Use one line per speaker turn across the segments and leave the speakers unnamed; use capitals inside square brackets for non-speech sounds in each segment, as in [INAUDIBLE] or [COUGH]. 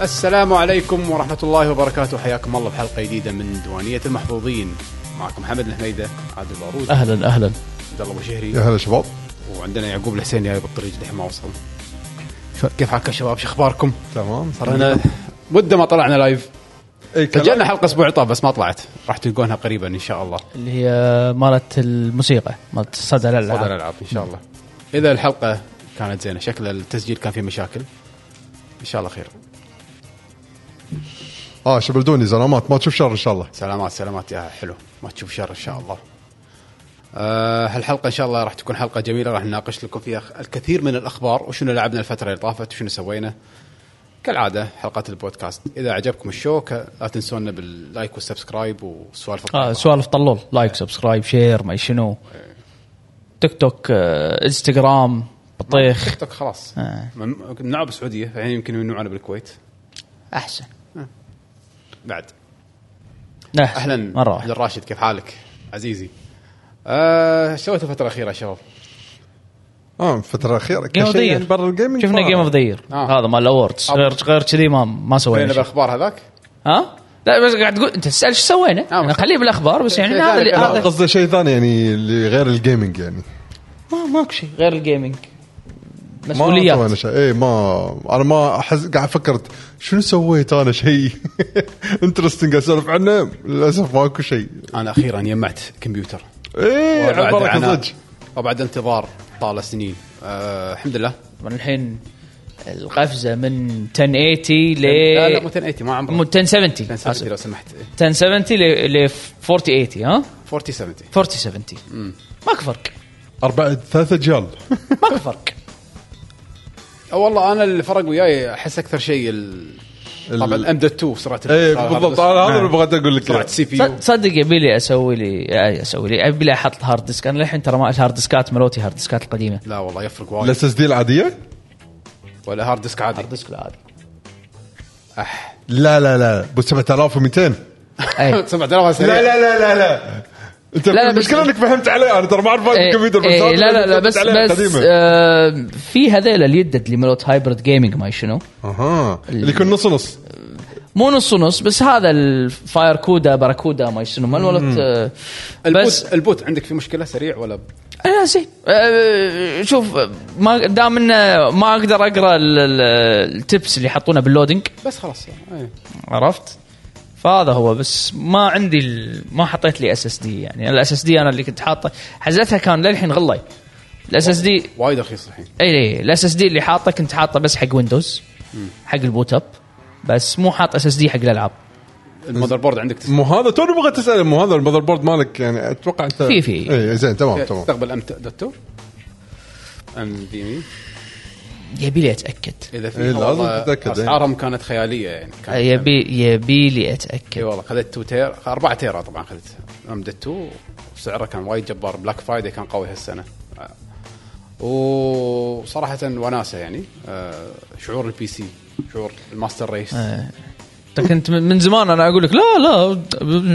السلام عليكم ورحمة الله وبركاته حياكم الله بحلقة جديدة من دوانية المحظوظين معكم محمد الحميدة عادل بارود
اهلا اهلا
عبد الله أبو
يا
شهري
هلا شباب
وعندنا يعقوب الحسين جاي بالطريق للحين ما وصل كيف حالكم يا شباب شو اخباركم؟
تمام
ترى مده ما طلعنا لايف
اي
سجلنا
كلام
حلقة اسبوع طاب بس ما طلعت راح تلقونها قريبا ان شاء الله
اللي هي مالت الموسيقى مالت صدى
صدر
الالعاب
الالعاب ان شاء الله اذا الحلقة كانت زينة شكل التسجيل كان فيه مشاكل ان شاء الله خير
اه شبلدوني زلمات ما تشوف شر ان شاء الله
سلامات سلامات يا حلو ما تشوف شر ان شاء الله أه هالحلقه ان شاء الله راح تكون حلقه جميله راح نناقش لكم فيها الكثير من الاخبار وشنو لعبنا الفتره اللي طافت وشنو سوينا كالعاده حلقات البودكاست اذا عجبكم الشو ك- لا تنسونا باللايك والسبسكرايب والسوالف
آه
الطيبة.
سوالف طلول لايك سبسكرايب شير ما شنو تيك توك آه، انستغرام
تيك
بطيخ
توك خلاص
آه.
ممنوع- ممنوع بالسعوديه الحين يعني يمكن يمنعونا بالكويت
احسن
بعد
لا،
اهلا
مره واحده
للراشد كيف حالك عزيزي آه سويت الفتره الاخيره يا شباب
اه الفتره الاخيره
Game of the Year.
كشيء يعني برا الجيمنج
شفنا جيم اوف ذا يير
آه.
هذا مال الاوردز
آه.
غير غير كذي ما ما
خلينا
سوينا شيء.
بالاخبار هذاك
ها لا بس قاعد تقول انت تسال شو سوينا؟
آه،
أنا خليه بالاخبار
إيه،
بس يعني
شيء
هذا
ثاني
اللي-
بالأخبار.
لا
هذا
قصده آه، شيء ثاني يعني اللي غير الجيمنج يعني
ما ماك شيء غير الجيمنج
ما
مسؤوليات
سوينا شيء اي ما انا ما احس قاعد فكرت شنو سويت انا شيء [LAUGHS] انترستنج اسولف عنه للاسف ماكو شيء
انا اخيرا يمعت كمبيوتر
إيه،
اي على
وبعد
البركه
عناء
صدق
وبعد انتظار طال سنين أه الحمد لله
من الحين القفزه من 1080 ل
لا لا مو 1080 ما عمره
مو 1070
1070
آسف.
لو سمحت إيه،
1070 ل ل 4080 ها
4070
4070 ماكو فرق
اربع
[LAUGHS]
ثلاث اجيال
ماكو فرق
أه والله انا اللي فرق وياي احس اكثر شيء ال...
ال-
طبعا ام دوت 2 سرعه ال-
اي
هذا
إيه، بالضبط
بس-
انا هذا
نعم.
اللي بغيت اقول لك
سرعه
إياه.
السي بي يو
صد- صدق يبي لي اسوي لي أي اسوي لي ابي لي احط هارد ديسك انا للحين ترى ما الهارد ديسكات ملوتي هارد ديسكات القديمه
لا والله يفرق وايد
الاس اس دي العاديه؟
ولا هارد ديسك عادي
هارد ديسك العادي
اح
لا لا لا ب 7200
[LAUGHS]
اي
7000
لا
سريع
لا لا لا لا انت
طيب. لا،
لا
بس-
المشكله انك فهمت عليه انا ترى ما اعرف وايد
إي-
الكمبيوتر
إي،
هذا
إيه، لا
اللي
لا لا
فهمت
بس
عليه
بس
قديمة.
آه، في هذيل اللي يدد اللي ملوت هايبرد جيمنج ما شنو
اها اللي يكون نص نص
مو نص نص بس هذا الفاير كودا باراكودا ما شنو ما ملوت آه، بس
البوت البوت عندك في مشكله سريع ولا
لا زين أه، شوف أه، ما دام انه ما اقدر اقرا ال- ال- التبس اللي يحطونه باللودنج
بس خلاص إيه.
عرفت فهذا هو بس ما عندي ال- ما حطيت لي اس اس دي يعني الاس اس دي انا اللي كنت حاطه حزتها كان للحين غلاي الاس اس دي
وايد رخيص الحين
اي اي الاس اس دي اللي حاطه كنت حاطه بس حق ويندوز حق البوت اب بس مو حاط اس اس دي حق الالعاب
المذر بورد عندك تست-
مو هذا توني بغيت اساله مو هذا المذر بورد مالك يعني اتوقع انت
في- في.
اي إيه، زين تمام تمام
تستقبل ام دوت 2 ام في مي
يبي لي اتاكد
اذا في
إيه، لازم تتأكد، إيه.
اسعارهم كانت خياليه يعني كانت
يبي يبي لي
اي
اتاكد
والله خذيت 2 تيرا 4 تيرا طبعا خذت امدد 2 وسعره كان وايد جبار بلاك فرايداي كان قوي هالسنه آه. وصراحه وناسه يعني آه، شعور البي سي شعور الماستر ريس
أنت كنت من من زمان انا اقول لك لا لا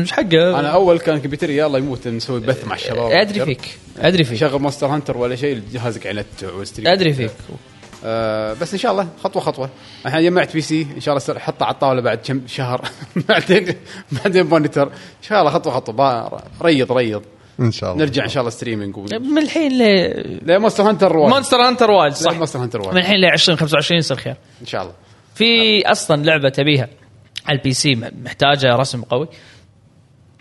مش حقه
انا اول كان كمبيوتري يلا يموت نسوي بث مع الشباب
ادري فيك ادري فيك
شغل ماستر هانتر ولا شيء جهازك على وستريم
ادري فيك
آه بس ان شاء الله خطوه خطوه الحين جمعت بي سي ان شاء الله احطه على الطاوله بعد كم شهر [LAUGHS] بعدين بعدين مونيتر ان شاء الله خطوه خطوه با- ريض ريض
ان شاء الله
نرجع ان شاء الله ستريمنج و...
من الحين ل
لا مونستر هانتر وايد
مونستر هانتر وايد صح
لا، Monster Hunter وايد.
من الحين ل 20 25 يصير خير
ان شاء الله
في اصلا لعبه تبيها على البي سي محتاجه رسم قوي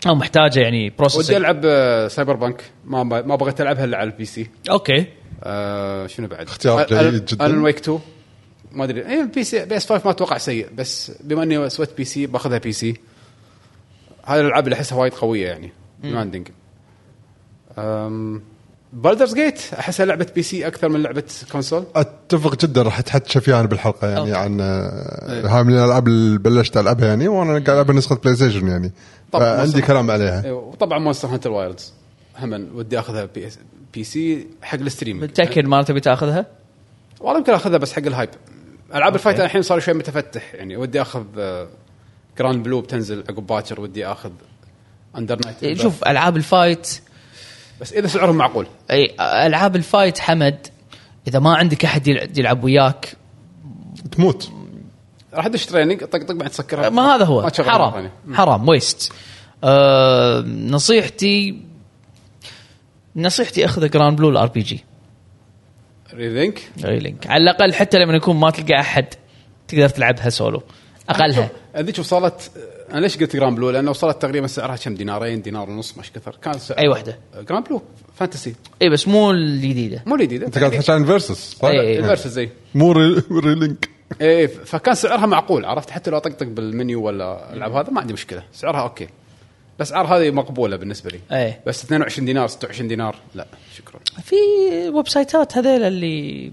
او محتاجه يعني
ودي
بروسيسنج
العب آه، سايبر بانك ما ما ما بغيت العبها الا على البي سي
اوكي
آه شنو بعد
اختيار جيد جداً.
الن ويك 2 ما إيه، ادري اي بي سي بي اس 5 ما اتوقع سيء بس بما اني سويت بي سي باخذها بي سي هذه الالعاب اللي احسها وايد قويه يعني ديماندنج بلدرز جيت احسها لعبه بي سي اكثر من لعبه كونسول
اتفق جدا راح اتحكى فيها انا بالحلقه يعني
أوكي. إيه.
عن آه، هاي من الالعاب اللي بلشت العبها يعني وانا قاعد العبها نسخه بلاي ستيشن يعني
طبعاً،
عندي
مصر.
كلام عليها
إيه، وطبعا مونستر هانتر وايلدز هم ودي اخذها بي اس بي سي حق الستريم
متاكد ما تبي تاخذها؟
والله يمكن اخذها بس حق الهايب العاب الفايت الحين صار شوي متفتح يعني ودي اخذ جراند بلو بتنزل عقب باكر ودي اخذ اندر نايت
إيه، شوف العاب الفايت
بس اذا سعرهم معقول
اي العاب الفايت حمد اذا ما عندك احد يلع- يلعب وياك
تموت
راح تدش تريننج طقطق بعد تسكرها
ما هذا هو
ما تشغلها مرة
حرام
ثانية.
حرام ويست أه نصيحتي نصيحتي اخذ جراند بلو الار بي جي
ريلينك
ريلينك على الاقل حتى لما يكون ما تلقى احد تقدر تلعبها سولو اقلها
هذيك وصلت انا ليش قلت جرام بلو؟ لانه وصلت تقريبا سعرها كم دينارين دينار ونص مش كثر كان سعر
أي واحدة؟
جرام بلو فانتسي
اي بس مو الجديده
مو الجديده
انت قاعد تحكي عن فيرسس صح؟ يعني
إيه.
الفيرسز زي
مو ري- ريلينك
ايه فكان سعرها معقول عرفت حتى لو اطقطق بالمنيو ولا العب هذا ما عندي مشكله سعرها اوكي الاسعار هذه مقبوله بالنسبه لي
إيه.
بس 22 دينار 26 دينار لا شكرا
في ويب سايتات هذيلا اللي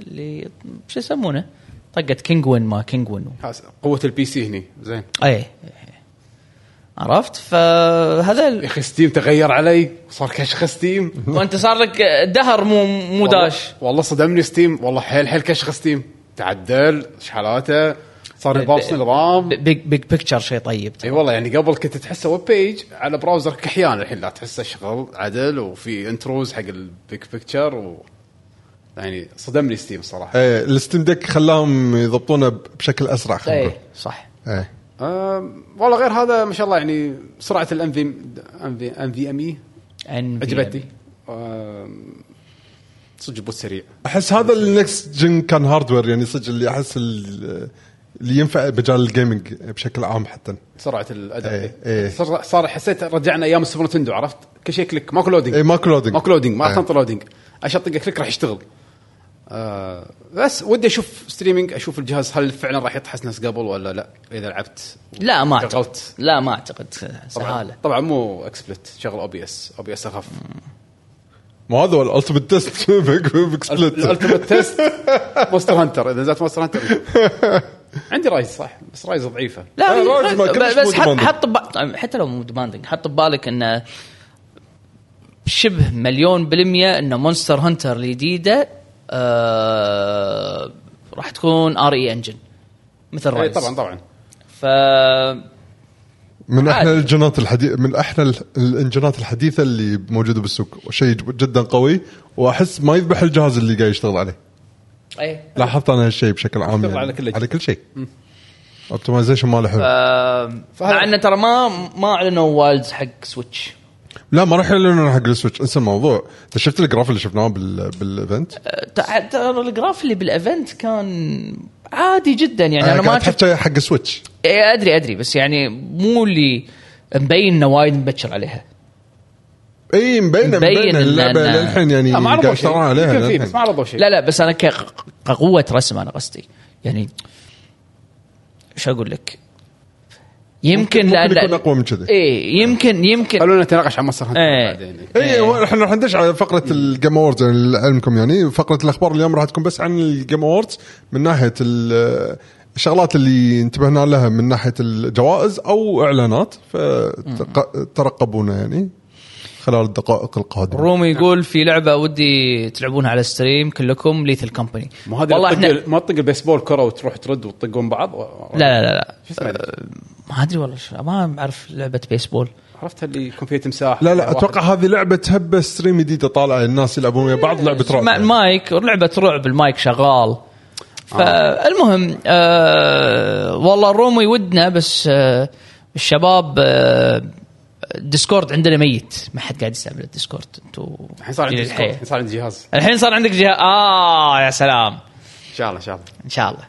اللي شو يسمونه طقت كينجوين ما كينجوين
هاس- قوه البي سي هني زين
اي إي. عرفت فهذا
[LAUGHS] يا اخي ستيم تغير علي صار كشخ ستيم
وانت صار لك دهر مو مو داش
والله, والله صدمني ستيم والله حيل حيل كشخ ستيم تعدل شحالاته صار يبابس نظام
بيج بيج بيكتشر شيء طيب
اي والله يعني قبل كنت تحسه ويب بيج على براوزر كحيان الحين لا تحسه شغل عدل وفي انتروز حق البيك بيكتشر و يعني صدمني ستيم صراحه
ايه الستيم ديك خلاهم يضبطونه بشكل اسرع خلينا نقول
اي صح
ايه
أم، والله غير هذا ما شاء الله يعني سرعه الام في ام في ام اي
يعني
عجبتني E
E.
أم، صدق بوت سريع
احس هذا النكست جن كان هاردوير يعني صدق اللي احس ال- اللي ينفع مجال الجيمنج بشكل عام حتى
سرعه الاداء
إيه،
إيه.
إيه.
صار, صار حسيت رجعنا ايام السوبر نتندو عرفت كل شيء كليك ماكو لودينج
اي إيه، ماكو لودينج
ماكو لودينج ما
إيه.
تنطر لودينج اشطق كليك راح يشتغل آه بس ودي اشوف ستريمينج اشوف الجهاز هل فعلا راح يطحس ناس قبل ولا لا اذا لعبت
لا ما اعتقد
شغلت.
لا ما اعتقد
طبعا
سهاله
طبعا مو اكسبلت شغل او بي اس او بي اس
[LAUGHS]
اخف
ما هذا هو الالتيميت تيست [LAUGHS] بكسلت
الالتيميت تيست مونستر هانتر اذا نزلت مونستر هانتر
[LAUGHS]
عندي رايز صح بس رايز ضعيفه
لا
أنا راجل ما
ب-
كلش
بس
مو
حط
demanding.
حط ب- حتى لو مو ديماندنج حط ببالك انه شبه مليون بالميه انه مونستر هانتر الجديده آه راح تكون ار اي انجن مثل
إيه،
رايز
طبعا طبعا
ف
من
عادي.
احلى الانجنات الحديث من احلى ال- الانجنات الحديثه اللي موجوده بالسوق شيء جدا قوي واحس ما يذبح الجهاز اللي قاعد يشتغل عليه
اي
لاحظت انا هالشيء بشكل عام
يشتغل
يعني
على كل شيء.
على كل شيء اوبتمايزيشن ماله حلو
آه
فهذا-
مع انه ترى ما ما اعلنوا وايلدز حق سويتش
لا ما راح يعلنون حق السويتش انسى الموضوع انت شفت الجراف اللي شفناه بال... بالايفنت
آه، تع- ترى الجراف اللي بالايفنت كان عادي جدا يعني انا ما
قاعد
شفت
احكي آه، حق سويتش
إيه ادري ادري بس يعني مو اللي مبين انه وايد مبكر عليها
اي مبينه
مبين
مبينه
إن-
اللعبه
إن-
للحين يعني
لا ما
قاعد
عرضوا
يشتغلون
شيء
عليها
يمكن فيه،
للحين.
بس ما عرضوا شيء
لا لا بس انا ك- كقوه رسم انا قصدي يعني شو اقول لك يمكن
ممكن-
لا
ممكن
لا
يكون أقوى من كذي.
ايه يمكن يمكن
خلونا نتناقش عن مصر هانتر
إيه.
بعدين
اي هو احنا راح ندش على فقره الجيم اووردز يعني لعلمكم يعني فقره الاخبار اليوم راح تكون بس عن الجيم اووردز من ناحيه ال- الشغلات اللي انتبهنا لها من ناحيه الجوائز او اعلانات فترقبونا يعني خلال الدقائق القادمه
رومي يقول في لعبه ودي تلعبونها على ستريم كلكم ليثل كومباني
مو هذا
والله احنا لا
ما تطق البيسبول كره وتروح ترد وتطقون بعض و-
لا لا, لا.
شو اسمه هذا؟
ما ادري والله شو- ما اعرف لعبه بيسبول
عرفت اللي يكون فيه تمساح
لا لا
واحد-
اتوقع هذه لعبه هبه ستريم جديده طالعه الناس يلعبون ويا بعض لعبه رعب يعني.
مع المايك لعبه رعب المايك شغال فالمهم آه والله الرومي ودنا بس آه الشباب آه الديسكورد عندنا ميت ما حد قاعد يستعمل الديسكورد انتوا
الحين صار عندي
جيل
ديسكورد،
الحياة.
الحين صار عندي جهاز
الحين صار عندك جهاز اه يا سلام
ان شاء الله ان شاء الله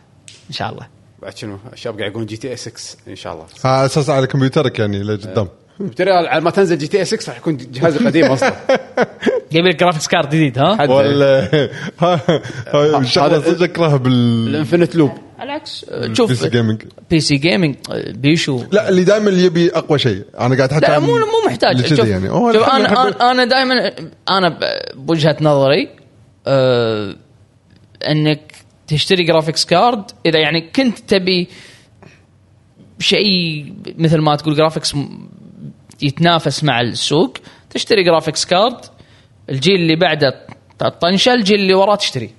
ان شاء الله ان شاء الله
بعد شنو الشباب قاعد يقولون جي تي اي 6 ان شاء الله
على اساس على كمبيوترك يعني
إيه.
لقدام
ترى على ما تنزل جي تي اي 6 راح يكون جهازي قديم
[LAUGHS]
اصلا
جايب لك جرافيكس كارد جديد ها
حد-
ولا [LAUGHS] ها-
هذا-
ها- الشغله صدق اكرهها بال
الانفنت
[LAUGHS]
لوب
إيه. العكس
بي
شوف
سي جيمنج
بي سي جيمنج بيشو
لا اللي دائما يبي اقوى شيء انا قاعد احكي
لا
عن
مو مو
اللي
محتاج
كذي
شوف,
يعني هو
شوف
الحمد
انا
لله
انا, أنا دائما انا ب- بوجهه نظري آه انك تشتري جرافيكس كارد اذا يعني كنت تبي شيء مثل ما تقول جرافيكس م- يتنافس مع السوق تشتري جرافيكس كارد الجيل اللي بعده ط- طنشه الجيل اللي وراه تشتري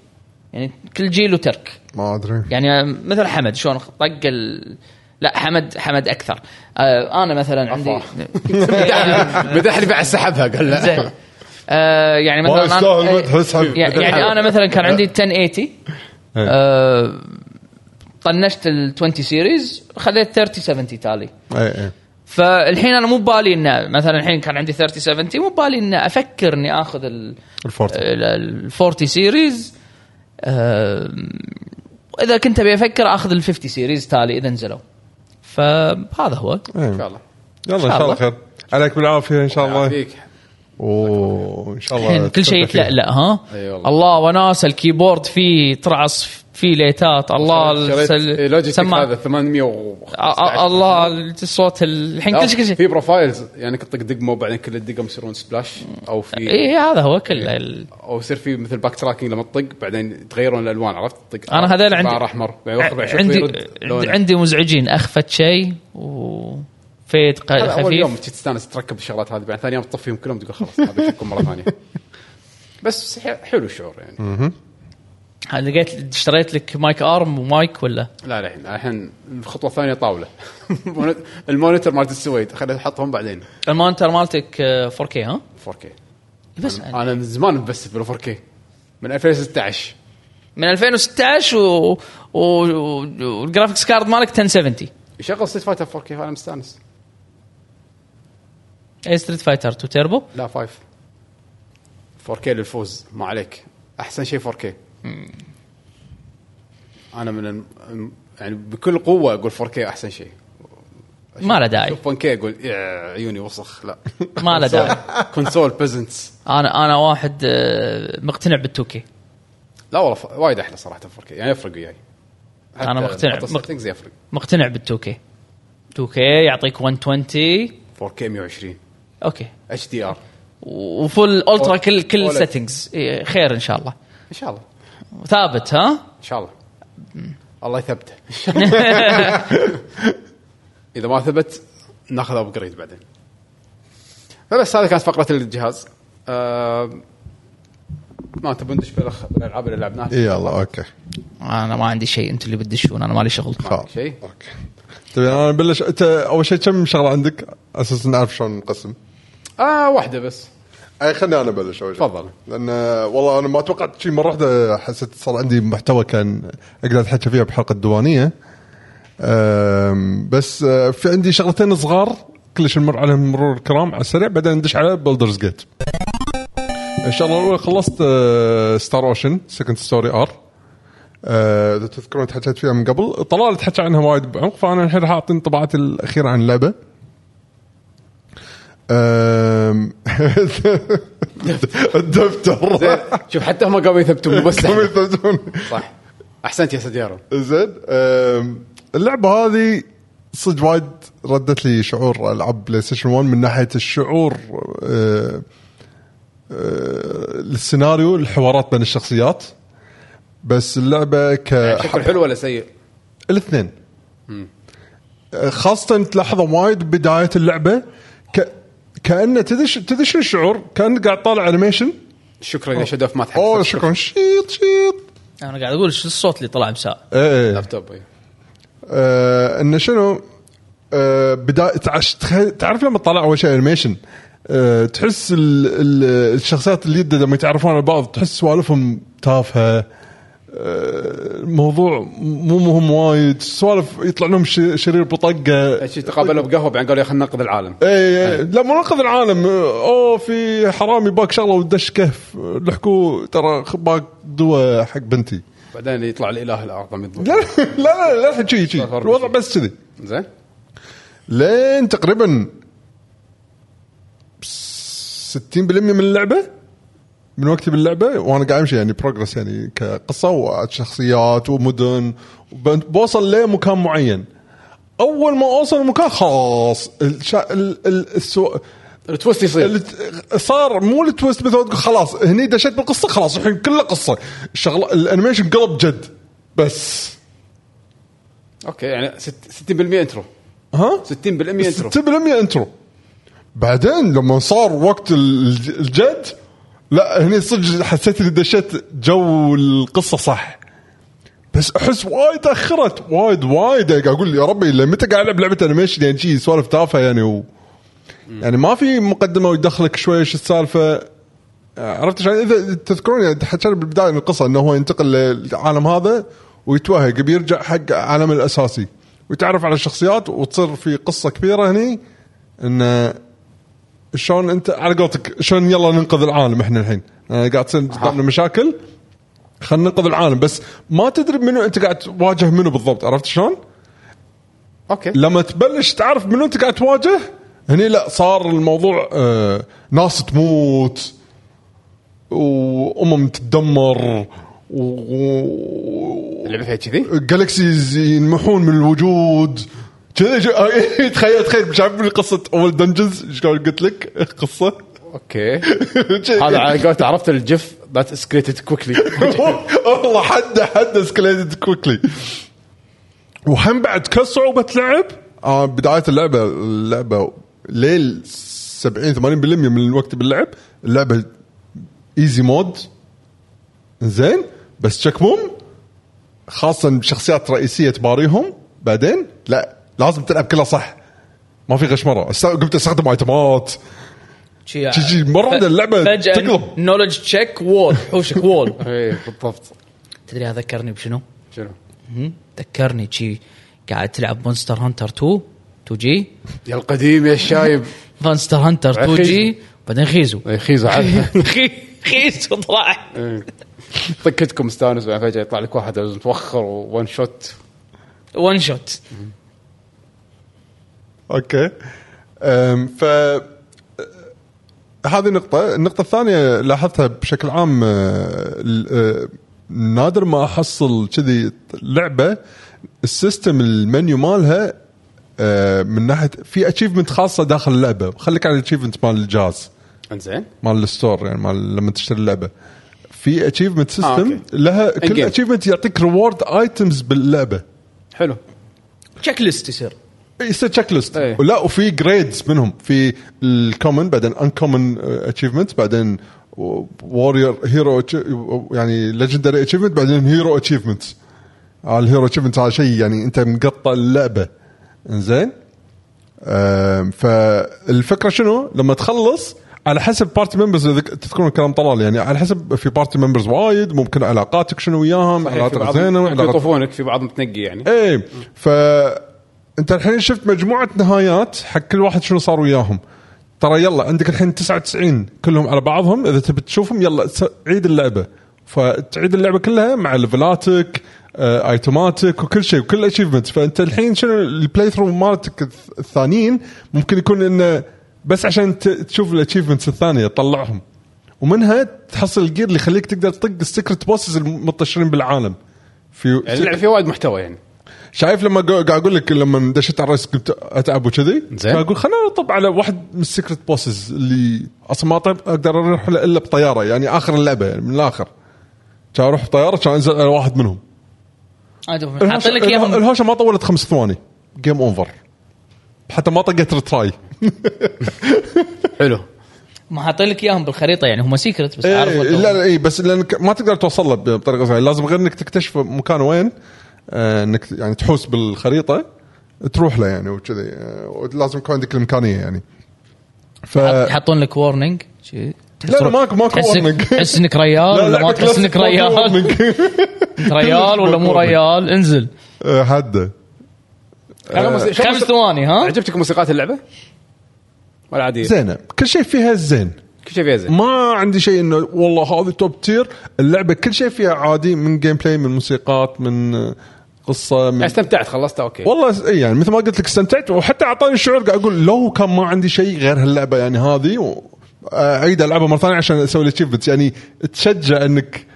يعني كل جيل وترك
ما ادري
يعني مثل حمد شلون طق ال... لا حمد حمد اكثر آه انا مثلا عندي
بدحني بعد سحبها قال
زين
لا
آه يعني مثلا
ما يستاهل مدح،
أنا
اسحب.
يعني يعني انا مثلا كان عندي 1080 آه طنشت ال 20 سيريز خذيت 30 70 تالي
اي اي
فالحين انا مو ببالي انه مثلا الحين كان عندي 30 70 مو ببالي انه افكر اني اخذ ال
الفورت
ال 40 سيريز اذا كنت ابي افكر اخذ ال 50 سيريز تالي اذا نزلوا فهذا هو
ان شاء الله
إيه،
يلا ان شاء الله خير عليك بالعافيه ان شاء الله
يعافيك
اوه ان شاء الله
الحين كل شيء
تتوفى فيه.
يتلألأ ها
أي والله.
الله وناس الكيبورد فيه ترعص فيه ليتات الله
شريت
السل-
لوجيتك
سماع.
هذا 800 و
أ- أ- آه، الله الصوت ال- الحين كل شيء كل شيء
في بروفايلز يعني تطق دقمه وبعدين كل الدقم يصيرون سبلاش او في
اي إيه، هذا هو
إيه.
كله ال-
او يصير في مثل باك تراكنج لما تطق بعدين يتغيرون الالوان عرفت تطق
أنا هذيل عندي-
احمر احمر بعدين واخر بعد شوي
عندي
يرد لونه.
عندي مزعجين اخفت شيء وفيد ق-
هذا اول يوم
خفيف
كنت تستانس تركب الشغلات هذه بعد ثاني يوم تطفيهم كلهم تقول خلاص ما بيكون مره
[LAUGHS]
ثانيه بس ح- حلو الشعور يعني
لقيت اشتريت لك مايك ارم ومايك ولا
لا لا الحين الحين الخطوه الثانيه [LAUGHS] طاوله المونيتور مالت السويد خليني احطهم بعدين
المونتر مالتك آه، 4K ها
4K
بس
انا أنا من زمان مبسط بال 4K من 2016
من 2016 و... و... و- والجرافيكس كارد مالك 1070
يشغل ستيت فايتر 4K فانا مستانس
اي ستريت فايتر 2 تيربو
لا 5 4K للفوز ما عليك احسن شيء 4K انا من الم- يعني بكل قوه اقول 4K احسن شيء
ما له داعي
شوف 1K اقول يا عيوني وسخ لا
[LAUGHS] ما له داعي
كونسول بيزنتس
انا انا واحد آه، مقتنع بال 2K
لا والله ف- وايد احلى صراحه 4K يعني يفرق وياي حتى
أنا مقتنع.
حتى
مق-
settings يفرق
مقتنع بال 2K 2K يعطيك 120
4K 120
اوكي
اتش دي ار
و- وفل الترا كل كل
أولد.
سيتنجز خير ان شاء الله
ان شاء الله
ثابت ها
ان شاء الله الله يثبته اذا ما ثبت ناخذ ابجريد بعدين فبس هذه كانت فقره الجهاز آه ما تبون ندش بالأخ- بالالعاب اللي لعبناها
إيه، يلا اوكي
انا ما عندي شيء انتم اللي بتدشون انا مالي شغل
خلاص
شيء؟
اوكي تبي انا نبلش انت اول شيء كم شغله عندك اساس نعرف شلون نقسم
اه واحده بس
اي خليني انا ابلش اول شيء
تفضل.
لان آه، والله انا ما توقعت شيء مره واحده حسيت صار عندي محتوى كان اقدر اتحكى فيه بحلقه الديوانيه آم، بس آه، في عندي شغلتين صغار كلش نمر عليهم مرور الكرام على السريع بعدين ندش على بولدرز جيت ان شاء الله الاولى خلصت آه، ستار اوشن سكند ستوري ار آه، اذا تذكرون تحكيت فيها من قبل طلال تحكى عنها وايد بعمق فانا الحين راح اعطي انطباعاتي الاخيره عن اللعبه آم، [LAUGHS] الدفتر [LAUGHS]
زين شوف حتى هم قاموا يثبتون مو بس
كم
إحنا.
يثبتون
صح احسنت يا سديارو
زين أم، اللعبه هذه صدق وايد ردت لي شعور العاب بلاي ستيشن 1 من ناحيه الشعور أه، أه، السيناريو الحوارات بين الشخصيات بس اللعبه ك
شكل حلو ولا سيء؟
الاثنين أه، خاصة تلاحظه وايد بداية اللعبة ك... كأنه تدش تدش الشعور كأنك قاعد طالع انيميشن
شكرا يا شدف ما تحس
اوه شكرا شيط شيط
انا قاعد اقول شو الصوت اللي طلع مساء
ايه
لابتوب أي.
آه انه شنو آه بدايه تعش تخ- تعرف لما تطلع اول شيء انيميشن آه تحس ال ال الشخصيات اللي يده لما يتعرفون على بعض تحس سوالفهم تافهه آه، الموضوع مو مهم وايد سوالف يطلع لهم ش- شرير بطقه
شي تقابلوا بقهوه بعدين قالوا يا خلينا ننقذ العالم
اي اي إيه، لا منقذ العالم اوه في حرامي باك شغله ودش كهف لحقوا ترى باك دواء حق بنتي
بعدين يطلع الاله الاعظم يطلع
لا لا لا لا الحين شي شي الوضع بس كذي
زين
لين تقريبا 60% من اللعبه من وقتي باللعبه وانا قاعد امشي يعني بروجرس يعني كقصه وشخصيات ومدن وب- بوصل لمكان معين اول ما اوصل المكان خلاص الشا... ال... ال... السو...
التوست يصير
الت- صار مو التويست مثل ما تقول خلاص هني دشيت بالقصه خلاص الحين كلها قصه الشغله الانيميشن قلب جد بس
اوكي يعني ست- 60% انترو
ها
60% انترو
60% انترو بعدين لما صار وقت الج- الجد لا هني صدق حسيت اني دشيت جو القصه صح بس احس وايد تاخرت وايد وايد يعني قاعد اقول يا ربي لما متى قاعد العب لعبه انيميشن يعني شي سوالف تافهه يعني و... يعني ما في مقدمه ويدخلك شوي شو السالفه عرفت شلون اذا تذكرون يعني حكينا بالبدايه من القصه انه هو ينتقل للعالم هذا ويتوهق بيرجع حق عالم الاساسي ويتعرف على الشخصيات وتصير في قصه كبيره هني انه شلون انت على قولتك شلون يلا ننقذ العالم احنا الحين آه، قاعد تصير قدامنا مشاكل خلينا ننقذ العالم بس ما تدري منو انت قاعد تواجه منو بالضبط عرفت شلون؟
اوكي
لما تبلش تعرف منو انت قاعد تواجه هني لا صار الموضوع آه ناس تموت وامم تدمر و
اللعبه فيها كذي
جالكسيز ينمحون من الوجود كذا شو- تخيل تخيل شايف قصه اول دنجنز شلون قلت لك قصه [LAUGHS]
[LAUGHS] اوكي هذا على قولته عرفت الجف ذات اسكريتد كويكلي
[LAUGHS]
[LAUGHS]
والله حد حد اسكليتد كويكلي وهم بعد كصعوبة لعب آه بداية اللعبة اللعبة ليل 70 80% من الوقت باللعب اللعبة ايزي مود زين بس تشيك بوم خاصة بشخصيات رئيسية تباريهم بعدين لا لازم تلعب كلها صح ما في غشمرة است- قمت استخدم ايتمات
شي-
شي- شي مرة واحدة اللعبة
فجأة
تقلب.
نولج تشيك وول حوشك وول
اي إيه، بالضبط
تدري هذا ذكرني بشنو؟
شنو
هم؟ ذكرني شي قاعد تلعب مونستر هانتر 2 2 جي
يا القديم يا [LAUGHS] الشايب
مونستر هانتر 2 جي بعدين خيزو
إي، إيه، خيزة عاد
خيزو طلع
[LAUGHS] طقتكم مستانس بعدين فجاه يطلع لك واحد متوخر وون شوت
ون شوت
اوكي أم، ف أه، هذه نقطة، النقطة الثانية لاحظتها بشكل عام أه، ال- أه، نادر ما احصل كذي لعبة السيستم المنيو مالها أه، من ناحية في اتشيفمنت خاصة داخل اللعبة، خليك على الاتشيفمنت مال الجهاز.
انزين
مال الستور يعني مال لما تشتري اللعبه في اتشيفمنت
آه،
سيستم
أوكي.
لها كل
In-game.
اتشيفمنت يعطيك ريورد ايتمز باللعبه
حلو
تشيك ليست يصير
يصير تشيك ليست
إيه.
لا وفي جريدز منهم في الكومن بعدين انكومن اتشيفمنت بعدين وورير هيرو يعني ليجندري اتشيفمنت بعدين آه، هيرو اتشيفمنت الهيرو اتشيفمنت هذا شيء يعني انت مقطع اللعبه انزين أم، فالفكره شنو؟ لما تخلص على حسب بارتي ممبرز تذكرون الكلام طلال يعني على حسب في بارتي ممبرز وايد ممكن علاقاتك شنو
طيب،
وياهم علاقتك زينه علاقتك
يطوفونك في بعض متنقي يعني
ايه ف انت الحين شفت مجموعه نهايات حق كل واحد شنو صار وياهم ترى يلا عندك الحين 99 كلهم على بعضهم اذا تبي تشوفهم يلا س- عيد اللعبه فتعيد اللعبه كلها مع ليفلاتك آه، ايتماتك وكل شيء وكل اتشيفمنت فانت الحين شنو البلاي ثرو مالتك الث- الثانيين ممكن يكون انه بس عشان ت- تشوف الاتشيفمنتس الثانيه تطلعهم ومنها تحصل الجير اللي يخليك تقدر تطق السكرت بوسز المنتشرين بالعالم في
يعني اللعبه فيها وايد محتوى يعني
شايف لما قا- قاعد اقول لك لما دشيت على الرئيس كنت اتعب وكذي
زين.
اقول خلينا نطب على واحد من السكرت بوسز اللي اصلا ما أطيب- اقدر اروح له الا بطياره يعني اخر اللعبه يعني من الاخر كان اروح بطياره كان انزل على واحد منهم
حاطين لك
الهوشة-
اياهم
الهوشه ما طولت خمس ثواني جيم اوفر حتى ما طقت ريتراي
حلو
ما حاطين لك اياهم بالخريطه يعني هم سيكرت بس
إيه،
عارفوا
لا لا اي بس لانك ما تقدر توصل له بطريقه سهله لازم غير انك تكتشف مكان وين آه، انك يعني تحوس بالخريطه تروح له يعني وكذي آه، ولازم يكون عندك الامكانيه يعني ف
حاط- يحطون لك وورنينج
لا، لا، ماكو- ماكو warning.
تحس
[LAUGHS]
انك ريال
لا،
ولا ما
لعبة
تحس انك
كلاسيك ما
ريال
تضمنك.
[LAUGHS] ريال ولا مو ريال انزل
آه، حده
آه.
خمس ثواني ها
عجبتك موسيقات اللعبه؟ ولا عاديه؟
زينه كل شيء فيها زين
كل شيء فيها زين
ما عندي شيء انه والله هذه توب تير اللعبه كل شيء فيها عادي من جيم بلاي من موسيقات من آه، قصه من
يعني استمتعت خلصتها اوكي
والله س- إي يعني مثل ما قلت لك استمتعت وحتى اعطاني شعور قاعد اقول لو كان ما عندي شيء غير هاللعبه يعني هذه و- آه، اعيد العبها مره ثانيه عشان اسوي الاتشيفمنت يعني تشجع انك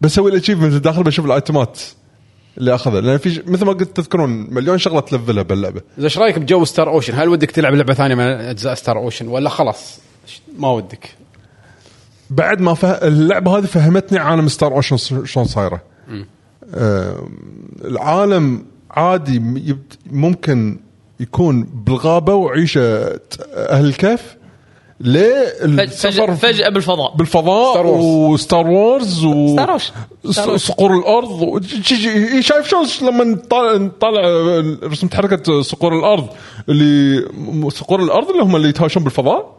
بسوي الاتشيفمنت داخل بشوف الايتمات اللي اخذها لان في ش- مثل ما قلت تذكرون مليون شغله تلفلها باللعبه
اذا ايش رايك بجو ستار اوشن؟ هل ودك تلعب لعبه ثانيه من اجزاء ستار اوشن ولا خلاص ش- ما ودك؟
بعد ما فه... اللعبه هذه فهمتني عالم ستار اوشن ش- شلون صايره آه العالم عادي م- يبت- ممكن يكون بالغابه وعيشه ت- اهل الكهف ليه
فج- فجأة,
السفر
فجأة بالفضاء
بالفضاء
Star Wars.
وستار وورز و
Star Wars.
س-
Star Wars.
صقور الارض و- ج- ج- شايف شلون ش- لما نطلع, نطلع آه، رسمت حركه صقور الارض اللي م- صقور الارض اللي هم اللي يتهاوشون بالفضاء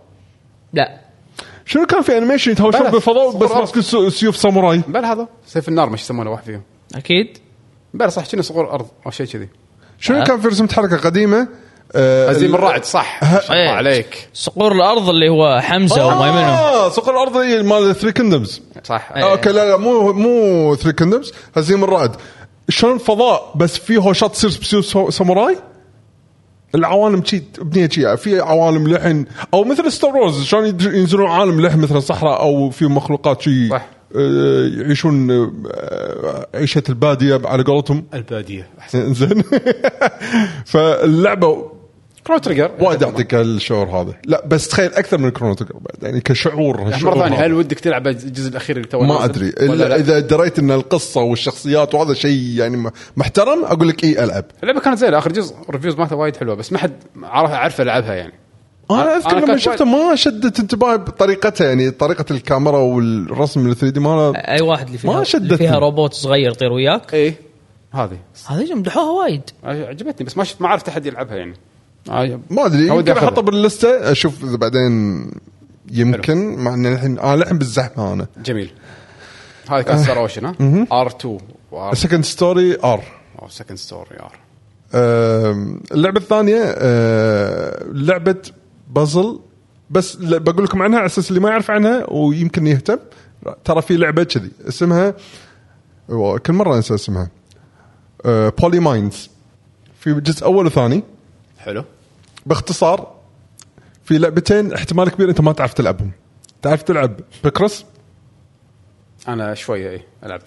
لا
شنو كان في انيميشن يتهاوشون
بلى.
بالفضاء
صقور
بس
الأرض.
ماسكين سيوف ساموراي
بل هذا سيف النار ما يسمونه واحد فيهم
اكيد
بلا صح كنا صقور ارض او شيء كذي
شنو كان في رسمه حركه قديمه آه،
هزيم
ال-
الرعد صح
ه-
الله عليك
صقور الارض اللي هو حمزه وما منهم
اه سوق الارض هي مال ثري كندمز
صح
إيه.
اوكي لا لا مو مو ثري كندمز هزيم الرعد شلون فضاء بس في هوشات تصير بسيو سو- ساموراي العوالم شي بنيه شي يعني في عوالم لحن او مثل ستار وورز شلون يد- ينزلون عالم لحن مثل صحراء او في مخلوقات شي
صح.
آه، يعيشون آه، عيشه الباديه على قولتهم
الباديه
زين [LAUGHS] فاللعبه
كرو تريجر
وايد يعطيك الشعور هذا لا بس تخيل اكثر من كرونو تريجر بعد يعني كشعور
مره
شعور
ثانيه
رهيب.
هل ودك تلعب الجزء الاخير اللي تو
ما
نازل؟
ادري
ولا
الا
لا؟
اذا دريت ان القصه والشخصيات وهذا شيء يعني م- محترم اقول لك اي العب
اللعبه كانت زينه اخر جزء ريفيوز مالته وايد حلوه بس ما حد عارف عارف العبها يعني
انا
أنا
اذكر لما
كنت
شفته ما شدت انتباهي بطريقتها يعني طريقه الكاميرا والرسم ال 3 دي
أه.
مالها
اي واحد اللي فيها
ما
اللي
شدتني.
فيها روبوت صغير يطير وياك
ايه هذه
هذه مدحوها وايد
عجبتني بس ما شفت ما عرفت احد يلعبها يعني آه،
ما ادري
أودي
يمكن
أخذها.
احطها باللسته اشوف اذا بعدين يمكن مع ان الحين انا الحين بالزحمه انا
جميل هذا كان ستار اوشن ها ار 2 وار
سكند ستوري ار
سكند ستوري ار
آم، اللعبه الثانيه آه، لعبه بازل بس ل- بقول لكم عنها على اساس اللي ما يعرف عنها ويمكن يهتم ترى في لعبه كذي اسمها و- كل مره انسى اسمها بولي ماينز في جزء اول وثاني
حلو
باختصار في لعبتين احتمال كبير انت ما تعرف تلعبهم تعرف تلعب بكرس
انا شويه اي العب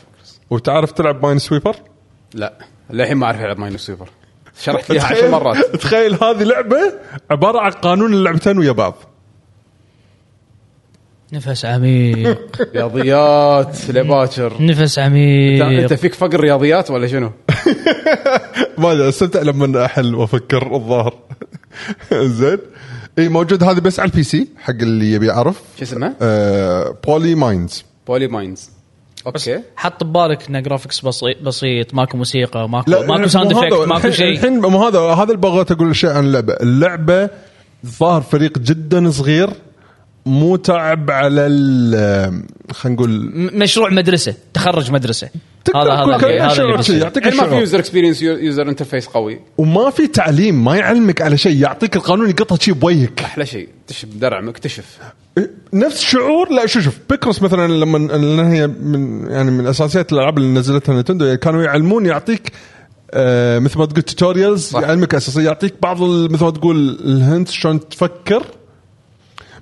وتعرف تلعب ماين سويبر
لا للحين ما اعرف العب ماينو سوبر شرحت ليها عشر مرات
[LAUGHS] تخيل هذه لعبه عباره عن قانون اللعبتين ويا بعض
نفس عميق
[LAUGHS]
رياضيات لباكر
نفس
انت
عميق
إيه. فيك فقر رياضيات ولا شنو؟
ما ادري استمتع لما احل وافكر الظاهر [LAUGHS] زين اي موجود هذا بس على البي سي حق اللي يبي يعرف
شو اسمه؟
آه بولي ماينز
بولي ماينز اوكي
حط ببالك انه جرافيكس بسيط بسيط ماكو موسيقى ماكو ماكو ساوند
مو هذا-
افكت ماكو
[LAUGHS] الحين-
شيء
الحين مو هذا هذا اللي بغيت اقول شيء عن اللعبه اللعبه ظاهر فريق جدا صغير مو تعب على ال آه، خلينا نقول
م- مشروع مدرسه تخرج مدرسه
تقدر
هذا
تقول
هذا
كأنه
اللي- هذا
شعور
اللي
شيء
بيصير.
يعطيك
الحين ما في
الشعور
يوزر اكسبيرينس يوزر انترفيس قوي
وما في تعليم ما يعلمك على شيء يعطيك القانون يقطع شيء بوجهك
احلى شيء تشب درع مكتشف
نفس شعور لا شوف شوف بيكروس مثلا لما لان هي من يعني من اساسيات الالعاب اللي نزلتها نتندو يعني كانوا يعلمون يعطيك آه مثل ما تقول توتوريالز يعلمك اساسا يعطيك بعض ال- مثل ما تقول الهنت شلون تفكر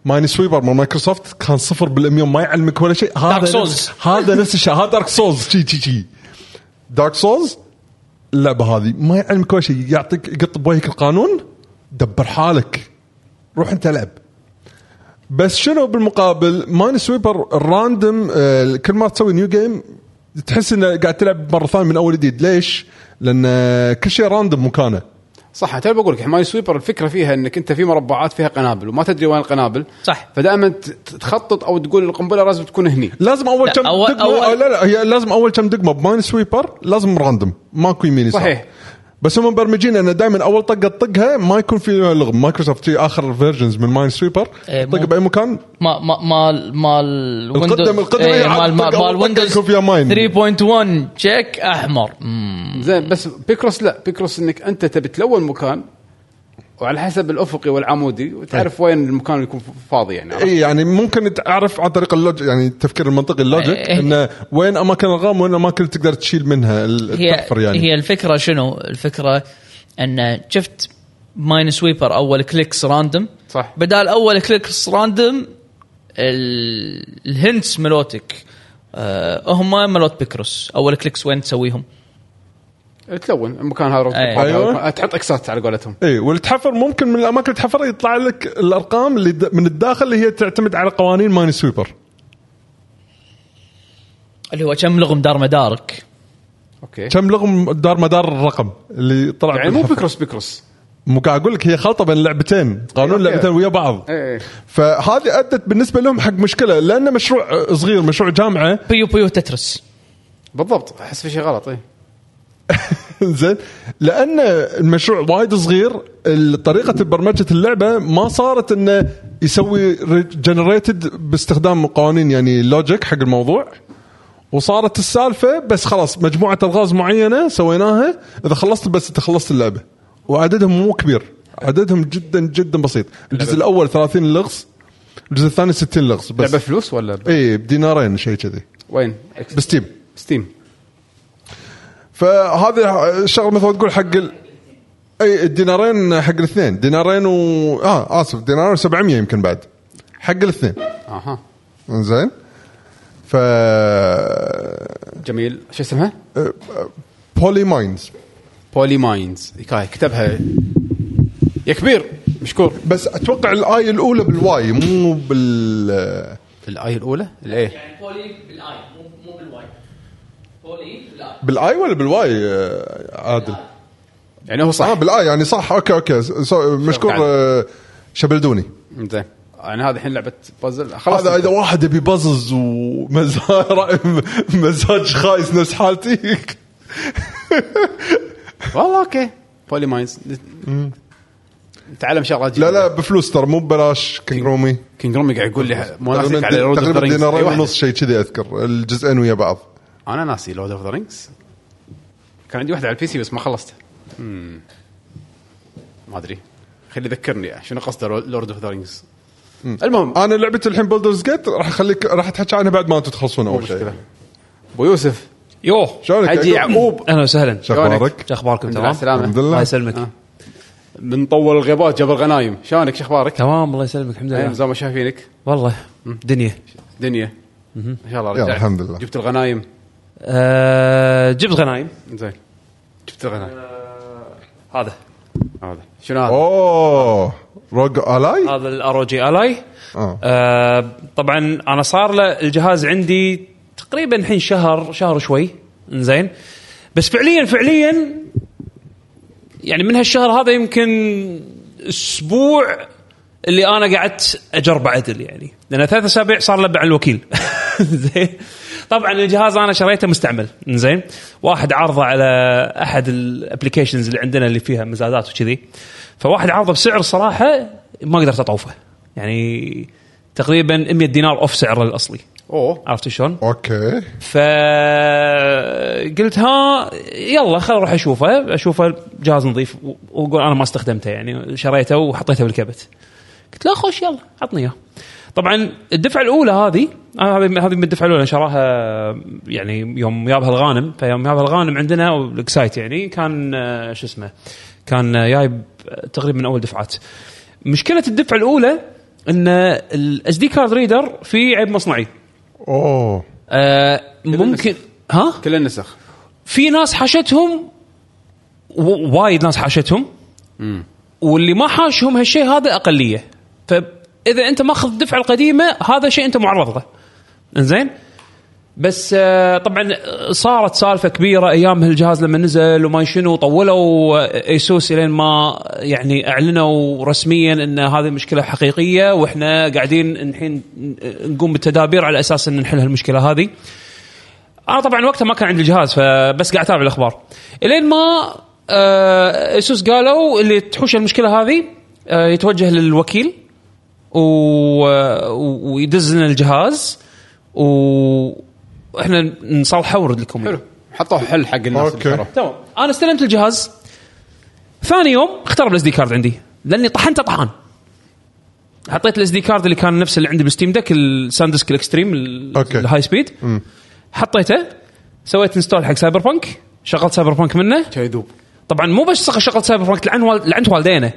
ماين سويبر مال مايكروسوفت كان صفر بالمية ما يعلمك ولا شيء هذا
Dark
نفس-
Souls.
هذا نفس الشيء هذا دارك سولز شي شي شي دارك سولز اللعبه هذه ما يعلمك ولا شيء يعطيك يقط بوجهك القانون دبر حالك روح انت العب بس شنو بالمقابل مان سويبر الراندم آه، كل ما تسوي نيو جيم تحس انه قاعد تلعب مره ثانيه من اول جديد ليش؟ لان آه، كل شيء راندم مكانه
صح انا بقول لك ماين سويبر الفكره فيها انك انت في مربعات فيها قنابل وما تدري وين القنابل
صح.
فدائما ت- تخطط او تقول القنبله لازم تكون هني
لازم اول
لا،
كم
أول-
دقمه
أول-
أو لا لا هي لازم اول كم دقمه بمان سويبر لازم راندم ماكو يمين يسار
صحيح.
بس هم مبرمجين انه دائما اول طقه تطقها ما يكون في لغم مايكروسوفت في اخر فيرجنز من ماين سويبر
إيه، مو-
طق باي مكان
ما ما مال مال
القدم- القدم
إيه،
هي عاد
مال مال
طق-
مال
أول طقة
ويندوز
يكون فيها ماين.
3.1 تشيك احمر
زين بس بيكروس لا بيكروس انك انت تبي تلون مكان وعلى حسب الافقي والعمودي وتعرف وين المكان اللي يكون فاضي يعني عرفت؟
اي يعني ممكن تعرف عن طريق اللوجيك يعني التفكير المنطقي اللوجيك
إيه.
انه وين اماكن الغام وين اماكن تقدر تشيل منها ال-
هي
التحفر يعني
هي الفكره شنو؟ الفكره ان شفت ماين سويبر اول كليكس راندم
صح.
بدال اول كليكس راندم ال- الهنتس ملوتك آه هم ملوت بيكروس اول كليكس وين تسويهم؟
إيه، تلون المكان هذا روتين
أي.
فاضي،
أيوة.
المكان- تحط اكسات على قولتهم
اي والتحفر إيه، ممكن من الاماكن اللي تحفر يطلع لك الارقام اللي د- من الداخل اللي هي تعتمد على قوانين ماين سويبر
اللي هو كم لغم دار مدارك
اوكي
كم لغم دار مدار الرقم اللي طلع
يعني مو
بالحفر.
بيكروس بيكروس
مو قاعد اقول لك هي خلطه بين اللعبتين قانون
أوكي.
اللعبتين ويا بعض
إيه.
فهذه ادت بالنسبه لهم حق مشكله لانه مشروع صغير مشروع جامعه
بيو بيو تترس
بالضبط احس في شيء غلط إيه. اي
[LAUGHS] زين لان المشروع وايد صغير ال- طريقه برمجه اللعبه ما صارت انه يسوي جنريتد باستخدام قوانين يعني لوجيك حق الموضوع وصارت السالفه بس خلاص مجموعه الغاز معينه سويناها اذا خلصت بس انت خلصت اللعبه وعددهم مو كبير عددهم جدا جدا بسيط الجزء الاول 30 لغز الجزء الثاني 60 لغز بس إيه.
لعبه فلوس ولا ب-
اي بدينارين شيء كذي
وين؟
بستيم
ستيم
فهذه الشغله مثل ما تقول حق ال... اي الدينارين حق الاثنين دينارين و اه اسف دينارين 700 يمكن بعد حق الاثنين
اها
زين ف
جميل شو اسمها؟
بولي ماينز
بولي ماينز إيكاي، كتبها يا كبير مشكور
بس اتوقع الاي الاولى بالواي مو بال
الاي الاولى الايه
يعني بولي بالاي مو مو بالواي بولي بالاي
بالاي ولا بالواي آه، عادل
يعني هو
اه
صح
بالاي يعني صح اوكي اوكي سو- مشكور
شكراً.
آه، شبلدوني
زين يعني هذه الحين لعبه بازل خلاص
هذا اذا واحد يبي بزز ومزاج [LAUGHS] مزاج خايس نفس حالتي
والله اوكي بولي ماينز نتعلم شغلات
[LAUGHS] لا
جديدة.
لا بفلوس ترى مو ببلاش كينج رومي
كينج رومي قاعد يقول لي مناخيك على لورد
تقريبا دينارين ونص
ونص
شيء كذي اذكر الجزئين ويا بعض
انا ناسي لورد اوف ذا رينجز كان عندي واحده على البي سي بس ما خلصتها أمم. ما ادري خلي ذكرني شنو قصده لورد اوف ذا رينجز المهم
انا لعبت الحين بولدرز جيت راح اخليك راح تحكي عنها بعد ما انتم تخلصون
مو
اول شيء
مشكله ابو يوسف
يوه
شلونك
حجي يعقوب
اهلا وسهلا
شو اخبارك؟
شو اخباركم
الحمد لله
تمام؟
السلامة.
الحمد لله.
الله يسلمك
آه. من طول الغيبات جاب الغنايم شلونك شو اخبارك؟
تمام الله يسلمك الحمد
أيام
لله
زمان ما شايفينك
والله دنيا
دنيا ان شاء الله
يلا،
رجعت
الحمد لله.
جبت الغنايم
آه، جبت غنايم آه،
زين جبت الغنايم
هذا
هذا شنو هذا؟
اوه روج الاي
هذا الار او جي الاي
آه.
طبعا انا صار له الجهاز عندي تقريبا الحين شهر شهر شوي زين بس فعليا فعليا يعني من هالشهر هذا يمكن اسبوع اللي انا قعدت اجرب عدل يعني لان ثلاث اسابيع صار له على الوكيل [LAUGHS] زين طبعا الجهاز انا شريته مستعمل زين واحد عارضه على احد الابلكيشنز اللي عندنا اللي فيها مزادات وكذي فواحد عارضه بسعر صراحه ما قدرت اطوفه يعني تقريبا 100 دينار اوف سعره الاصلي
اوه
عرفت شلون؟
اوكي
فقلت ها يلا خل اروح اشوفه اشوفه جهاز نظيف و- واقول انا ما استخدمته يعني شريته وحطيته بالكبت قلت لا خوش يلا عطني اياه طبعا الدفعه الاولى هذه انا هذه هذه من الدفعه الاولى أنا شراها يعني يوم جابها الغانم فيوم جابها الغانم عندنا أو الاكسايت يعني كان آه، شو اسمه كان آه، جايب آه، تقريبا من اول دفعات مشكله الدفعه الاولى ان الاس دي كارد ريدر فيه عيب مصنعي
اوه
آه، ممكن ها
كل النسخ
في ناس حاشتهم و- وايد ناس حاشتهم واللي ما حاشهم هالشيء هذا اقليه فاذا انت ماخذ الدفعه القديمه هذا شيء انت معرض له انزين بس آه، طبعا صارت سالفه كبيره ايام هالجهاز لما نزل وما شنو طولوا ايسوس لين ما يعني اعلنوا رسميا ان هذه مشكله حقيقيه واحنا قاعدين الحين نقوم بالتدابير على اساس ان نحل هالمشكله هذه. انا طبعا آه، وقتها ما كان عندي الجهاز فبس قاعد اتابع الاخبار الين ما آه، اسوس قالوا اللي تحوش المشكله هذه آه، يتوجه للوكيل و... آه، ويدز لنا الجهاز واحنا نصلحه ونرد لكم إياه.
حلو حطوه حل حق الناس
أوكي.
اللي شروه.
تمام انا استلمت الجهاز ثاني يوم اخترب الاس دي كارد عندي لاني طحنته طحان حطيت الاس دي كارد اللي كان نفسه اللي عندي بالستيم دك الساندسك الاكستريم ال-
أوكي.
الهاي سبيد حطيته سويت انستول حق سايبر بانك شغلت سايبر بانك منه
شي يذوب
طبعا مو بس شغلت سايبر بانك لعن وال- لعنت والدينه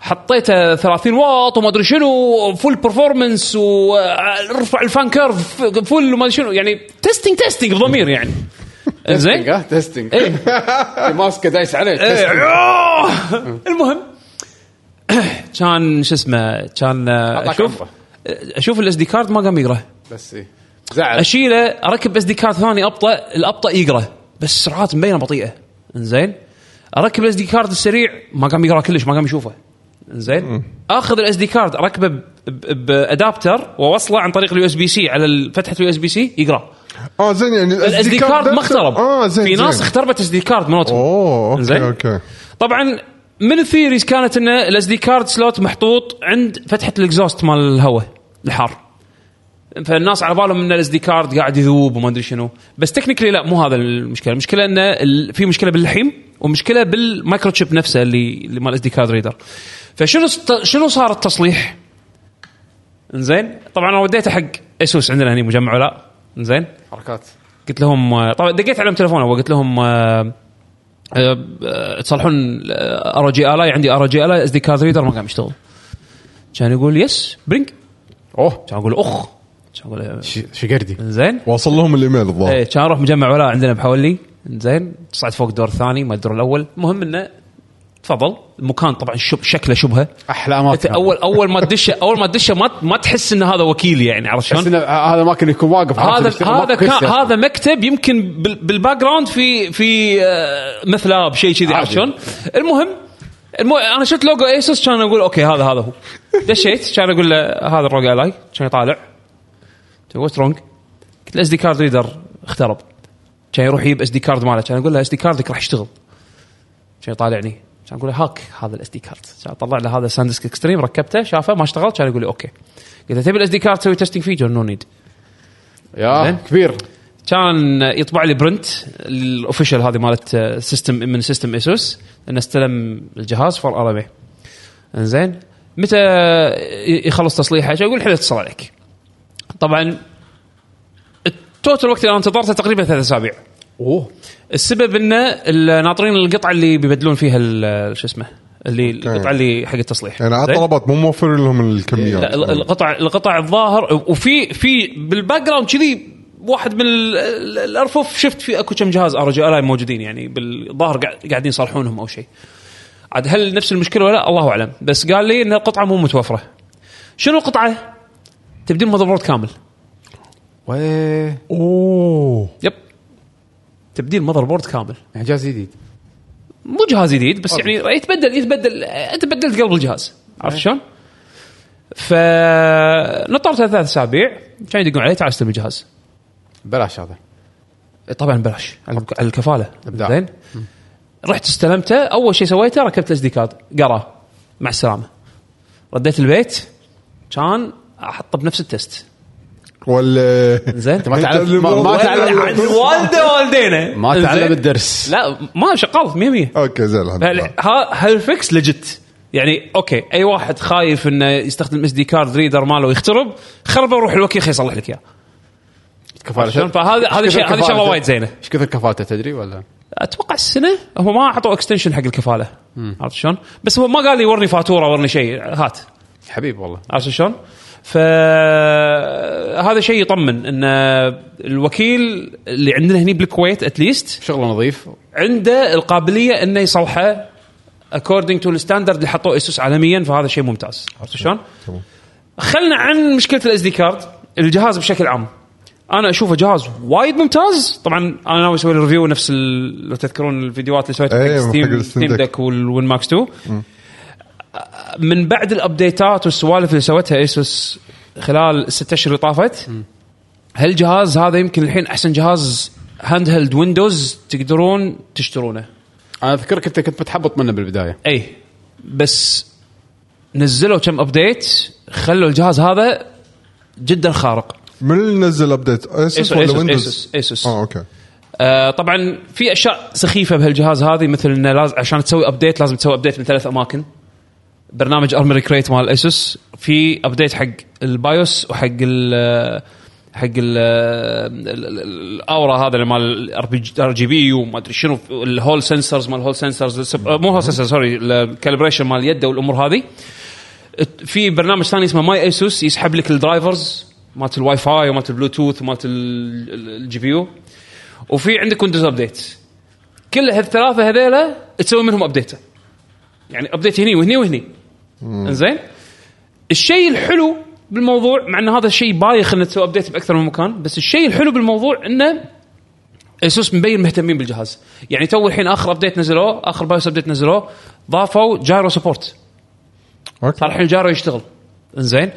حطيته 30 واط وما ادري شنو فول برفورمنس ورفع الفان كيرف فول وما ادري شنو يعني تيستنج تيستنج بضمير يعني زين
تستنج، ها تستنج [LAUGHS]
إيه.
ماسكه دايس عليه تستنج.
إيه، آه. المهم كان شو اسمه كان آه،
أعطاك
اشوف
عمره.
اشوف الاس دي كارد ما قام يقرا
بس إيه. زعل
اشيله اركب اس دي كارد ثاني ابطا الابطا يقرا بس سرعات مبينه بطيئه زين اركب الاس دي كارد السريع ما قام يقرا كلش ما قام يشوفه زين اخذ الاس دي كارد اركبه ب- ب- بادابتر واوصله عن طريق اليو اس بي سي على ال- فتحه اليو اس بي سي يقرا
اه زين يعني
الاس دي كارد
ده-
ما اخترب
اه زين
في ناس
زين.
اختربت اس دي كارد مالتهم
اوه
زين.
اوكي اوكي
طبعا من الثيريز كانت ان الاس دي كارد سلوت محطوط عند فتحه الاكزوست مال الهواء الحار فالناس على بالهم ان الاس دي كارد قاعد يذوب وما ادري شنو بس تكنيكلي لا مو هذا المشكله المشكله انه ال- في مشكله باللحيم ومشكله بالمايكرو تشيب نفسه اللي اللي مال الاس دي كارد ريدر فشنو است- شنو صار التصليح؟ انزين طبعا انا وديته حق اسوس عندنا هني مجمع علاء انزين
حركات
قلت لهم آه، طبعا دقيت عليهم تليفون اول قلت لهم آه، آه، آه، تصلحون ار جي الاي عندي ار جي الاي اس دي كارد ريدر ما قام يشتغل كان يقول يس برينج
اوه
كان اقول اخ كان اقول آه،
ش- شقردي
زين
واصل لهم الايميل الظاهر
ايه كان اروح مجمع ولاء عندنا بحولي زين تصعد فوق الدور الثاني ما الدور الاول المهم انه تفضل المكان طبعا شب شكله شبهه
احلى اماكن
انت اول اول ما تدشه اول ما تدشه ما ما تحس ان هذا وكيل يعني عرفت
بس
شلون؟
إنه هذا اماكن يكون واقف عرفت
هذا
يشتغل
هذا
موقف
كان
يشتغل.
هذا مكتب يمكن بال- بالباك جراوند في في آه، مثلاب شيء كذي عرفت
عادي.
شلون؟ المهم المو... انا شفت لوجو ايسوس كان اقول اوكي هذا هذا هو دشيت كان اقول له هذا الروج الاي كان يطالع واتس رونج قلت له اس دي كارد ريدر اخترب كان يروح يجيب اس دي كارد ماله كان اقول له اس دي كاردك راح يشتغل كان يطالعني كان اقول له هاك هذا الاس دي كارد كان اطلع له هذا ساندسك اكستريم ركبته شافه ما اشتغل كان يقول لي اوكي قلت له تبي الاس دي كارد تسوي تستنج فيه نو نيد
يا
زين.
كبير
كان يطبع لي برنت الاوفيشال هذه مالت سيستم من سيستم اسوس انه استلم الجهاز فور ار ام انزين متى يخلص تصليحه شو يقول حلو اتصل عليك طبعا التوتال وقت اللي انا انتظرته تقريبا ثلاث اسابيع
اوه
السبب انه ناطرين القطعه اللي بيبدلون فيها ال- شو اسمه اللي القطعه اللي حق التصليح
يعني على
زين؟
الطلبات مو موفر لهم الكميات
لا ال- القطع القطع الظاهر وفي في بالباك جراوند كذي واحد من ال- ال- الارفف شفت في اكو كم جهاز ار جي الاي موجودين يعني بالظاهر قاع- قاعدين يصلحونهم او شيء عاد هل نفس المشكله ولا لا؟ الله اعلم بس قال لي ان القطعه مو متوفره شنو القطعه؟ تبديل ماذر بورد كامل
ويه
اوه
يب تبديل ماذر بورد كامل
يعني جهاز جديد
مو جهاز جديد بس يعني يتبدل يتبدل انت بدلت قلب الجهاز عرفت شلون؟ فنطرت ثلاث اسابيع كان يدقون علي تعال استلم الجهاز
بلاش هذا
طبعا بلاش على على الكفاله
إبداع.
زين رحت استلمته اول شيء سويته ركبت الاس دي كارد قرا مع السلامه رديت البيت كان احطه بنفس التست
ولا
زين
ما تعلم ما, ما
والله
تعلم
عن والده والدينا
ما تعلم
زين؟
الدرس
لا ما شغال 100%
اوكي زين الحمد لله
هالفكس لجت يعني اوكي اي واحد خايف انه يستخدم اس دي كارد ريدر ماله ويخترب خربه وروح الوكيل خي يصلح لك اياه
كفالة
شلون؟ فهذا هذا شيء هذه شغله وايد زينه
ايش كثر كفالته تدري ولا؟
اتوقع السنه هم ما اعطوا اكستنشن حق الكفاله عرفت شلون؟ بس هو ما قال لي ورني فاتوره ورني شيء هات
حبيب والله
عرفت شلون؟ فهذا شيء يطمن ان الوكيل اللي عندنا هنا بالكويت اتليست
شغله نظيف
عنده القابليه انه يصلحه اكوردنج تو الستاندرد اللي حطوه اسوس عالميا فهذا شيء ممتاز عرفت شلون؟
تمام.
خلنا عن مشكله الاس دي كارد الجهاز بشكل عام انا اشوفه جهاز وايد ممتاز طبعا انا ناوي اسوي ريفيو نفس ال- لو تذكرون الفيديوهات اللي سويتها
أيوة،
حق
حق
ستيم
الستيم
ستيم
ديك.
دك والون ماكس 2 من بعد الابديتات والسوالف اللي سوتها ايسوس خلال الست اشهر اللي طافت هالجهاز هذا يمكن الحين احسن جهاز هاند هيلد ويندوز تقدرون تشترونه
انا اذكرك انت كنت متحبط منه بالبدايه
اي إيه، بس نزلوا كم ابديت خلوا الجهاز هذا جدا خارق
من اللي نزل ابديت اسوس
ايسوس
ولا
ايسوس
ويندوز؟
ايسوس, إيسوس.
اه اوكي
آه طبعا في اشياء سخيفه بهالجهاز هذه مثل انه لازم عشان تسوي ابديت لازم تسوي ابديت من ثلاث اماكن برنامج ارمري كريت مال اسوس في ابديت حق البايوس وحق ال حق ال- ال- ال- الاورا هذا اللي مال ار جي بي وما ادري شنو الهول سنسرز مال هول سنسرز مو هول سنسرز سوري الكالبريشن مال اليد والامور هذه في برنامج ثاني اسمه ماي ايسوس يسحب لك الدرايفرز مالت الواي فاي ومالت البلوتوث ومالت ال- ال- الجي بي يو وفي عندك ويندوز ابديت كل هالثلاثه هذيلا تسوي منهم ابديت يعني ابديت هني وهني وهني انزين الشيء الحلو بالموضوع مع ان هذا الشيء بايخ انه تسوي ابديت باكثر من مكان بس الشيء الحلو بالموضوع انه اسوس مبين مهتمين بالجهاز يعني تو الحين اخر ابديت نزلوه اخر بايوس ابديت نزلوه ضافوا جايرو سبورت
اوكي
صار الحين الجارو يشتغل انزين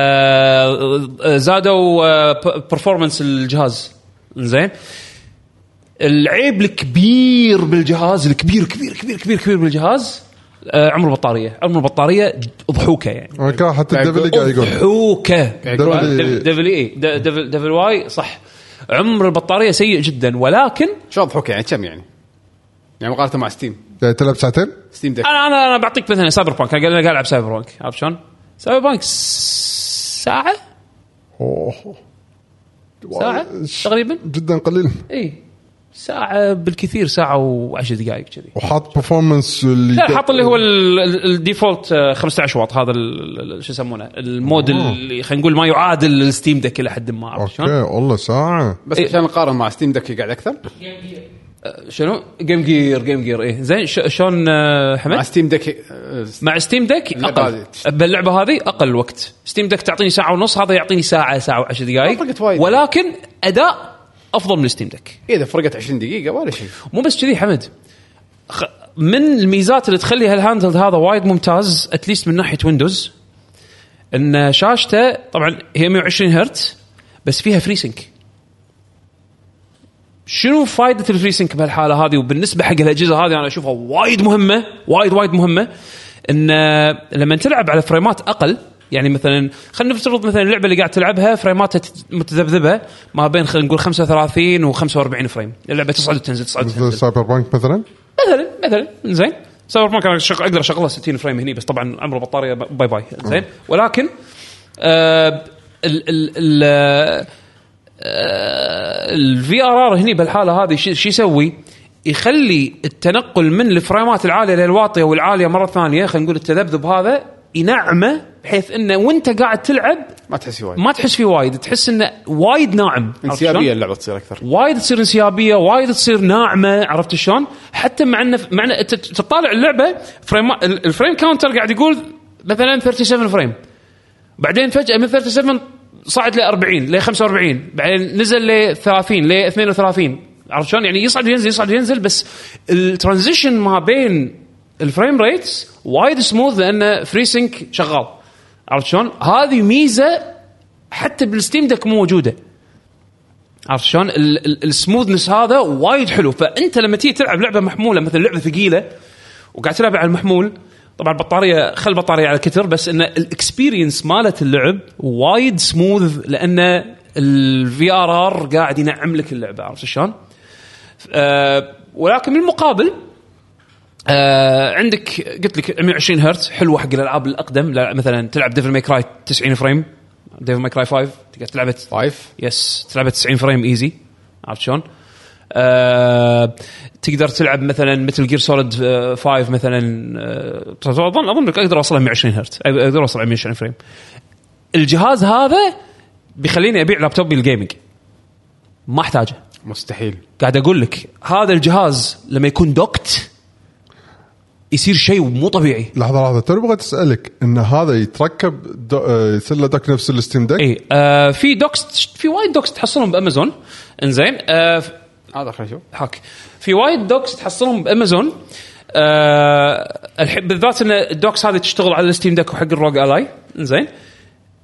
آه زادوا آه برفورمانس الجهاز انزين العيب الكبير بالجهاز الكبير كبير كبير كبير كبير بالجهاز آه عمر بطاريه عمر بطاريه ضحوكه يعني آه،
أنا كان حتى الدبل قاعد يقول
ضحوكه
دبل-
دف- دفل اي د- دفل دفل واي صح عمر البطاريه سيء جدا ولكن
شلون ضحوك يعني كم يعني؟ يعني مقارنه مع ستيم
قاعد تلعب ساعتين
ستيم ديك
انا انا انا بعطيك مثلا سايبر بانك انا قاعد أنا قاعد العب سايبر بانك عرفت شلون؟ سايبر بانك س- ساعه
اوه
ساعه تقريبا
جدا قليل
اي ساعه إيه، بالكثير ساعه وعشر دقائق كذي
وحاط برفورمانس اللي
لا حاط اللي هو ال- ال- الديفولت آه، 15 واط هذا ال- ال- شو يسمونه المود اللي خلينا نقول ما يعادل الستيم دك الى حد ما عرفت
اوكي
شلون؟
والله ساعه
بس
إيه.
عشان نقارن مع ستيم ديك قاعد اكثر
شنو؟ جيم جير جيم جير ايه زين ش- شلون آه،
مع
حمد؟
ستيم ديك آه،
مع ستيم دك
اللعبة
اقل
هذه.
باللعبه هذه اقل وقت ستيم دك تعطيني ساعه ونص هذا يعطيني ساعه ساعه وعشر
ما فرقت
دقائق
وايد.
ولكن اداء افضل من ستيم دك
اذا فرقت 20 دقيقه ولا شيء
مو بس كذي حمد خ... من الميزات اللي تخلي هالهاندهيلد هذا وايد ممتاز اتليست من ناحيه ويندوز ان شاشته طبعا هي 120 هرتز بس فيها فري سync شنو فائده الفري سنك بهالحاله هذه وبالنسبه حق الاجهزه هذه انا اشوفها وايد مهمه وايد وايد مهمه ان آه، لما تلعب على فريمات اقل يعني مثلا خلينا نفترض مثلا اللعبه اللي قاعد تلعبها فريماتها تت- متذبذبه ما بين خلينا نقول 35 و45 فريم اللعبه تصعد وتنزل تصعد
مثل
وتنزل
سايبر بانك مثلا
مثلا مثلا زين سايبر بانك انا شغ... اقدر اشغلها 60 فريم هني بس طبعا عمر البطاريه ب- باي باي زين ولكن آه ال ال آه، ال الفي ار ار هني بالحاله هذه شو شو يسوي؟ يخلي التنقل من الفريمات العاليه للواطيه والعاليه مره ثانيه خلينا نقول التذبذب هذا ينعمه بحيث انه وانت قاعد تلعب
ما تحس وايد
ما تحس فيه وايد تحس انه وايد ناعم عرفت شلون؟
انسيابيه اللعبه تصير اكثر
وايد تصير انسيابيه وايد تصير ناعمه عرفت شلون؟ حتى مع انه مع انه انت تطالع اللعبه فريم ال- الفريم كاونتر قاعد يقول مثلا 37 فريم بعدين فجاه من 37 صعد ل 40 ل 45 بعدين نزل ل 30 ل 32 عرفت شلون؟ يعني يصعد وينزل يصعد وينزل بس الترانزيشن ما بين الفريم ريتس وايد سموث لانه فري سync شغال عرفت شلون؟ هذه ميزه حتى بالستيم دك مو موجوده عرفت شلون؟ ال- ال- السموذنس هذا وايد حلو فانت لما تيجي تلعب لعبه محموله مثل لعبه ثقيله وقاعد تلعب على المحمول طبعا البطاريه خل البطاريه على كتر بس ان الاكسبيرينس مالت اللعب وايد سموذ لان الفي ار ار قاعد ينعم لك اللعبه عرفت شلون؟ آه ولكن بالمقابل آه عندك قلت لك 120 هرتز حلوه حق الالعاب الاقدم لا- مثلا تلعب ديفل ماي كراي 90 فريم ديفل ماي كراي 5 تقدر تلعبها
فايف
يس تلعبها 90 فريم ايزي عرفت شلون؟ آه، تقدر تلعب مثلا مثل جير سوليد 5 مثلا آه، اظن اظن انك اقدر اوصلها 120 هرت أ- اقدر اوصلها 120 فريم الجهاز هذا بيخليني ابيع لابتوبي للجيمنج ما احتاجه
مستحيل
قاعد اقول لك هذا الجهاز لما يكون دوكت يصير شيء مو طبيعي
لحظه لحظه ترى بغيت اسالك ان هذا يتركب دو- آه، يصير له دك نفس الستيم دك
اي آه في دوكس في وايد دوكس تحصلهم بامازون انزين آه
هذا خلينا نشوف
حك في وايد دوكس تحصلهم بامازون آه الحين بالذات ان الدوكس هذه تشتغل على الستيم دك وحق الروج الاي زين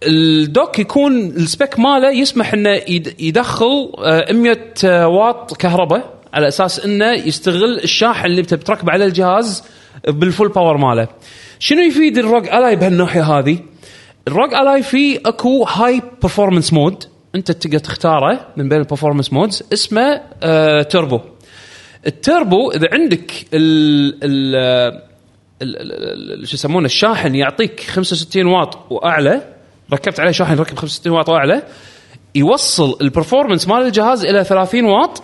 الدوك يكون السبيك ماله يسمح انه يد- يدخل آه، 100 آه، واط كهرباء على اساس انه يستغل الشاحن اللي بتركبه على الجهاز بالفول باور ماله. شنو يفيد الروج الاي بهالناحيه هذه؟ الروج الاي فيه اكو هاي برفورمانس مود انت تقدر تختاره من بين البرفورمانس مودز اسمه آه، توربو. التربو اذا عندك ال آه، ال ال- ال- ال- شو يسمونه الشاحن يعطيك 65 واط واعلى ركبت عليه شاحن يركب 65 واط واعلى يوصل البرفورمانس مال الجهاز الى 30 واط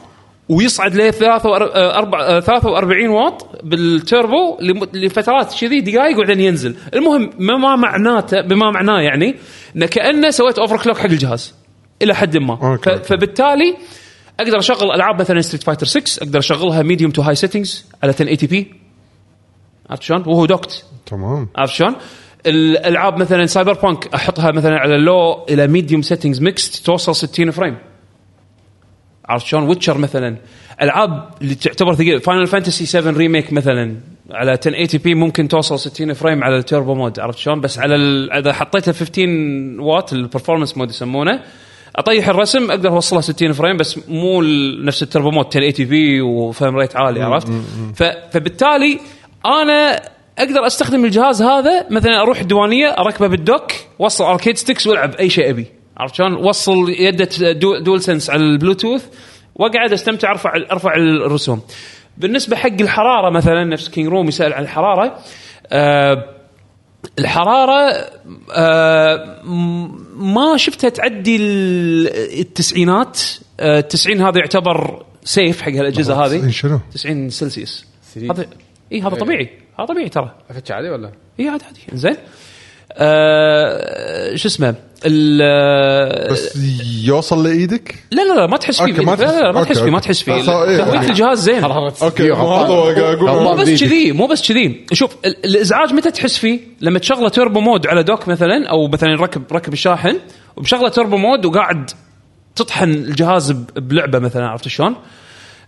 ويصعد ل آه، 43 واط بالتربو لم- لفترات كذي دقائق وبعدين ينزل، المهم ما معناته بما معناه يعني انه كانه سويت اوفر كلوك حق الجهاز الى حد ما
أوكي،
ف-
أوكي.
فبالتالي اقدر اشغل العاب مثلا ستريت فايتر 6 اقدر اشغلها ميديوم تو هاي سيتنجز على 1080 بي عرفت شلون؟ وهو دوكت
تمام
عرفت شلون؟ الالعاب مثلا سايبر بانك احطها مثلا على اللو الى ميديوم سيتنجز ميكس توصل 60 فريم عرفت شلون؟ ويتشر مثلا العاب اللي تعتبر ثقيله فاينل فانتسي 7 ريميك مثلا على 1080 بي ممكن توصل 60 فريم على التوربو مود عرفت شلون؟ بس على ال- اذا حطيتها 15 واط البرفورمانس مود يسمونه اطيح الرسم اقدر اوصلها 60 فريم بس مو ال- نفس التوربو مود 1080 بي وفريم ريت عالي عرفت؟ ف- فبالتالي انا اقدر استخدم الجهاز هذا مثلا اروح الديوانيه اركبه بالدوك وصل اركيد ستيكس والعب اي شيء ابي عرفت شلون؟ وصل يده دو- دول سنس على البلوتوث واقعد استمتع ارفع ارفع الرسوم. بالنسبه حق الحراره مثلا نفس كينج روم يسال عن الحراره آه الحراره آه م- ما شفتها تعدي ال- التسعينات آه التسعين هذا يعتبر سيف حق هالاجهزه هذه
إيه، شنو؟
90 سلسيوس
سليم.
هذا اي هذا طبيعي هذا طبيعي ترى إيه،
افتش عادي ولا؟
اي عادي عادي زين آه شو اسمه ال-
بس
آه،
يوصل لايدك؟
لا لا لا ما تحس فيه
أوكي، ما
لا لا, لا ما
تحس-
تحس فيه
أوكي،
ما تحس فيه
أوكي. آه، إيه،
تهويه
يعني.
الجهاز زين
اوكي مو هذا هو قاعد
مو
اقول
بس كذي مو بس كذي شوف ال- الازعاج متى تحس فيه؟ لما تشغله توربو مود على دوك مثلا او مثلا ركب ركب الشاحن ومشغله توربو مود وقاعد تطحن الجهاز ب- بلعبه مثلا عرفت شلون؟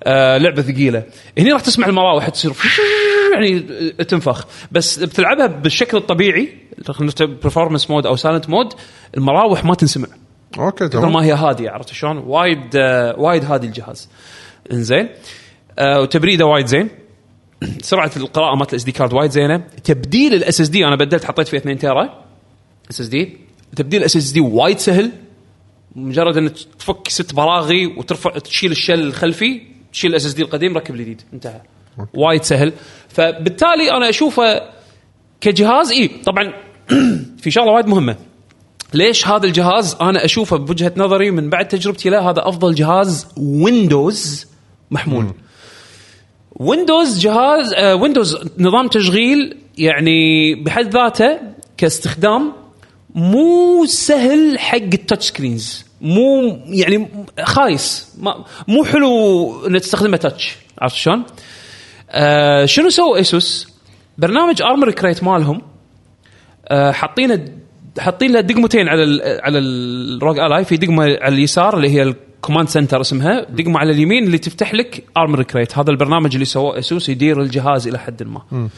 آه لعبه ثقيله هنا راح تسمع المراوح تصير [LAUGHS] يعني تنفخ بس بتلعبها بالشكل الطبيعي خلينا نكتب برفورمانس مود او سايلنت مود المراوح ما تنسمع
اوكي
كثر
تمام
ما هي هاديه عرفت شلون؟ وايد آه وايد هادي الجهاز. انزين آه وتبريده وايد زين. [CLEARS THROAT] سرعه القراءه مالت الاس دي كارد وايد زينه. تبديل الاس اس دي انا بدلت حطيت فيه 2 تيرا اس اس دي. تبديل الاس اس دي وايد سهل. مجرد ان تفك ست براغي وترفع تشيل الشل الخلفي تشيل الاس اس دي القديم ركب الجديد انتهى. وايد سهل فبالتالي انا اشوفه كجهاز اي طبعا [CLEARS THROAT] في شغله وايد مهمه ليش هذا الجهاز انا اشوفه بوجهه نظري من بعد تجربتي له هذا افضل جهاز ويندوز محمول ويندوز جهاز آه ويندوز نظام تشغيل يعني بحد ذاته كاستخدام مو سهل حق التاتش سكرينز مو يعني خايس ما- مو حلو انك تستخدمه تاتش عرفت شلون؟ آه شنو سووا اسوس؟ برنامج ارمر كريت مالهم آه حاطين حاطين له دقمتين على ال على الروج الاي في دقمه على اليسار اللي هي الكوماند سنتر اسمها دقمه على اليمين اللي تفتح لك ارمر كريت هذا البرنامج اللي سواه اسوس يدير الجهاز الى حد ما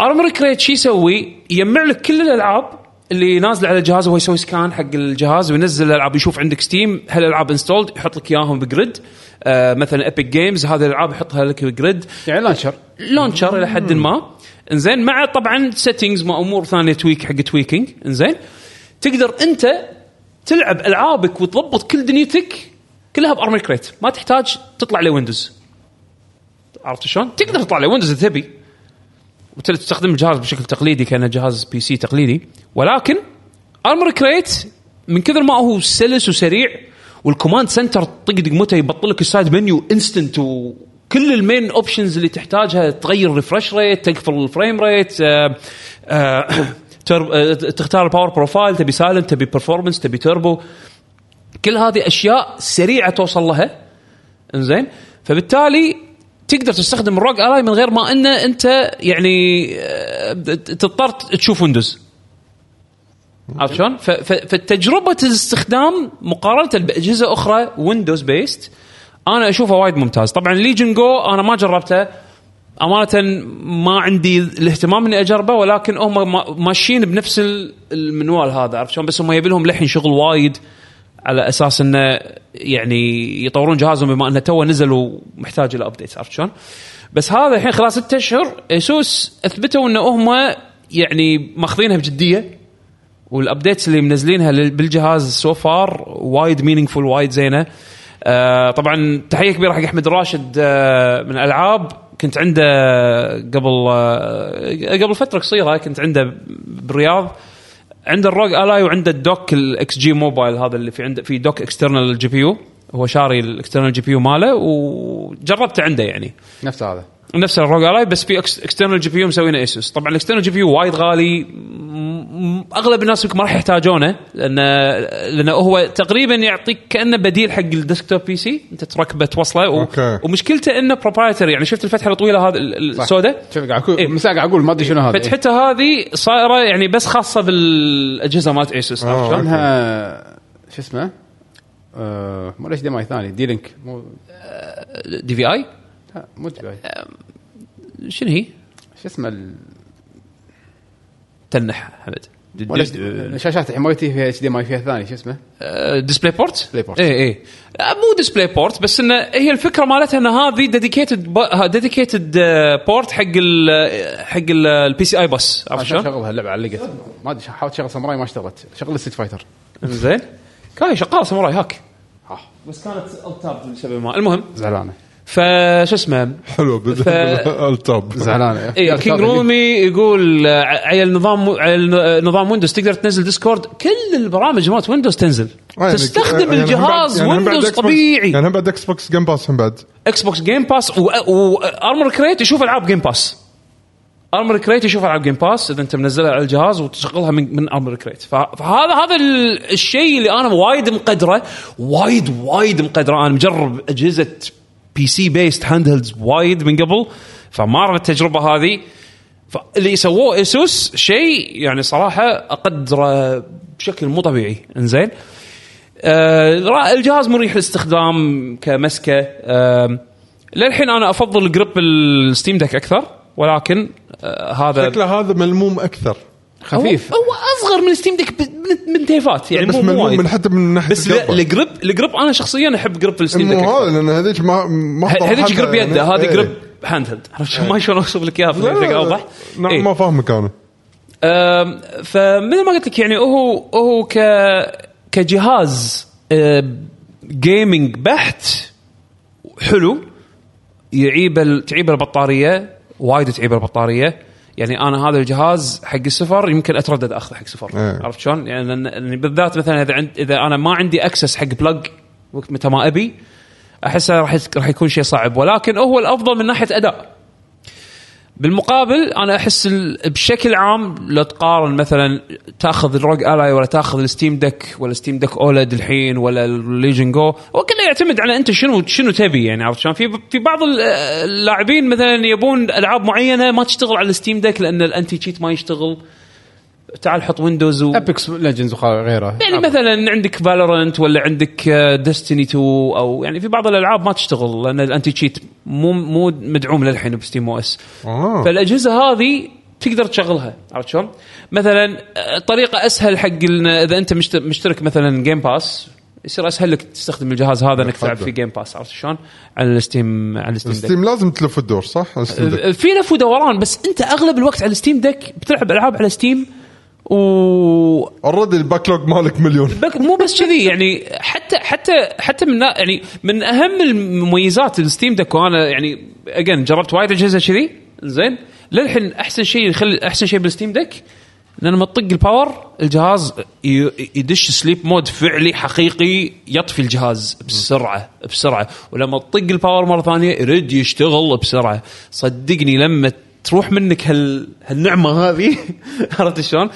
ارمر كريت شو يسوي؟ يجمع لك كل الالعاب اللي نازله على الجهاز وهو يسوي سكان حق الجهاز وينزل الالعاب يشوف عندك ستيم هل الالعاب انستولد يحط لك اياهم بجريد آه مثلا ايبك جيمز هذه الالعاب يحطها لك بجريد
يعني لانشر
لونشر الى حد ما انزين مع طبعا سيتنجز ما امور ثانيه تويك حق تويكينج انزين تقدر انت تلعب العابك وتضبط كل دنيتك كلها بارمر كريت ما تحتاج تطلع لويندوز عرفت شلون؟ تقدر تطلع لويندوز اذا تبي وتل- تستخدم الجهاز بشكل تقليدي كانه جهاز بي سي تقليدي ولكن ارمر كريت من كثر ما هو سلس وسريع والكوماند سنتر طق دقمته يبطل لك السايد منيو انستنت وكل المين اوبشنز اللي تحتاجها تغير ريفرش ريت تقفل الفريم ريت آه، آه، [COUGHS] تر- آه، تختار الباور بروفايل تبي سايلنت تبي برفورمنس تبي توربو كل هذه اشياء سريعه توصل لها انزين فبالتالي تقدر تستخدم الروج الاي من غير ما انه انت يعني آه، تضطر تشوف ويندوز عرفت شلون؟ ف- ف- فتجربه الاستخدام مقارنه باجهزه اخرى ويندوز بيست انا اشوفه وايد ممتاز، طبعا ليجن جو انا ما جربته امانه ما عندي الاهتمام اني اجربه ولكن هم ما- ماشيين بنفس ال- المنوال هذا عرفت شلون؟ بس هم يبي لهم للحين شغل وايد على اساس انه يعني يطورون جهازهم بما انه تو نزل ومحتاج الى ابديتس عرفت شلون؟ بس هذا الحين خلال ستة اشهر اسوس اثبتوا انه هم يعني ماخذينها بجديه والابديتس اللي منزلينها لل- بالجهاز سو فار وايد مينينغفول وايد زينه آه طبعا تحيه كبيره حق احمد راشد آه من الالعاب كنت عنده قبل آه قبل فتره قصيره كنت عنده بالرياض عنده الروج الاي وعنده الدوك الاكس جي موبايل هذا اللي في عنده في دوك اكسترنال جي بي يو هو شاري الاكسترنال جي بي يو ماله وجربته عنده يعني
نفس هذا
نفس الروج الاي بس في اكسترنال جي بي يو مسوينه اسوس طبعا الاكسترنال جي بي يو وايد غالي م- م- اغلب الناس يمكن ما راح يحتاجونه لانه لانه هو تقريبا يعطيك كانه بديل حق الديسكتوب بي سي انت تركبه توصله و...
أوكي.
ومشكلته انه بروبرايتري يعني شفت الفتحه الطويله هذه ال- ال-
صح.
السوداء
شوف قاعد اقول
إيه.
مساء قاعد اقول ما ادري شنو هذا إيه.
فتحتها هذه صايره يعني بس خاصه بالاجهزه مالت اسوس عرفت
آه.
شلون؟
كانها إيه. شو اسمه؟ آه، مو ليش دي ماي ثاني دي لينك مو
دي في اي
لا، مو دي ماي.
شنو هي؟
شو اسمه ال-
تنح حمد
ولا شاشات الحين مالتي فيها اتش دي ماي فيها ثاني شو اسمه؟
ديسبلاي بورت؟
Display port.
اي اي آه، مو ديسبلاي بورت بس انه هي الفكره مالتها ان هذه ديديكيتد ديديكيتد بورت آه، حق ال آه، حق البي سي اي بس عرفت
عشان
شلون؟
شغلها اللعبه علقت ما ادري حاولت اشغل ساموراي ما اشتغلت شغل ستيت فايتر
زين كان شغال ساموراي هاك
آه.
بس كانت التاب شبه ما المهم
زعلانه
فشو اسمه
حلو التاب
زعلانه
اي كينج رومي يقول آه، على النظام على الن- آه، نظام ويندوز تقدر تنزل ديسكورد كل البرامج مالت ويندوز تنزل
يعني-
تستخدم
يعني هم بعد-
الجهاز
يعني هم بعد
ويندوز
Xbox-
طبيعي
يعني هم بعد اكس بوكس جيم باس هم بعد
اكس بوكس جيم باس وارمر كريت يشوف العاب جيم باس ارمر كريت يشوف العاب جيم باس اذا انت منزلها على الجهاز وتشغلها من من ارمر كريت فهذا هذا ال- الشيء اللي انا وايد مقدره وايد وايد مقدره انا مجرب اجهزه بي سي بيست هاند هيلدز وايد من قبل فما اعرف التجربه هذه فاللي سووه اسوس شيء يعني صراحه اقدره بشكل مو طبيعي انزين آه، الجهاز مريح للاستخدام كمسكه آه، للحين انا افضل جريب الستيم دك اكثر ولكن آه، هذا
شكله هذا ملموم اكثر
خفيف
هو, هو اصغر من ستيم دك ب- من- من تيفات يعني
بس
مو- مو
ملموم
وايد
من حتى من ناحيه
بس لا،
القبة.
الجريب الجريب انا شخصيا احب جريب الستيم دك
مو هذا
أكثر.
لان هذيك ما ما
ه- هذيك
حطها
جريب
يعني.
يده هذه
إيه.
جريب هاند هيلد عرفت شلون؟ [LAUGHS] ما شلون اوصف لك اياها
لا،
بشكل اوضح
نعم
إيه.
ما فاهمك انا
أم، فمثل ما قلت لك يعني هو هو ك كجهاز جيمنج بحت حلو يعيب ال- تعيب البطاريه وايد تعيب البطاريه يعني انا هذا الجهاز حق السفر يمكن اتردد اخذه حق سفر
إيه.
عرفت شلون؟ يعني لأن- لأن بالذات مثلا اذا عند اذا انا ما عندي اكسس حق بلج وقت متى ما ابي احسه راح يت- راح يكون شيء صعب ولكن هو الافضل من ناحيه اداء بالمقابل انا احس ال- بشكل عام لو تقارن مثلا تاخذ الروج الاي ولا تاخذ الستيم دك ولا ستيم دك اولد الحين ولا الليجن جو هو كله يعتمد على انت شنو شنو تبي يعني عرفت شلون في في بعض ال- اللاعبين مثلا يبون العاب معينه ما تشتغل على الستيم دك لان الانتي تشيت ما يشتغل تعال حط ويندوز و...
ابيكس ليجندز وغيره
يعني مثلا عندك فالورنت ولا عندك آه، ديستني 2 او يعني في بعض الالعاب ما تشتغل لان الانتي تشيت مو مو مدعوم للحين بستيم او اس
آه.
فالاجهزه هذه تقدر تشغلها عرفت شلون؟ مثلا آه، طريقه اسهل حق إن اذا انت مشت- مشترك مثلا جيم باس يصير اسهل لك تستخدم الجهاز هذا انك تلعب
تفضل.
فيه جيم باس عرفت شلون؟ على الستيم على الستيم ديك.
ستيم لازم تلف الدور صح؟ ستيم دك.
في لف ودوران بس انت اغلب الوقت على الستيم ديك بتلعب العاب على ستيم و
اوريدي الباك لوج مالك مليون
بك مو بس كذي يعني حتى حتى حتى من يعني من اهم المميزات الستيم دك وانا يعني اجين جربت وايد اجهزه كذي زين للحين احسن شيء يخلي احسن شيء بالستيم دك لان لما تطق الباور الجهاز ي- يدش سليب مود فعلي حقيقي يطفي الجهاز بسرعه بسرعه ولما تطق الباور مره ثانيه يرد يشتغل بسرعه صدقني لما تروح منك هال هالنعمه هذه [LAUGHS] عرفت شلون؟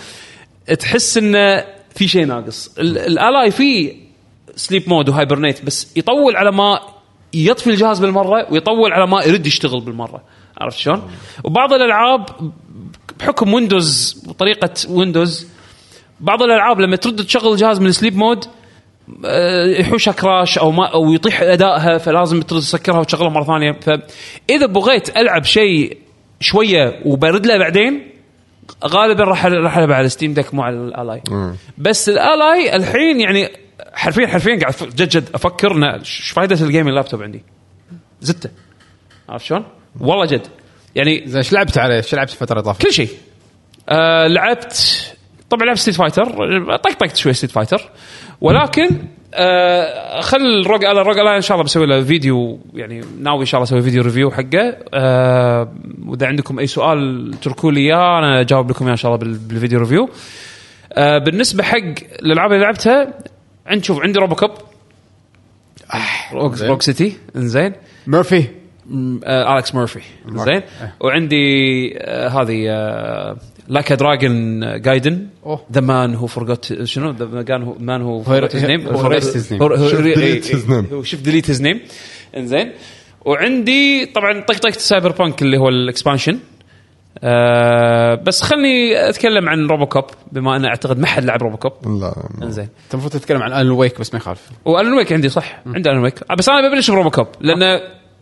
تحس انه في شيء ناقص ال- الالاي فيه سليب مود وهايبرنيت بس يطول على ما يطفي الجهاز بالمره ويطول على ما يرد يشتغل بالمره عرفت شلون؟ وبعض الالعاب بحكم ويندوز وطريقه ويندوز بعض الالعاب لما ترد تشغل الجهاز من سليب مود آه، يحوشها كراش او ما او يطيح ادائها فلازم ترد تسكرها وتشغلها مره ثانيه فاذا بغيت العب شيء شويه وبرد له بعدين غالبا راح راح العب على ستيم دك مو على الالاي بس الالاي الحين يعني حرفيا حرفيا قاعد أف- جد جد افكر إنه ايش فائده الجيمنج لابتوب عندي؟ زته عرفت شلون؟ والله جد يعني
زين ايش لعبت عليه؟ ايش لعبت الفتره اللي طافت؟
كل شيء آه لعبت طبعا لعبت ستيت فايتر طقطقت شوي ستيت فايتر ولكن آه خل روج على روج على ان شاء الله بسوي له فيديو يعني ناوي ان شاء الله اسوي فيديو ريفيو حقه آه واذا عندكم اي سؤال اتركوا لي اياه انا اجاوب لكم اياه ان شاء الله بال- بالفيديو ريفيو آه بالنسبه حق الالعاب اللي لعبتها عندي شوف عندي روبو كاب روك
زين.
روك سيتي انزين
ميرفي
آه، الكس مورفي زين
إيه.
وعندي آه، هذه آه، لاكا دراجون جايدن
أوه.
ذا مان هو فورجوت آه، شنو ذا مان هو مان هو فورجوت هيز نيم
who erased his name.
Shift delete his name.
هو شيفت ديليت هيز نيم انزين وعندي طبعا طقطقه سايبر بانك اللي هو الاكسبانشن آه بس خلني اتكلم عن روبو كوب بما ان اعتقد ما حد لعب روبو كوب
لا
انزين
انت المفروض تتكلم عن الن ويك بس ما يخالف
والان ويك عندي صح عندي الان ويك بس انا ببلش بروبو كوب لان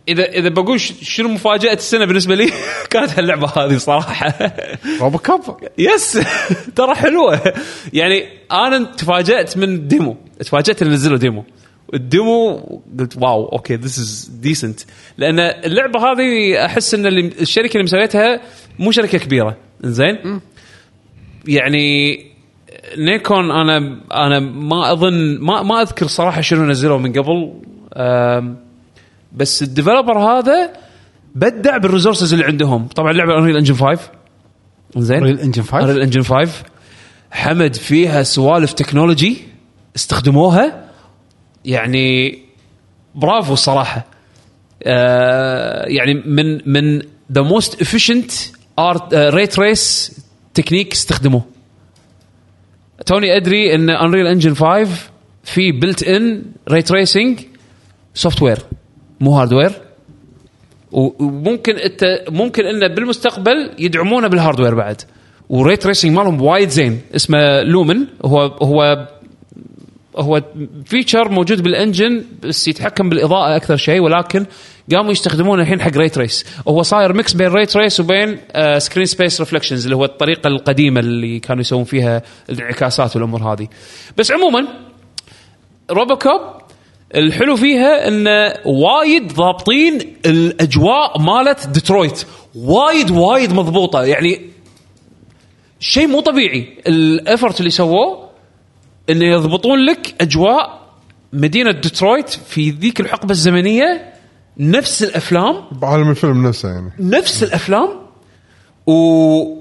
اذا اذا بقول ش- شنو مفاجاه السنه بالنسبه لي [LAUGHS] كانت هاللعبه هذه صراحه [LAUGHS]
روبو كاب
يس [LAUGHS] ترى حلوه يعني انا تفاجات من الديمو تفاجات اللي نزلوا ديمو الديمو قلت واو اوكي ذيس از ديسنت لان اللعبه هذه احس ان اللي الشركه اللي مسويتها مو شركه كبيره زين يعني نيكون انا انا ما اظن ما ما اذكر صراحه شنو نزلوا من قبل أم، بس الديفلوبر هذا بدع بالريسورسز اللي عندهم طبعا اللعبه انريل انجن 5 زين
Unreal Engine 5
انريل انجن 5 حمد فيها سوالف تكنولوجي استخدموها يعني برافو الصراحه آه يعني من من ذا موست افيشنت ارت ريت ريس تكنيك استخدموه توني ادري ان انريل انجن 5 في بلت ان ريت ريسنج سوفت وير مو هاردوير و- وممكن الت... ممكن انه بالمستقبل يدعمونه بالهاردوير بعد وريت ريسنج مالهم وايد زين اسمه لومن هو هو هو فيتشر موجود بالانجن بس يتحكم بالاضاءه اكثر شيء ولكن قاموا يستخدمونه الحين حق ريت ريس هو صاير ميكس بين ريت ريس وبين آه، سكرين سبيس ريفلكشنز اللي هو الطريقه القديمه اللي كانوا يسوون فيها الانعكاسات والامور هذه بس عموما روبوكوب الحلو فيها انه وايد ضابطين الاجواء مالت ديترويت وايد وايد مضبوطه يعني شيء مو طبيعي الافرت اللي سووه انه يضبطون لك اجواء مدينه ديترويت في ذيك الحقبه الزمنيه نفس الافلام
بعالم الفيلم نفسه يعني
نفس الافلام و...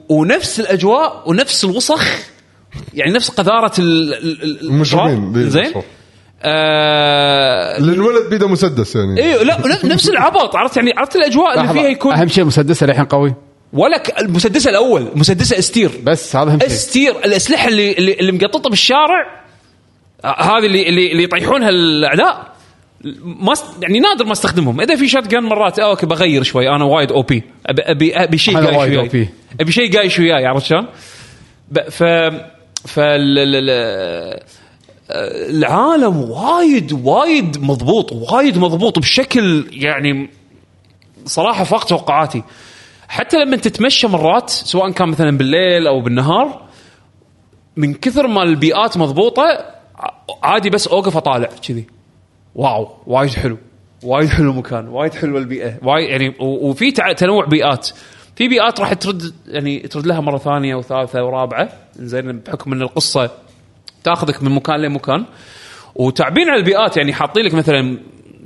ونفس الاجواء ونفس الوسخ يعني نفس قذاره ال... ال- ال-
المجرمين إيه،
التراب. زين
بالمشروع.
آه...
اللي انولد بيده مسدس يعني
ايوه لا لا، نفس العبط عرفت يعني عرفت الاجواء اللي فيها يكون
اهم شيء مسدسه للحين قوي
ولا ك- المسدسه الاول مسدسه استير
بس هذا اهم شيء
استير الاسلحه اللي اللي, اللي مقططه بالشارع آه، هذه اللي اللي, اللي يطيحونها الاعداء ما است- يعني نادر ما استخدمهم اذا في شات جن مرات آه، اوكي بغير شوي انا وايد او بي ابي ابي, أبي شيء
أنا وايد
قايش
OP.
وياي ابي شيء قايش وياي عرفت شلون؟ ب- ف فال ال- ال- آه، العالم وايد وايد مضبوط وايد مضبوط بشكل يعني صراحه فاق توقعاتي حتى لما تتمشى مرات سواء كان مثلا بالليل او بالنهار من كثر ما البيئات مضبوطه ع- عادي بس اوقف اطالع كذي واو وايد حلو وايد حلو المكان وايد حلوه البيئه وايد يعني و- وفي تع- تنوع بيئات في بيئات راح ترد يعني ترد لها مره ثانيه وثالثه ورابعه زين بحكم ان القصه تاخذك من مكان لمكان وتعبين على البيئات يعني حاطين لك مثلا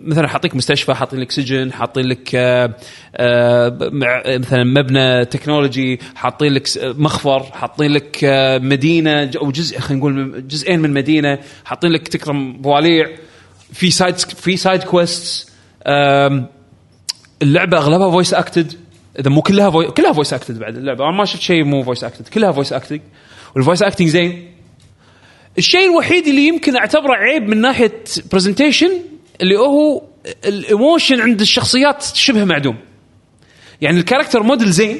مثلا حاطيك مستشفى حاطين لك سجن حاطين لك آه، آه، ب- مع- مثلا مبنى تكنولوجي حاطين لك س- مخفر حاطين لك آه، مدينه ج- او جزء خلينا نقول من- جزئين من مدينه حاطين لك تكرم بواليع في سايد في سايد كويست اللعبه اغلبها فويس اكتد اذا مو كلها فوي... كلها فويس اكتد بعد اللعبه انا ما شفت شيء مو فويس اكتد كلها فويس اكتد والفويس اكتنج زين الشيء الوحيد اللي يمكن اعتبره عيب من ناحيه برزنتيشن اللي هو الايموشن عند الشخصيات شبه معدوم يعني الكاركتر موديل زين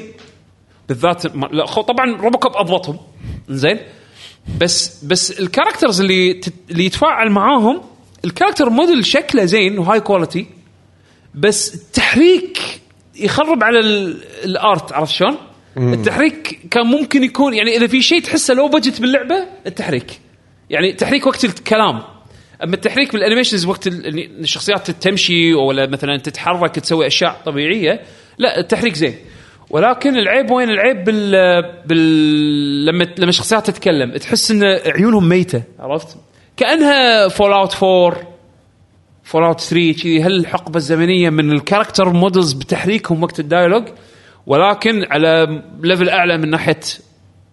بالذات ما- لا خو- طبعا روبوكوب اضبطهم زين بس بس الكاركترز اللي تت- اللي يتفاعل معاهم الكاركتر موديل شكله زين وهاي كواليتي بس التحريك يخرب على ال- الارت عرفت شلون؟ التحريك كان ممكن يكون يعني اذا في شيء تحسه لو بجت باللعبه التحريك يعني تحريك وقت الكلام اما التحريك بالانيميشنز وقت ال- يعني الشخصيات تمشي ولا مثلا تتحرك تسوي اشياء طبيعيه لا التحريك زين ولكن العيب وين العيب بال, بال... لما لما الشخصيات تتكلم تحس ان عيونهم ميته عرفت؟ كانها فول اوت 4 فول اوت 3 كذي هل الحقبه الزمنيه من الكاركتر مودلز بتحريكهم وقت الدايلوج ولكن على ليفل اعلى من ناحيه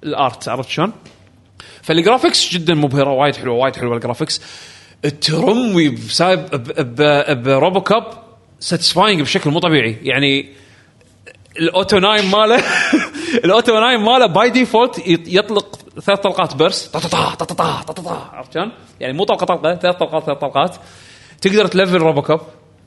الارت عرفت شلون؟ فالجرافكس جدا مبهره وايد حلوه وايد حلوه الجرافكس الترمي بسايب ب- ب- بروبوكاب ساتسفاينج بشكل مو طبيعي يعني الاوتو نايم ماله [LAUGHS] الاوتو نايم ماله باي ديفولت يطلق ثلاث طلقات بيرس طا طا طا طا طا طا طا طا عرفت شلون؟ يعني مو طلقه طلقه ثلاث طلقات ثلاث طلقات تقدر تلفل روبوكوب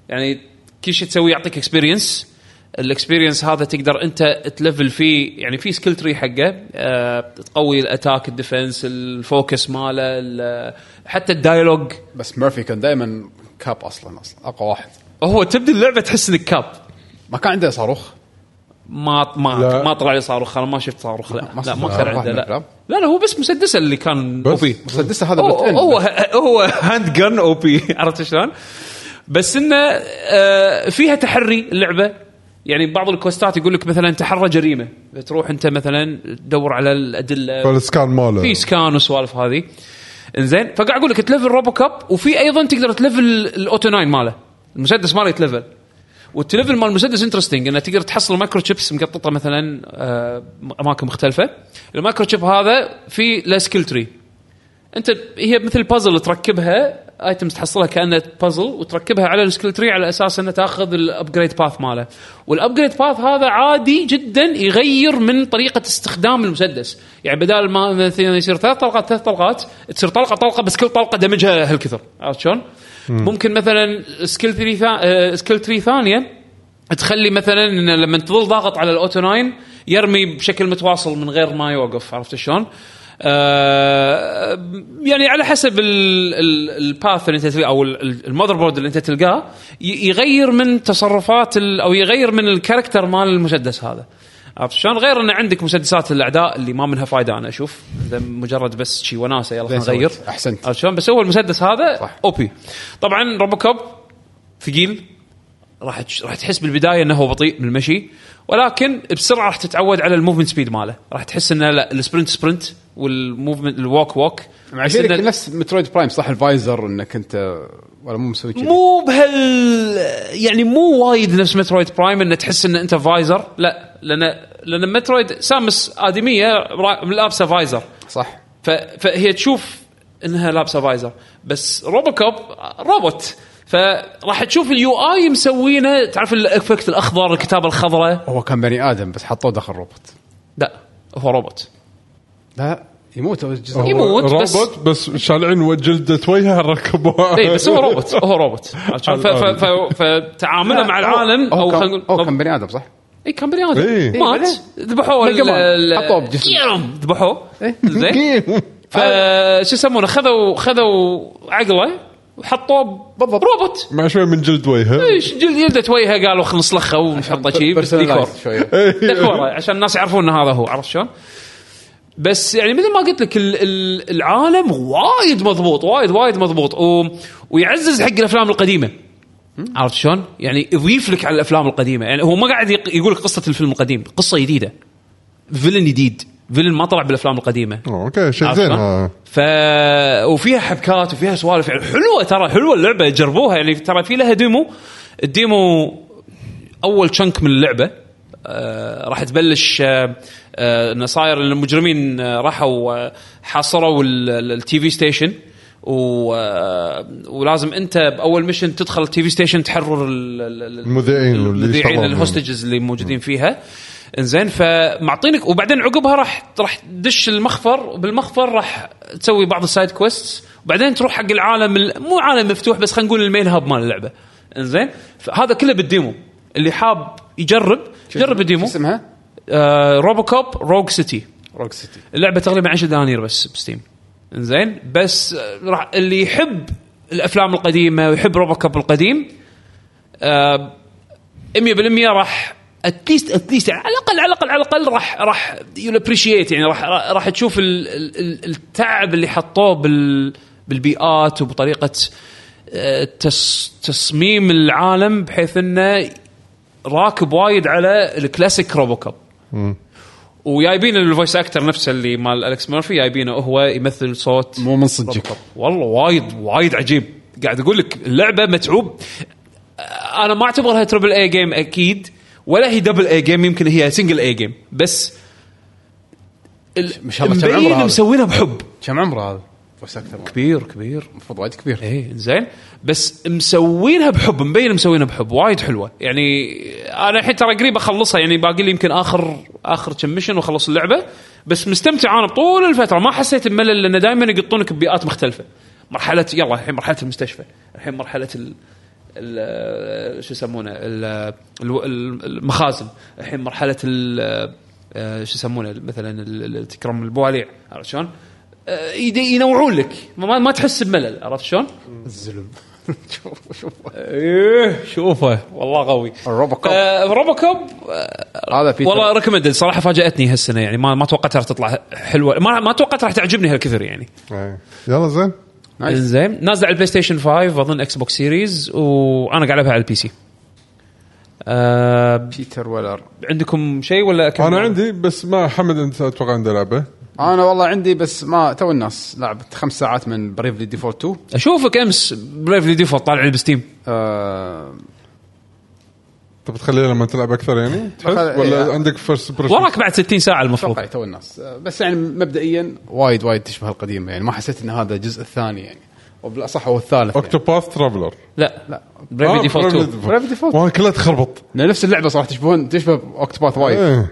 يعني كل شيء تسويه يعطيك اكسبيرينس الاكسبيرينس هذا تقدر انت تلفل فيه يعني في سكيل تري حقه أه تقوي الاتاك الديفنس الفوكس ماله ال- حتى الدايلوج
بس ميرفي كان دائما كاب اصلا اصلا اقوى واحد
هو تبدي اللعبه تحس انك كاب
ما كان عنده صاروخ
ما ما
لا.
ما طلع لي صاروخ انا ما شفت صاروخ لا
ما
لا ما
صار
كان
صاروخ
عنده لا
بالأفلام.
لا لا هو بس مسدسه اللي كان
بس.
اوبي
مسدسه هذا
هو
built-in.
هو هو هاند جن او بي عرفت شلون؟ بس انه آه، فيها تحري اللعبه يعني بعض الكوستات يقول لك مثلا تحرى جريمه تروح انت مثلا تدور على الادله
فالسكان ماله
في سكان وسوالف هذه انزين فقاعد اقول لك تلفل روبو كاب وفي ايضا تقدر تلفل الاوتو ناين ماله المسدس ماله يتلفل والتلفل مال المسدس انترستنج انه تقدر تحصل مايكرو تشيبس مقططه مثلا آه، اماكن مختلفه المايكرو تشيب هذا في له سكيل تري انت هي مثل بازل تركبها ايتمز تحصلها كانها بازل وتركبها على السكيل تري على اساس انه تاخذ الابجريد باث ماله والابجريد باث هذا عادي جدا يغير من طريقه استخدام المسدس يعني بدال ما مثلا يصير ثلاث طلقات ثلاث طلقات تصير طلقه طلقه بس كل طلقه دمجها هالكثر عرفت شلون؟ ممكن مثلا سكيل تري ثا... آه، سكيل تري ثانيه تخلي مثلا انه لما تظل ضاغط على الاوتو ناين يرمي بشكل متواصل من غير ما يوقف عرفت شلون؟ آه يعني على حسب الباث اللي انت تلقاه او المذر بورد اللي انت تلقاه ي- يغير من تصرفات ال- او يغير من الكاركتر مال المسدس هذا عرفت شلون؟ غير انه عندك مسدسات الاعداء اللي ما منها فائده انا اشوف إذا مجرد بس شي وناسه يلا
زين
خلينا نغير
سويت. أحسنت.
عرفت شلون؟ بس هو المسدس هذا
صح.
او بي طبعا روبو كوب ثقيل راح تش- راح تحس بالبدايه انه هو بطيء بالمشي ولكن بسرعه راح تتعود على الموفمنت سبيد ماله راح تحس انه لا السبرنت سبرنت والموفمنت الووك ووك
مع
تحس
ذلك
إنه
نفس مترويد برايم صح الفايزر انك انت ولا مو مسوي كذي
مو بهال يعني مو وايد نفس مترويد برايم انه تحس ان انت فايزر لا لان لان مترويد سامس ادميه را- لابسه فايزر
صح
ف... فهي تشوف انها لابسه فايزر بس روبوكوب روبوت فراح تشوف اليو اي مسوينه تعرف الافكت الاخضر الكتابه الخضراء
هو كان بني ادم بس حطوه داخل روبوت
لا هو روبوت
لا يموت هو الجزء
هو
يموت، بس-
روبوت بس, بس شالعين وجلدة وجهه ركبوها
اي إيه، بس هو روبوت هو روبوت عرفت شلون؟ ف- ف- ف- فتعامله مع العالم او
او كان,
خلينا نقول
أو كان بني ادم صصح؟
اي كان بني ادم
إيه.
مات ذبحوه ال-
بيجمان.
ال-
حطوه بجسم.
يام، ذبحوه
[LAUGHS]
زين
زين
ف شو يسمونه خذوا خذوا عقله وحطوه بالضبط روبوت
مع شوي من جلد وجهه
ايش جلد يلدت وجهه قالوا خلص لخه
[LAUGHS]
ونحطه شيء بس ديكور إيه،
Personalized شويه
ديكوره عشان الناس يعرفون ان هذا هو عرفت شلون؟ بس يعني مثل ما قلت لك ال- ال- العالم وايد مضبوط وايد وايد مضبوط و... ويعزز حق الافلام القديمه عرفت شلون؟ يعني يضيف لك على الافلام القديمه، يعني هو ما قاعد يق- يقول لك قصه الفيلم القديم، قصه جديده. فيلن جديد، فيلن ما طلع بالافلام القديمه.
أوه، اوكي شيء
عرفت
زين آه.
شلون؟
ها.
ف وفيها حبكات وفيها سوالف يعني حلوه ترى حلوه اللعبه جربوها يعني ترى في لها ديمو الديمو اول شنك من اللعبه آه راح تبلش آه آه انه صاير ان المجرمين آه راحوا آه حاصروا التي في ستيشن و... آه، ولازم انت باول ميشن تدخل التي في ستيشن تحرر ال- ال- ال-
المذيعين واللي
المذيعين
يشتغلون.
الهوستجز اللي موجودين فيها انزين فمعطينك وبعدين عقبها راح راح تدش المخفر وبالمخفر راح تسوي بعض السايد كويست وبعدين تروح حق العالم ال- مو عالم مفتوح بس خلينا نقول المين هاب مال اللعبه انزين فهذا كله بالديمو اللي حاب يجرب جرب الديمو
شو اسمها؟
آه روبوكوب روج سيتي
روك سيتي
اللعبه تقريبا 10 دنانير بس بستيم زين بس آه، راح اللي يحب الافلام القديمه ويحب روبوكاب القديم آه، 100% راح اتليست اتليست يعني على الاقل على الاقل على الاقل راح راح يلابريشيت يعني راح راح تشوف ال- ال- ال- التعب اللي حطوه بال بالبيئات وبطريقه آه، تس تصميم العالم بحيث انه راكب وايد على الكلاسيك روبوكاب وجايبين الفويس اكتر نفسه اللي مال الكس مورفي جايبينه هو يمثل صوت
مو من صدقك
والله وايد وايد عجيب قاعد اقول لك اللعبه متعوب انا ما اعتبرها تربل اي جيم اكيد ولا هي دبل اي جيم يمكن هي سنجل اي جيم بس
ما شاء الله كم عمره
مبين
هذا؟
مسوينها بحب
كم عمره هذا؟ بس إيه، اكثر
كبير كبير
المفروض وايد كبير
ايه زين بس مسوينها بحب مبين مسوينها بحب وايد حلوه يعني انا الحين ترى قريب اخلصها يعني باقي لي يمكن اخر اخر كم ميشن واخلص اللعبه بس مستمتع انا بطول الفتره ما حسيت بملل لان دائما يقطونك ببيئات مختلفه مرحله يلا الحين مرحله المستشفى الحين مرحله ال ال- شو يسمونه ال- ال- ال- المخازن الحين مرحله ال- آه، شو يسمونه مثلا ال- ال- تكرم البواليع عرفت شلون؟ آه، يد- ينوعون لك ما, ما تحس بملل عرفت شلون؟
الزلم شوف شوف
ايه شوفه والله قوي
الروبوكوب.
آه روبوكوب
هذا بيتر
والله ريكومندد صراحه فاجاتني هالسنه يعني ما ما توقعت راح تطلع حلوه ما ما توقعت راح تعجبني هالكثر يعني
إيه. يلا زين
نايس.
زين نازله على البلاي ستيشن 5 اظن اكس بوكس سيريز وانا قاعد العبها على البي سي آه
بيتر ويلر
عندكم شيء ولا أكمل؟
انا عندي بس ما حمد انت اتوقع عنده لعبه
انا والله عندي بس ما تو الناس لعبت خمس ساعات من بريفلي ديفولت 2
اشوفك امس بريفلي ديفولت طالع لي بستيم
آه
تبي تخليها لما تلعب اكثر يعني تحس
بخل-
ولا
إيه.
عندك فيرست بريشن
وراك بعد 60 ساعه المفروض
اتوقع تو الناس آه، بس يعني مبدئيا وايد وايد تشبه القديمه يعني ما حسيت ان هذا الجزء الثاني يعني وبالاصح هو الثالث يعني.
اوكتوباث ترافلر
لا
لا
بريفلي
آه،
ديفولت
Bravely
2
Default.
Bravely Default.
وانا كلها تخربط
يعني. لأن نفس اللعبه صراحه تشبهون تشبه اوكتوباث وايد
إيه.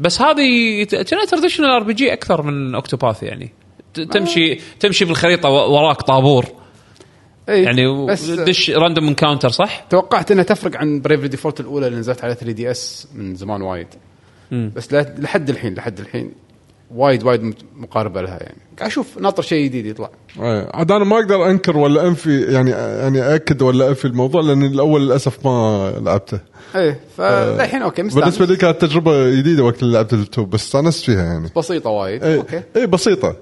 بس هذه ت- كانها تراديشنال ار بي جي اكثر من اوكتوباث يعني ت- تمشي تمشي بالخريطه و- وراك طابور
إيه،
يعني
بس آه،
دش راندوم انكاونتر صح؟
توقعت انها تفرق عن بريفلي ديفولت الاولى اللي نزلت على 3 دي اس من زمان وايد بس لا- لحد الحين لحد الحين وايد وايد مت- مقاربه لها يعني قاعد اشوف ناطر شيء جديد يطلع
إيه. عاد انا ما اقدر انكر ولا انفي يعني يعني اكد ولا انفي الموضوع لان الاول للاسف ما لعبته
ايه فالحين اوكي
بالنسبه
مستانس
لي كانت تجربه جديده وقت اللي لعبت التوب بس استانست فيها يعني
بسيطه وايد اوكي
اي اي بسيطه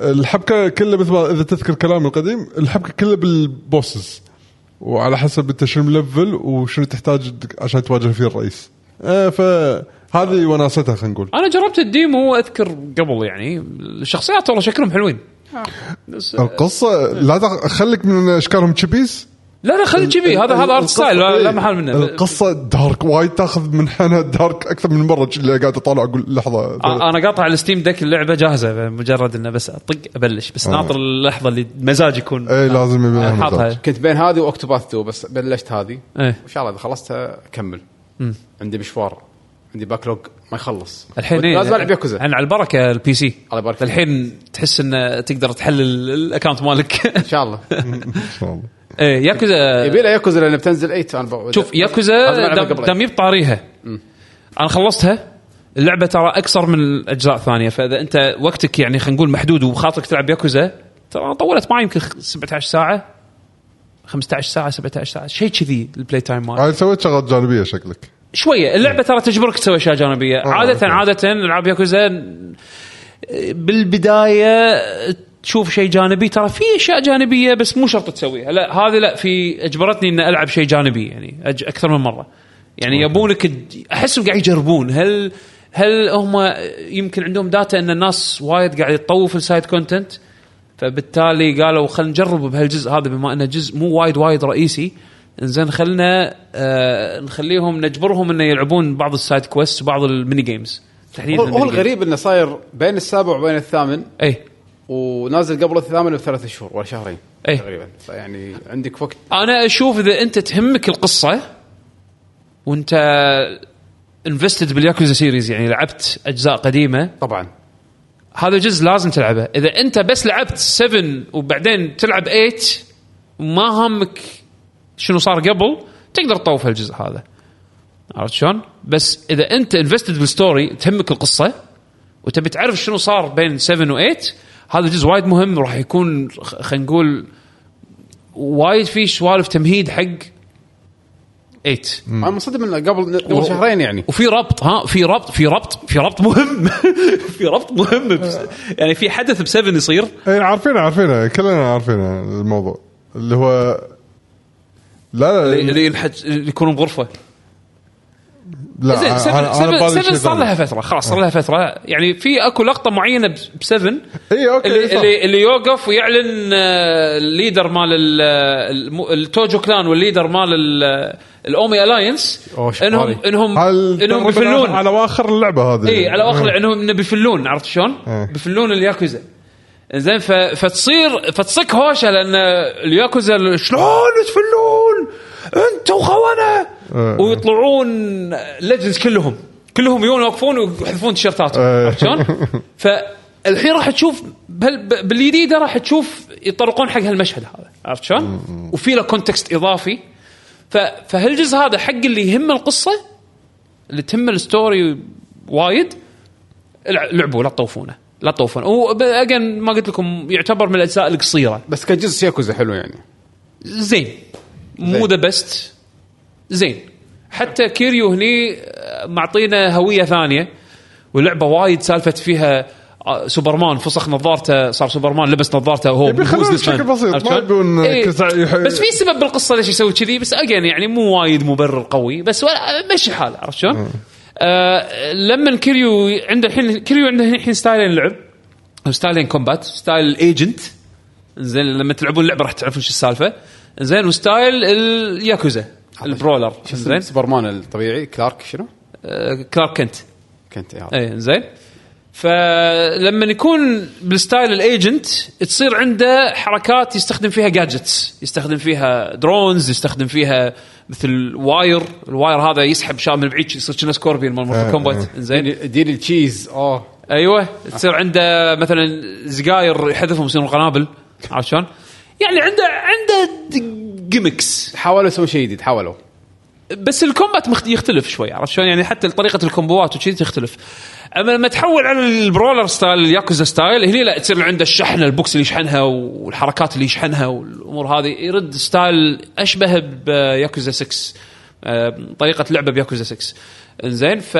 الحبكه كلها مثل ما اذا تذكر كلامي القديم الحبكه كلها بالبوسز وعلى حسب انت شنو ملفل وشنو تحتاج عشان تواجه فيه الرئيس آه فهذه وناستها خلينا نقول
انا جربت الديمو اذكر قبل يعني الشخصيات والله شكلهم حلوين آه،
القصه لا تخ- خليك من اشكالهم تشبيس
لا لا خلي كذي هذا هذا ارت ستايل
إيه.
لا لا محال منه
القصه دارك وايد تاخذ منحنى دارك اكثر من مره اللي قاعد اطالع اقول لحظه
آه، انا قاطع على ستيم ديك اللعبه جاهزه مجرد انه بس اطق ابلش
آه.
بس ناطر اللحظه اللي مزاج يكون
اي إيه، لازم يبي لها مزاج.
آه، حاطها
كنت بين هذه واكتوباث 2 بس بلشت هذه
إيه.
وان شاء الله اذا خلصتها اكمل عندي مشوار عندي باكلوج ما يخلص
الحين إيه؟
لازم العب ياكوزا
الحين على البركه البي سي
الله يبارك فيك.
الحين تحس انه تقدر تحلل الاكونت مالك [LAUGHS]
ان شاء الله
ان شاء الله
ايه ياكوزا
يبي لها ياكوزا لان بتنزل 8 انا بقعد-
شوف
لازم
ياكوزا
ألعبها
دام-
قبل
دام يب طاريها انا خلصتها اللعبه ترى اكثر من الاجزاء الثانيه فاذا انت وقتك يعني خلينا نقول محدود وخاطرك تلعب ياكوزا ترى طولت معي يمكن خ- 17 ساعه 15 ساعه 17 ساعه شيء كذي البلاي تايم مال
آه.
عاد سويت شغلات جانبيه شكلك
شويه اللعبه ترى تجبرك تسوي اشياء جانبيه
آه،
عاده
أوكي.
عاده العاب ياكوزا بالبدايه تشوف شيء جانبي ترى في اشياء جانبيه بس مو شرط تسويها لا هذه لا في اجبرتني ان العب شيء جانبي يعني أج- اكثر من مره يعني يبونك تج- احسهم قاعد يجربون هل هل هم يمكن عندهم داتا ان الناس وايد قاعد يتطوف السايد كونتنت فبالتالي قالوا خلينا نجرب بهالجزء هذا بما انه جزء مو وايد وايد رئيسي زين خلنا آه نخليهم نجبرهم انه يلعبون بعض السايد كويست وبعض الميني جيمز تحديدا
هو- هو
الميني إيه. جيمز.
الغريب انه صاير بين السابع وبين الثامن
اي
ونازل قبل الثامن بثلاث شهور ولا شهرين
إيه.
تقريبا فيعني عندك وقت
انا اشوف اذا انت تهمك القصه وانت انفستد بالياكوزا سيريز يعني لعبت اجزاء قديمه
طبعا
هذا جزء لازم تلعبه اذا انت بس لعبت 7 وبعدين تلعب 8 ما همك شنو صار قبل تقدر تطوف هالجزء هذا عرفت شلون بس اذا انت انفستد بالستوري تهمك القصه وتبي تعرف شنو صار بين 7 و8 هذا جزء وايد مهم راح يكون خ- خلينا نقول وايد فيه سوالف تمهيد حق 8
انا منصدم انه قبل قبل شهرين يعني
وفي ربط ها في ربط في ربط في ربط [LAUGHS] مهم في ربط مهم بس يعني في حدث بسفن يصير
اي إيه، عارفينه عارفينه كلنا عارفينه الموضوع اللي هو لا لا
اللي الحج- اللي يكونوا بغرفه
لا
زين
أنا- أنا
سفن
ببالي
سفن
شيء
صار
ثاني.
لها فتره خلاص صار لها فتره يعني في اكو لقطه معينه بس- بسفن
إي، أوكي،
اللي,
إيه، صح.
اللي, اللي يوقف ويعلن آه، الليدر مال ال- الم- التوجو كلان والليدر مال ال- الاومي الاينس
أوه، شو
انهم
بالي.
انهم
هال-
انهم
تقريباً
بيفلون
على اواخر اللعبه هذه
اي إيه، على اخر انهم انه بيفلون عرفت شلون؟
إيه.
بيفلون الياكوزا زين ف... فتصير فتصك هوشه لان الياكوزا ال- شلون تفلون انت وخوانه
إيه.
ويطلعون ليجندز كلهم كلهم يجون يوقفون ويحذفون تيشيرتاتهم
إيه.
عرفت شلون؟ فالحين راح تشوف بهال- ب- بالجديده راح تشوف يطرقون حق هالمشهد هذا عرفت شلون؟ وفي له كونتكست اضافي ف... فهالجزء هذا حق اللي يهمه القصه اللي تهم الستوري وايد الع- لعبوا لا تطوفونه لا تطوفونه هو ب- again ما قلت لكم يعتبر من الاجزاء القصيره
بس كان جزء ياكوزا حلو يعني
زين مو
زين.
ذا بيست زين حتى كيريو هني آه، معطينا هويه ثانيه واللعبه وايد سالفه فيها آه، سوبرمان فسخ نظارته صار سوبرمان لبس نظارته وهو
يبي يخلونها
بوزنس مان.
بشكل بسيط،
عرفت
ما
شلون؟
يبون
إيه.
كذا يح-
بس في سبب بالقصه ليش يسوي كذي بس اجين يعني مو وايد مبرر قوي بس ولا- مشي حاله عرفت شلون؟ آه لما كيريو عنده الحين كيريو عنده الحين ستايلين لعب ستايلين كومبات ستايل ايجنت زين لما تلعبون اللعبه راح تعرفون شو السالفه زين وستايل الياكوزا البرولر
شو اسمه؟
زين
سوبرمان الطبيعي كلارك شنو؟
آه، كلارك كنت
كنت إيه، هذا.
اي زين فلما يكون بالستايل الايجنت تصير عنده حركات يستخدم فيها جادجتس يستخدم فيها درونز يستخدم فيها مثل واير الواير هذا يسحب شام من بعيد يصير كنا سكوربين مال مورتال
آه،
كومبات زين
دير- دير التشيز اوه
ايوه تصير عنده مثلا سقاير يحذفهم يصيرون قنابل عرفت شلون؟ يعني عنده عنده جيمكس
حاولوا يسوون شيء جديد حاولوا
بس الكومبات مخت- يختلف شوي عرفت شلون يعني حتى طريقه الكومبوات وشي تختلف اما لما تحول على البرولر ستايل الياكوزا ستايل هني لا تصير عنده الشحنه البوكس اللي يشحنها والحركات اللي يشحنها والامور هذه يرد ستايل اشبه بياكوزا 6 آه، طريقه لعبه بياكوزا 6 انزين ف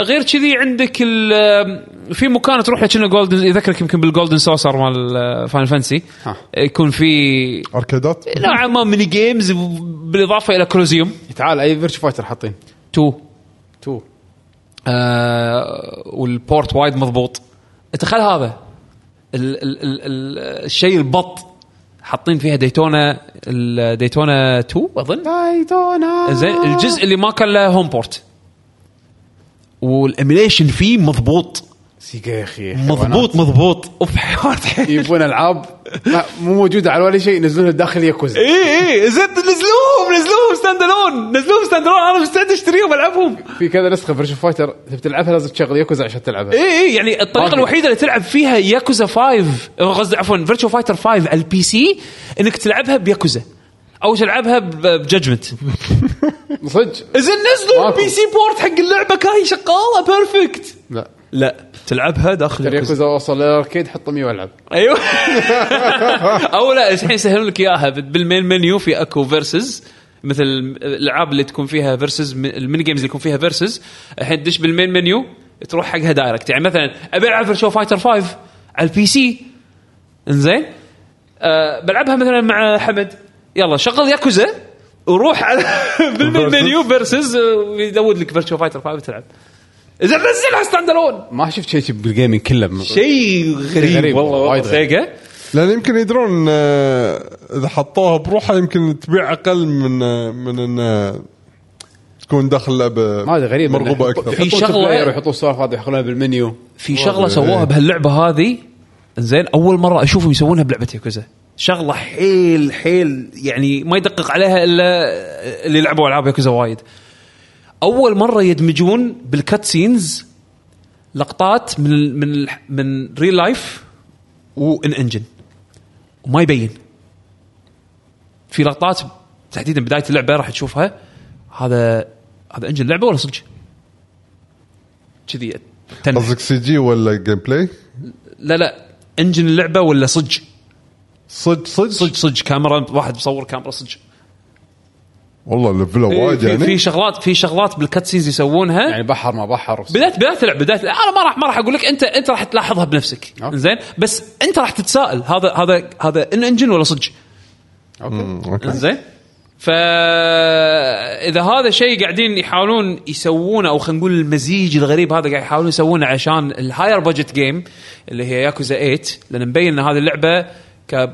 غير كذي عندك ال- آه، في مكان تروح له كنا جولدن يذكرك يمكن بالجولدن سوسر مال فاين فانسي
ها.
يكون في
اركيدات
نوعا ما ميني جيمز بالاضافه الى كولوزيوم
تعال اي فيرتش فايتر حاطين
2
تو
آه والبورت وايد مضبوط تخيل هذا ال ال ال ال الشيء البط حاطين فيها ديتونا ال- ديتونا 2 اظن
دايتونا
زين الجزء اللي ما كان له هوم بورت والايميليشن فيه مضبوط
سيجا يا اخي
مضبوط مضبوط إيه، اوف حيوان
يبون العاب لا، مو موجوده على ولا شيء ينزلونها داخل ياكوزا
اي اي إيه، زين نزلوهم نزلوهم ستاند الون نزلوهم ستاند الون انا مستعد اشتريهم والعبهم
في كذا نسخه فيرتش فايتر تبي تلعبها لازم تشغل ياكوزا عشان تلعبها
اي اي يعني الطريقه
باقي.
الوحيده اللي تلعب فيها ياكوزا 5 أو قصدي عفوا فيرتشو فايتر 5 على البي سي انك تلعبها بياكوزا او تلعبها بججمنت
صدق
زين نزلوا
ماكو.
البي سي بورت حق اللعبه كاي شغاله بيرفكت
لا
لا تلعبها داخل ياكوزا
ياكوزا اوصل للاركيد حط 100 والعب
[LAUGHS] ايوه او لا الحين يسهلون لك اياها بالمين منيو في اكو فيرسز مثل الالعاب اللي تكون فيها فيرسز الميني جيمز اللي يكون فيها فيرسز الحين تدش بالمين منيو تروح حقها دايركت يعني مثلا ابي العب فيرتشو فايتر 5 على البي سي انزين أه بلعبها مثلا مع حمد يلا شغل ياكوزا وروح على [LAUGHS] بالمين منيو فيرسز ويزود لك فيرتشو فايتر 5 تلعب اذا نزلها ستاند الون
ما شفت شيء بالجيمنج كله
شيء غريب
غريب،
والله والله
وايد غريب.
سيجا
لان يمكن يدرون آه، اذا حطوها بروحها يمكن تبيع اقل من آه، من ان آه، تكون داخل لعبه
ما ادري غريب
مرغوبه اكثر
في
في
شغلة-
شغله يحطون سوالف هذه يحطونها بالمنيو
في شغله سووها بهاللعبه هذه زين اول مره اشوفهم يسوونها بلعبه ياكوزا شغله حيل حيل يعني ما يدقق عليها الا اللي لعبوا العاب ياكوزا وايد اول مره يدمجون بالكات سينز لقطات من ال- من ال- من ريل لايف وان انجن وما يبين في لقطات تحديدا بدايه اللعبه راح تشوفها هذا هذا انجن لعبه ولا صدق؟ كذي تنح.
قصدك سي جي ولا جيم بلاي؟
لا لا انجن اللعبه ولا صج
صدق صدق
صج صج كاميرا واحد مصور كاميرا صج
والله لفله وايد
إيه، في, في
يعني
شغلات في شغلات بالكاتسينز يسوونها
يعني بحر ما بحر
بدايه بدايه اللعب بدايه انا ما راح ما راح اقول لك انت انت راح تلاحظها بنفسك
أوكي.
زين بس انت راح تتساءل هذا هذا هذا ان انجن ولا صج
اوكي
أوكي.
زين فاذا هذا شيء قاعدين يحاولون يسوونه او خلينا نقول المزيج الغريب هذا قاعد يحاولون يسوونه عشان الهاير بادجت جيم اللي هي ياكوزا 8 لان مبين ان هذه اللعبه ك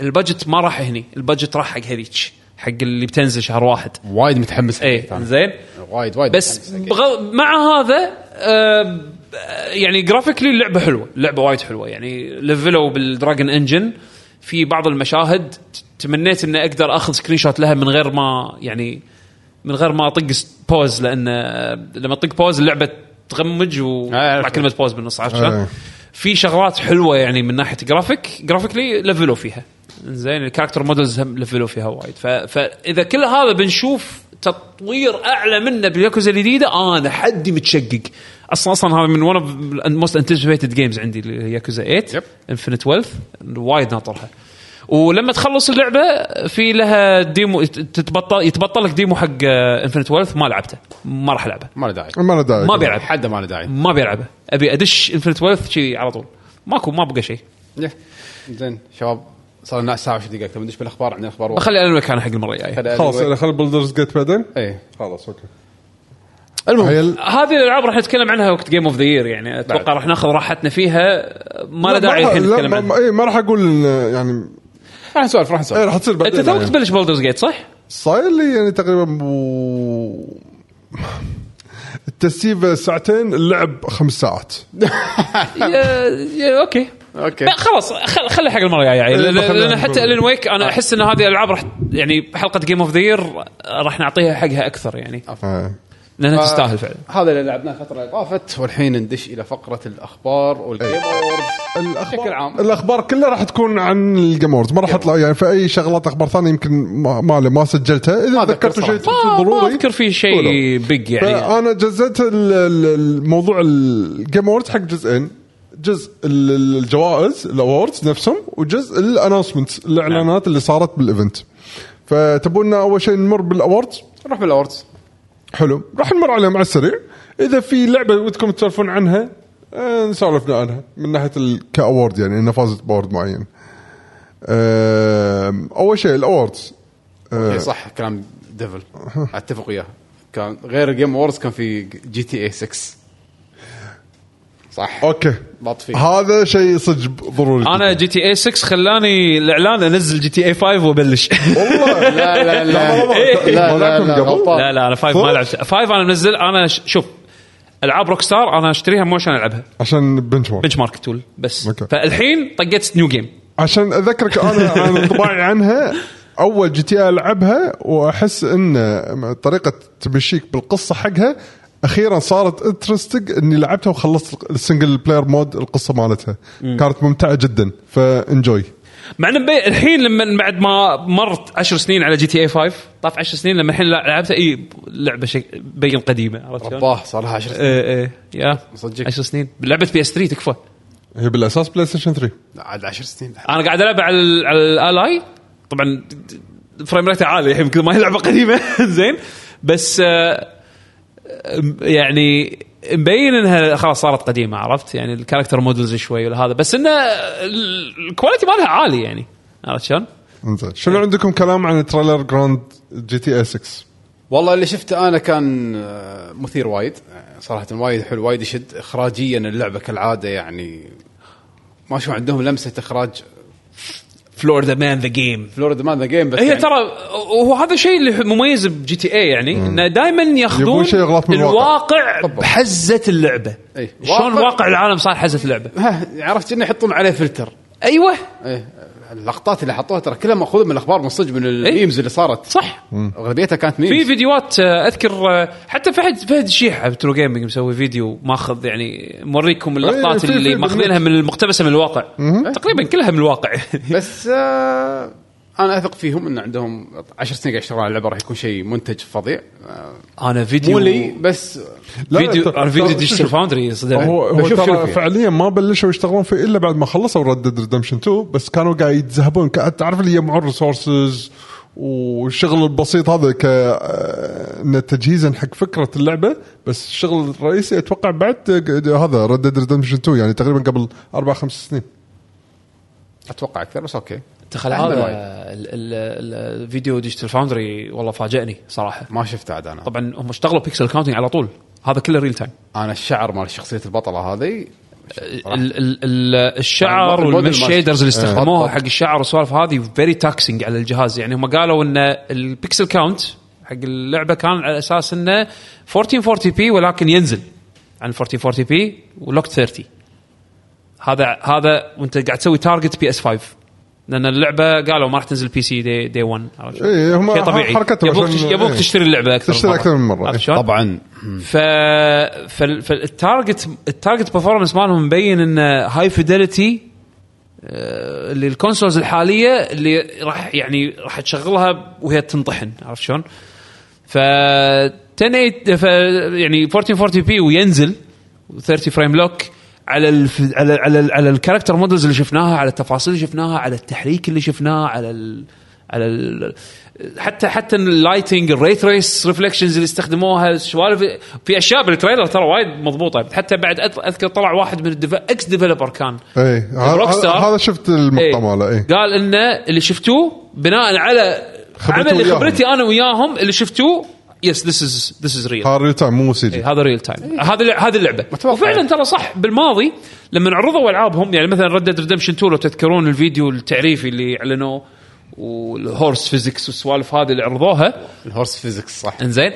البادجت ما راح هني البادجت راح حق هذيك حق اللي بتنزل شهر واحد
وايد متحمس حق
اي
الثاني.
زين
وايد وايد
إيه،
يعني،
بس
متحمس حق
بغ... مع هذا آه يعني جرافيكلي اللعبه حلوه اللعبه وايد حلوه يعني لفلوا بالدراجن انجن في بعض المشاهد ت- تمنيت اني اقدر اخذ سكرين شوت لها من غير ما يعني من غير ما اطق س- بوز لان آه، لما اطق بوز اللعبه تغمج وتطلع
أعرف.
كلمه بوز بالنص عرفت شلون؟
أي.
في شغلات حلوه يعني من ناحيه جرافيك جرافيكلي لفلوا فيها زين الكاركتر مودلز هم لفلوا فيها وايد ف... فاذا كل هذا بنشوف تطوير اعلى منه بالياكوزا الجديده انا حدي متشقق اصلا اصلا هذا من ون اوف موست انتسبيتد جيمز عندي ياكوزا 8
يب.
انفنت ويلث وايد ناطرها ولما تخلص اللعبه في لها ديمو تتبطل يتبطل لك ديمو حق انفنت ويلث ما لعبته ما راح العبه
ما له داعي
ما له داعي
ما بيلعب
حد ما له داعي
ما بيلعبه ابي ادش انفنت ويلث شي على طول ماكو ما بقى شيء
يه. زين شباب صار لنا ساعه وش دقيقه تبي ندش بالاخبار عندنا اخبار واحدة.
بخلي انا مكانه حق المره الجايه
خلي
خلاص
أدري
خلي بولدرز جيت بعدين
وين. ايه
خلاص اوكي المهم هي ال-
هذه الالعاب راح نتكلم عنها وقت جيم اوف ذا يير يعني اتوقع راح ناخذ راحتنا فيها ما له داعي
ما-
الحين
لا،
نتكلم
ما-
عنها
إيه، ما راح اقول إن- يعني
راح نسولف راح
اي
نسولف
راح تصير
انت
بعدين
توك
يعني.
تبلش بولدرز جيت صح؟
صاير لي يعني تقريبا بو... التسييف ساعتين اللعب خمس ساعات
يا- يا- اوكي
اوكي
لا، خلاص خل خلي حق المره الجايه يعني
إيه،
لأن-
خليها
لان حتى
نقول.
الين ويك انا احس ان هذه الالعاب راح يعني حلقه جيم اوف ذا يير راح نعطيها حقها اكثر يعني
آه.
لانها
آه.
تستاهل فعلا
هذا اللي لعبناه الفتره اللي طافت والحين ندش الى فقره الاخبار والجيم
الاخبار
بشكل عام.
الاخبار كلها راح تكون عن الجيمورز ما راح اطلع يعني في اي شغلات اخبار ثانيه يمكن ما ما, له- ما سجلتها اذا
ما أذكر
ذكرت شيء
ما آه، ما
ضروري
اذكر في شيء
قولوا.
بيج يعني
فانا جزيت ال- ال- الموضوع الجيمورز حق جزئين جزء ال- ال- الجوائز الاوردز نفسهم وجزء الانونسمنت الاعلانات اللي صارت بالايفنت فتبونا اول شيء نمر بالاوردز
نروح بالاوردز
حلو راح نمر عليهم على السريع اذا في لعبه ودكم تسولفون عنها آه، نسولفنا عنها من ناحيه ال- كاورد يعني انها فازت باورد معين آم، اول شيء الاوردز
إيه، صح كلام ديفل اتفق وياه كان غير جيم اووردز كان في جي تي اي 6 صح
اوكي
بط فيه
هذا شيء صدق ضروري
انا
[LAUGHS]
جي تي اي 6 خلاني الاعلان انزل جي تي إيه اي 5 وابلش
والله
لا لا لا
إيه.
لا لا
مالكم
لا
قبل؟
غلطان.
[LAUGHS] لا لا انا 5 ما لعبت 5 انا منزل انا ش- شوف العاب روك ستار انا اشتريها مو عشان العبها
عشان بنش مارك
بنش مارك تول بس
أوكي.
فالحين طقيت نيو جيم
عشان اذكرك انا عن انطباعي عنها اول جي تي إيه العبها واحس ان طريقه تمشيك بالقصه حقها اخيرا صارت انترستنج اني لعبتها وخلصت السنجل بلاير مود القصه مالتها كانت ممتعه جدا فانجوي
مع ان بي- الحين لما بعد ما مرت 10 سنين على جي تي اي 5 طاف 10 سنين لما الحين لا- لعبتها اي لعبه شك... بين قديمه عرفت شلون؟
رباه صار لها 10
ايه ايه يا
صدق.
10 سنين لعبه بي اس 3 تكفى
هي بالاساس بلاي ستيشن 3
عاد 10 سنين
انا قاعد العب على ال على الالاي طبعا فريم ريت عالي الحين يمكن ما هي لعبه قديمه [LAUGHS] زين بس آه، آم، يعني مبين انها خلاص صارت قديمه عرفت يعني الكاركتر مودلز شوي ولا هذا بس انه ال- الكواليتي مالها عالي يعني عرفت شلون؟
انزين شنو عندكم كلام عن تريلر جراند جي تي اي 6
والله اللي شفته انا كان آه، مثير وايد آه، صراحه وايد حلو وايد يشد اخراجيا اللعبه كالعاده يعني ما شو عندهم لمسه اخراج
فلور ذا مان ذا جيم
فلوريدا مان ذا جيم بس
هي
يعني
إيه، ترى هو هذا الشيء اللي مميز بجي تي اي يعني انه دائما ياخذون
يبون شيء يغلط من الواقع.
الواقع بحزه اللعبه
إيه.
شلون
واقع-
واقع العالم صار حزه اللعبه
ها، عرفت انه يحطون عليه فلتر
ايوه
ايه اللقطات اللي حطوها ترى كلها ماخوذه من الاخبار من صدق من الميمز اللي صارت
صح
اغلبيتها كانت
إيه. في
ميمز
فيديوهات آه، اذكر آه، حتى فهد فهد الشيحه بترو جيمنج مسوي فيديو ماخذ يعني موريكم اللقطات
إيه، في- في
اللي
بالنت.
ماخذينها من المقتبسه من الواقع تقريبا كلها من الواقع [LAUGHS]
بس آه انا اثق فيهم ان عندهم 10 سنين قاعد يشتغلون على اللعبه راح يكون شيء منتج فظيع آه،
انا فيديو
مو لي بس آه،
لا،
فيديو
ترى-
انا فيديو
ترى-
ديجيتال
شوف.
فاوندري صدقني
هو هو
بشوف شنو
ترى
فيه.
فعليا ما بلشوا يشتغلون فيه الا بعد ما خلصوا ريد ديد ريدمشن 2 بس كانوا قاعد يتزهبون قاعد تعرف اللي يجمعون ريسورسز والشغل البسيط هذا ك آه، إنه تجهيزا حق فكره اللعبه بس الشغل الرئيسي اتوقع بعد آه، هذا ريد ديد ريدمشن 2 يعني تقريبا قبل اربع خمس سنين
اتوقع اكثر بس اوكي
تخيل
عندنا
هذا
وايد.
ال- ال- الفيديو ديجيتال فاوندري والله فاجئني صراحه
ما شفت عاد انا
طبعا هم اشتغلوا بيكسل كاونتنج على طول هذا كله ريل تايم
انا الشعر مال شخصيه البطله هذه
ال- ال- ال-
يعني
الشعر
الموديل مال-
والشيدرز اللي استخدموها
بالضبط.
حق الشعر والسوالف هذه فيري تاكسنج على الجهاز يعني هم قالوا ان البيكسل كاونت حق اللعبه كان على اساس انه 1440 بي ولكن ينزل عن 1440 بي ولوك 30 هذا هذا وانت قاعد تسوي تارجت بي اس 5 لان اللعبه قالوا ما راح تنزل بي سي دي, دي 1 عرفت شلون؟
إيه، هم
شيء طبيعي
حركتهم
يبوك
عشان-
تش- يبوك
إيه.
تشتري اللعبه اكثر
تشتري أكثر من مرة، إيه.
عرفت شلون؟
طبعا
ف فال- فالتارجت التارجت برفورمنس مالهم مبين ان هاي فيدلتي آه، اللي الكونسولز الحاليه اللي راح يعني راح تشغلها وهي تنطحن عرفت شلون؟ ف 1080 ف يعني 1440 بي وينزل 30 فريم لوك على الف... على على ال- على الكاركتر مودلز اللي شفناها على التفاصيل اللي شفناها على التحريك اللي شفناه على ال... على ال... حتى حتى اللايتنج الري تريس ريفلكشنز اللي استخدموها السوالف في اشياء بالتريلر ترى وايد مضبوطه حتى بعد أذ- اذكر طلع واحد من الديف... اكس ديفلوبر كان
اي
Rockstar.
إيه. هذا هذا شفت المقطع ماله إيه. اي
إيه. قال انه اللي شفتوه بناء على
خبرته
عمل
وياهم.
خبرتي انا وياهم اللي شفتوه يس ذس از ذس از ريل
هذا ريل تايم مو سي جي
إيه، هذا ريل تايم هذا الع- هذه اللعبه
متوقع.
وفعلا ترى صح بالماضي لما عرضوا العابهم يعني مثلا ردد ريدمشن 2 لو تذكرون الفيديو التعريفي اللي اعلنوه والهورس فيزكس والسوالف هذه اللي عرضوها
الهورس فيزكس صح
انزين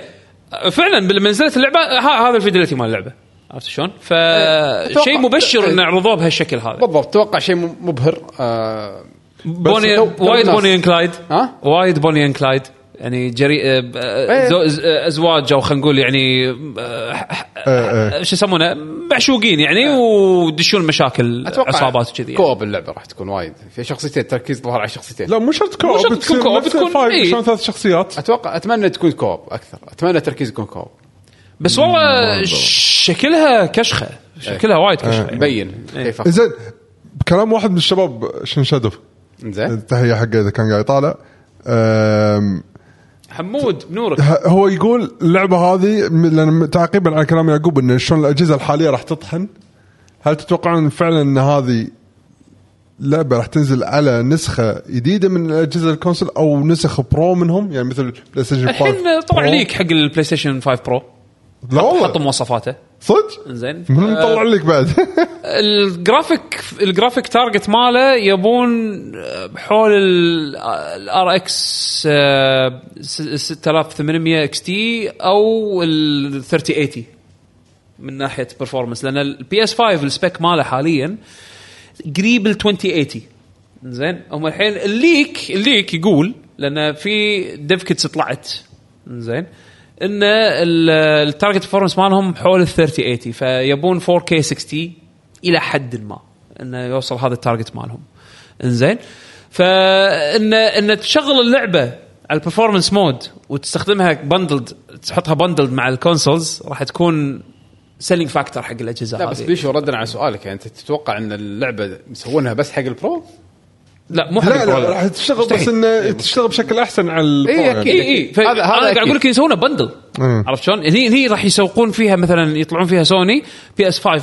فعلا لما نزلت اللعبه ها هذا الفيديو مال اللعبه عرفت شلون؟
أتوقع.
فشيء مبشر ان عرضوه بهالشكل هذا
بالضبط توقع شيء م- مبهر آه
بوني
لو- لو
وايد
الناس-
بوني ان كلايد
ها؟
وايد بوني ان كلايد يعني جري آه، آه،
إيه.
زو- ز- آه، ازواج او خلينا نقول يعني آه، ح-
إيه، إيه.
شو يسمونه معشوقين يعني ويدشون مشاكل
اتوقع
عصابات وكذي يعني.
إيه. كوب اللعبه راح تكون وايد في شخصيتين تركيز ظهر على شخصيتين
لا مو شرط
مو شرط
كوب
تكون كوب، تكون- إي.
شلون ثلاث شخصيات
اتوقع اتمنى تكون كوب اكثر اتمنى تركيز يكون كوب
بس والله شكلها كشخه
إيه.
شكلها وايد كشخه يعني.
مبين كيف
زين بكلام واحد من الشباب شنشدف
زين
تحيه حقه اذا كان قاعد يطالع أم،
حمود
[LAUGHS]
بنورك
ه- هو يقول اللعبه هذه من- لأن تعقيبا على كلام يعقوب ان شلون الاجهزه الحاليه راح تطحن هل تتوقعون فعلا ان هذه لعبه راح تنزل على نسخه جديده من اجهزه الكونسل او نسخ برو منهم يعني مثل بلاي ستيشن 5
الحين طلع
برو؟
ليك حق البلاي ستيشن 5 برو
لا
حط
والله
مواصفاته
صدق
زين
من طلع لك بعد
الجرافيك الجرافيك تارجت ماله يبون حول الار اكس آه، 6800 اكس تي او ال 3080 من ناحيه برفورمانس لان البي اس 5 السبيك ماله حاليا قريب ال 2080 زين هم الحين الليك الليك يقول لان في ديف كيتس طلعت زين ان ال- التارجت برفورمانس مالهم حول ال 3080 فيبون 4K 60 الى حد ما انه يوصل هذا التارجت مالهم انزين فان ان تشغل اللعبه على البرفورمانس مود وتستخدمها بندلد تحطها بندلد مع الكونسولز راح تكون سيلينج فاكتور حق الاجهزه
لا
هذه
بس بيشو ردا على سؤالك يعني انت تتوقع ان اللعبه يسوونها بس حق البرو؟
لا مو
[LAUGHS]
حق
لا
البرو.
لا راح تشتغل بس
مستحيل. إيه،
انه تشتغل بشكل احسن على البرو
إي،
يعني.
إيه، أكيد.
اي
هذا- هذا
اي هذا انا قاعد
أكيد.
اقول لك يسوونه بندل
مم.
عرفت شلون؟ هني هني راح يسوقون فيها مثلا يطلعون فيها سوني بي اس 5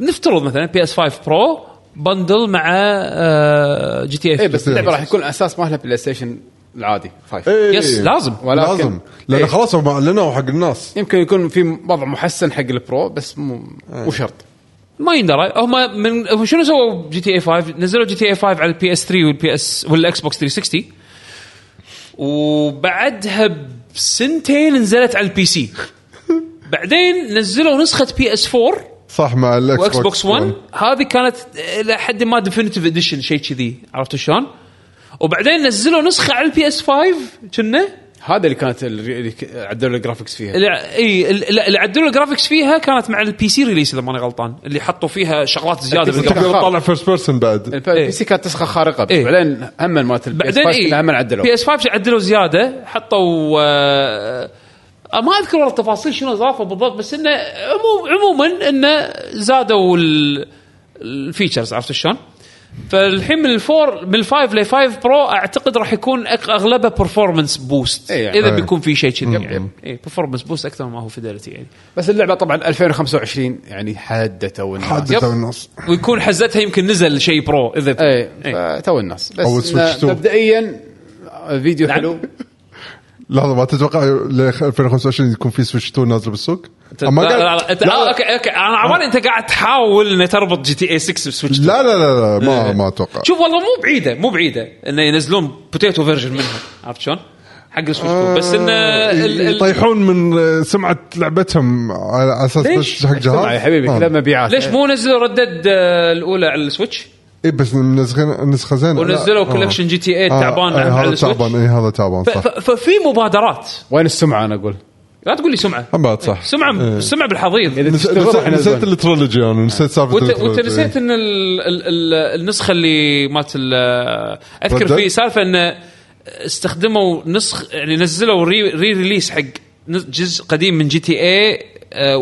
نفترض مثلا بي اس 5 برو بندل مع آه، جي تي اي
اي إيه، بس اللعبه راح يكون الاساس مالها بلاي ستيشن العادي 5
إي.
يس لازم إيه.
ولكن-
إيه، لازم لان
إي.
خلاص هم اعلنوا حق الناس
يمكن يكون في وضع محسن حق البرو بس مو مو شرط
ما يندرى هم من هم شنو سووا جي تي اي 5 نزلوا جي تي اي 5 على البي اس 3 والبي اس والاكس بوكس 360 وبعدها بسنتين نزلت على البي سي بعدين نزلوا نسخه بي اس 4
صح مع الاكس
واكس بوكس 1 هذه كانت الى حد ما ديفينيتيف اديشن شيء كذي عرفت شلون؟ وبعدين نزلوا نسخه على البي اس 5 كنا
هذا اللي كانت الري- اللي ك- عدلوا الجرافكس فيها
اللي- اي ال- لا، اللي عدلوا الجرافكس فيها كانت مع البي سي ريليس اذا ماني غلطان اللي حطوا فيها شغلات زياده
البي سي
بالجرافيك.
تقدر
خارج.
تطلع فيرست بيرسون بعد
البي سي كانت نسخه خارقه
إيه.
إيه؟ بعدين هم مالت البي
بعدين إيه،
اس
اي
هم عدلوا
بي اس 5 عدلوا زياده حطوا آه آه، ما اذكر والله التفاصيل شنو اضافوا بالضبط بس انه عمو- عموما انه زادوا ال- الفيتشرز عرفت شلون؟ فالحين من الفور من الفايف لفايف برو اعتقد راح يكون أك- اغلبها برفورمانس بوست
إي يعني.
اذا
إي.
بيكون في شيء كذي يعني اي برفورمانس بوست اكثر ما هو فيدلتي يعني
بس اللعبه طبعا 2025 يعني حدثوا الناس
حد
حدث
يسوي النص
ويكون حزتها يمكن نزل شيء إيه. برو اذا
إيه. اي تو الناس بس
أو سويتش
إن-
تو.
مبدئيا فيديو
نعم.
حلو
لحظه ما تتوقع ل 2025 يكون في سويتش 2 نازل بالسوق؟
لا
أما قاعد-
لا لا أنت- آه، اوكي اوكي انا عمالي انت قاعد تحاول انه تربط جي تي اي 6 بسويتش
لا لا لا, لا
إيه.
ما ما اتوقع
شوف والله مو بعيده مو بعيده انه ينزلون بوتيتو فيرجن منها عرفت شلون؟ حق السويتش تو بس انه ال- ال-
آه، يطيحون من سمعه لعبتهم على اساس
ليش؟
بس حق جهاز آه.
اسمع يا حبيبي كلام مبيعات
ليش مو نزلوا ردد آه، الاولى على السويتش
اي إيه، بس منزلين نسخه زينه
ونزلوا
لا.
كولكشن جي تي اي
آه،
تعبان
آه،
على على
هذا
السويتش
تعبان اي هذا تعبان
ف-
صح
ف- ففي مبادرات
وين السمعه انا اقول
لا تقول لي سمعه
هم بعد صح
سمعه
إيه.
سمعه بالحضيض
إذا
نس-
تشتغل
نس-
راح
نسيت
ينزلون.
الترولوجي انا نسيت سالفه [LAUGHS]
وانت وانت
الترولوجي.
نسيت ان ال ال ال النسخه اللي مالت ال- اذكر
ردد؟
في سالفه ان استخدموا نسخ يعني نزلوا ري, ري ريليس حق نس- جزء إيه، آه، قديم من جي تي اي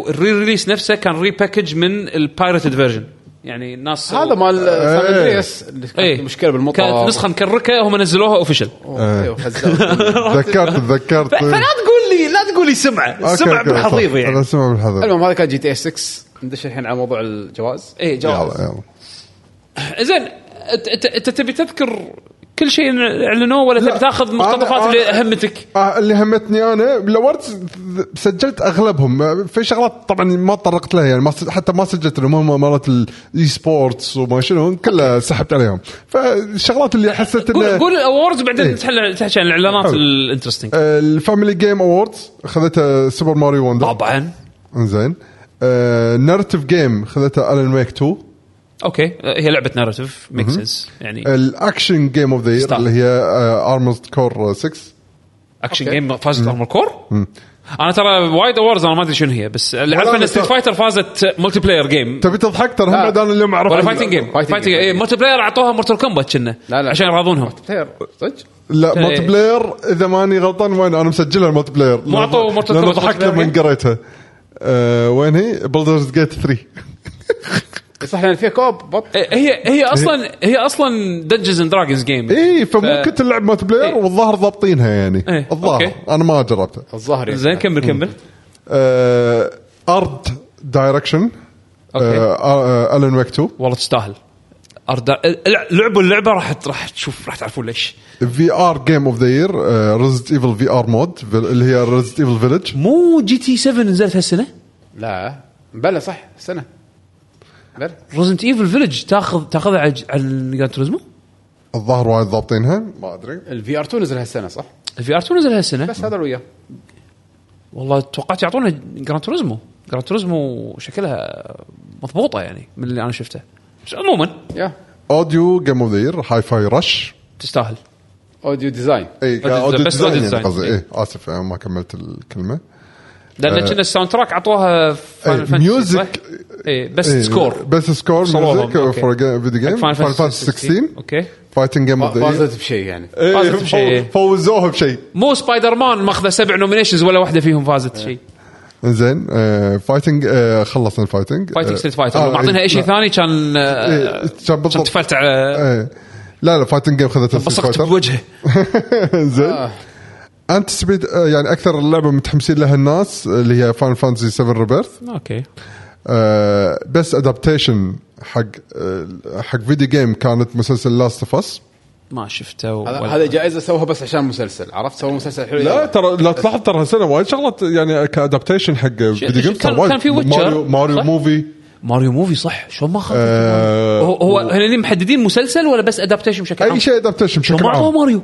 الري ريليس نفسه كان ري باكج من البايرتد فيرجن يعني الناس
هذا مال سان اندريس اللي كانت
ايه
مشكله بالمطر
كانت نسخه مكركه هم نزلوها اوفيشل
أوه، ايوه خزاق.
تذكرت تذكرت
فلا تقول لي لا تقول لي سمعه سمعه بالحضيض يعني
سمع بالحضيض
المهم هذا كان جي تي اس 6 ندش الحين على موضوع الجواز
اي جواز
يلا يلا
زين إيه، أنت- انت انت تبي تذكر كل شيء اعلنوه ولا تبي تاخذ مقتطفات
أنا-
اللي
أنا-
اهمتك
آه، اللي همتني انا لورت سجلت اغلبهم آه، في شغلات طبعا ما تطرقت لها يعني ما سج- حتى ما سجلت لهم هم مرات الاي سبورتس وما شنو كلها سحبت عليهم فالشغلات اللي حسيت
قول
انه
قول الاوردز بعدين
إيه.
تحل- تحكي عن الاعلانات
حلو.
الانترستنج
آه، الفاميلي جيم اووردز خذتها سوبر ماريو وندر آه،
طبعا
انزين نارتيف جيم خذتها الن ويك 2
اوكي آه، هي لعبه ناريتيف ميك سنس يعني
إيه. الاكشن جيم اوف ذا يير
ستار.
اللي هي آه، ارمز كور 6
اكشن
أوكي.
جيم فازت ارمر كور انا ترى وايد اووردز انا ما ادري شنو هي بس اللي اعرفه ان
أنا
ستريت
ترى-
فايتر فازت ملتي بلاير جيم
تبي تضحك ترى هم
آه.
بعد انا اليوم اعرف
ولا فايتنج جيم
fighting
فايتنج
game.
جيم اي ملتي بلاير اعطوها مورتال كومبات كنا
لا، لا.
عشان يراضونهم
تير صدق
لا
إيه.
مالتي بلاير اذا ماني غلطان وين انا مسجلها المالتي بلاير
مو عطوا Mortal
لأن
Kombat
ضحكت
multiplayer
لما
game؟
قريتها آه وين هي؟ بولدرز جيت
[LAUGHS]
3
صح لان فيها كوب بط
إيه، هي هي اصلا هي اصلا دنجنز اند دراجونز جيم
اي فممكن إيه، تلعب مالتي بلاير
إيه.
والظاهر ضابطينها يعني
إيه،
الظاهر
أوكي.
انا ما جربتها
الظهر يعني.
زين كمل كمل
إيه. آه ارت دايركشن
أوكي.
آه. الن ويك 2
والله تستاهل أردع... لعبوا اللعبه راح راح تشوف راح تعرفون ليش
في ار جيم اوف ذا يير ريزد ايفل في ار مود اللي هي ريزد ايفل فيلج
مو جي تي 7 نزلت هالسنه
لا بلى صح سنه بلى
ريزنت ايفل فيلج تاخذ تاخذها على ج- على جران توريزمو
الظاهر وايد ضابطينها ما ادري
الفي ار 2 نزل هالسنه صح
الفي ار 2 نزل هالسنه
بس هذا اللي وياه
والله توقعت يعطونا جران توريزمو جران توريزمو شكلها مضبوطه يعني من اللي انا شفته بس عموما
يا
اوديو جيم اوف ذا يير هاي فاي رش
تستاهل
اوديو ديزاين
اي
Audio-
اوديو
best audio
ديزاين يعني
design.
إيه، قصدي
إيه.
اي اسف أنا ما كملت الكلمه آه.
لان كنا الساوند تراك اعطوها
إيه،
فاينل فانتسي
ميوزك-
اي بس
إيه،
سكور
بس سكور
صوروهم،
ميوزك
أوكي.
فور فيديو جيم فاينل فانتسي 16
اوكي
فايتنج جيم اوف ذا
فازت بشيء يعني
إيه،
فازت بشيء.
فوزوها بشيء
مو سبايدر مان ماخذه سبع نومينيشنز ولا واحده فيهم فازت
إيه.
شيء
زين فايتنج إيه، خلصنا الفايتنج
فايتنج ستريت فايتر
آه،
لو معطينها اي شيء
لا.
ثاني كان آه،
إيه، كان بالضبط.
كان تفلت على
إيه. لا لا فايتنج جيم خذت
بصقت
[LAUGHS]
بوجهه آه.
زين انتسبيت يعني اكثر اللعبه متحمسين لها الناس اللي هي فان فانتسي 7 ريبيرث
اوكي
آه، بس ادابتيشن حق آه، حق فيديو جيم كانت مسلسل لاست اوف اس
ما شفته
هذا
ولا-
هذا جائزه سووها بس عشان مسلسل عرفت سووا مسلسل حلو
لا ترى لا تلاحظ ترى هالسنه وايد شغلات يعني كادابتيشن حق فيديو جيم
كان-
ترى وايد.
كان في Witcher،
ماريو, ماريو
صح؟
موفي
ماريو موفي صح شو ما اخذ
آه،
هو هو هني محددين مسلسل ولا بس ادابتيشن بشكل عام
اي uh, شيء ادابتيشن
شو
بشكل
ما اعطوه
عام
ماريو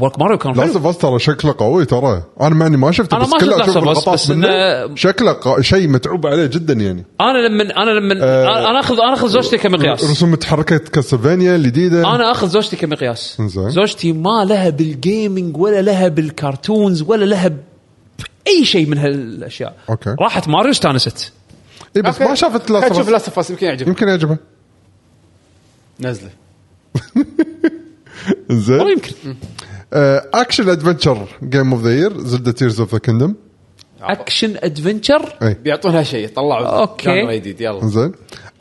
ورك ماريو كان
لاست
حلو
اوف اس ترى شكله قوي ترى انا معني ما شفته
أنا
بس
ما شفت
كله
Last
اشوف
of Us،
القطات
بس
منه.
إنه-
شكله ق- شيء متعوب عليه جدا يعني
انا لما انا لما
آه.
انا اخذ انا اخذ زوجتي كمقياس
رسوم متحركه كاستلفانيا الجديده
انا اخذ زوجتي كمقياس
زين.
زوجتي ما لها بالجيمنج ولا لها بالكرتونز ولا لها باي شيء من هالاشياء
أوكي.
راحت ماريو استانست
اي إيه، بس ما شافت لاست
شوف
اوف اس
لاست اوف اس يمكن يعجبك
يمكن يعجبها
نزله
والله
زين
يمكن
اكشن ادفنتشر جيم اوف ذا يير زلدا تيرز اوف ذا كيندم
اكشن ادفنتشر
بيعطونها شيء طلعوا
أوكي.
جانرا جديد يلا
زين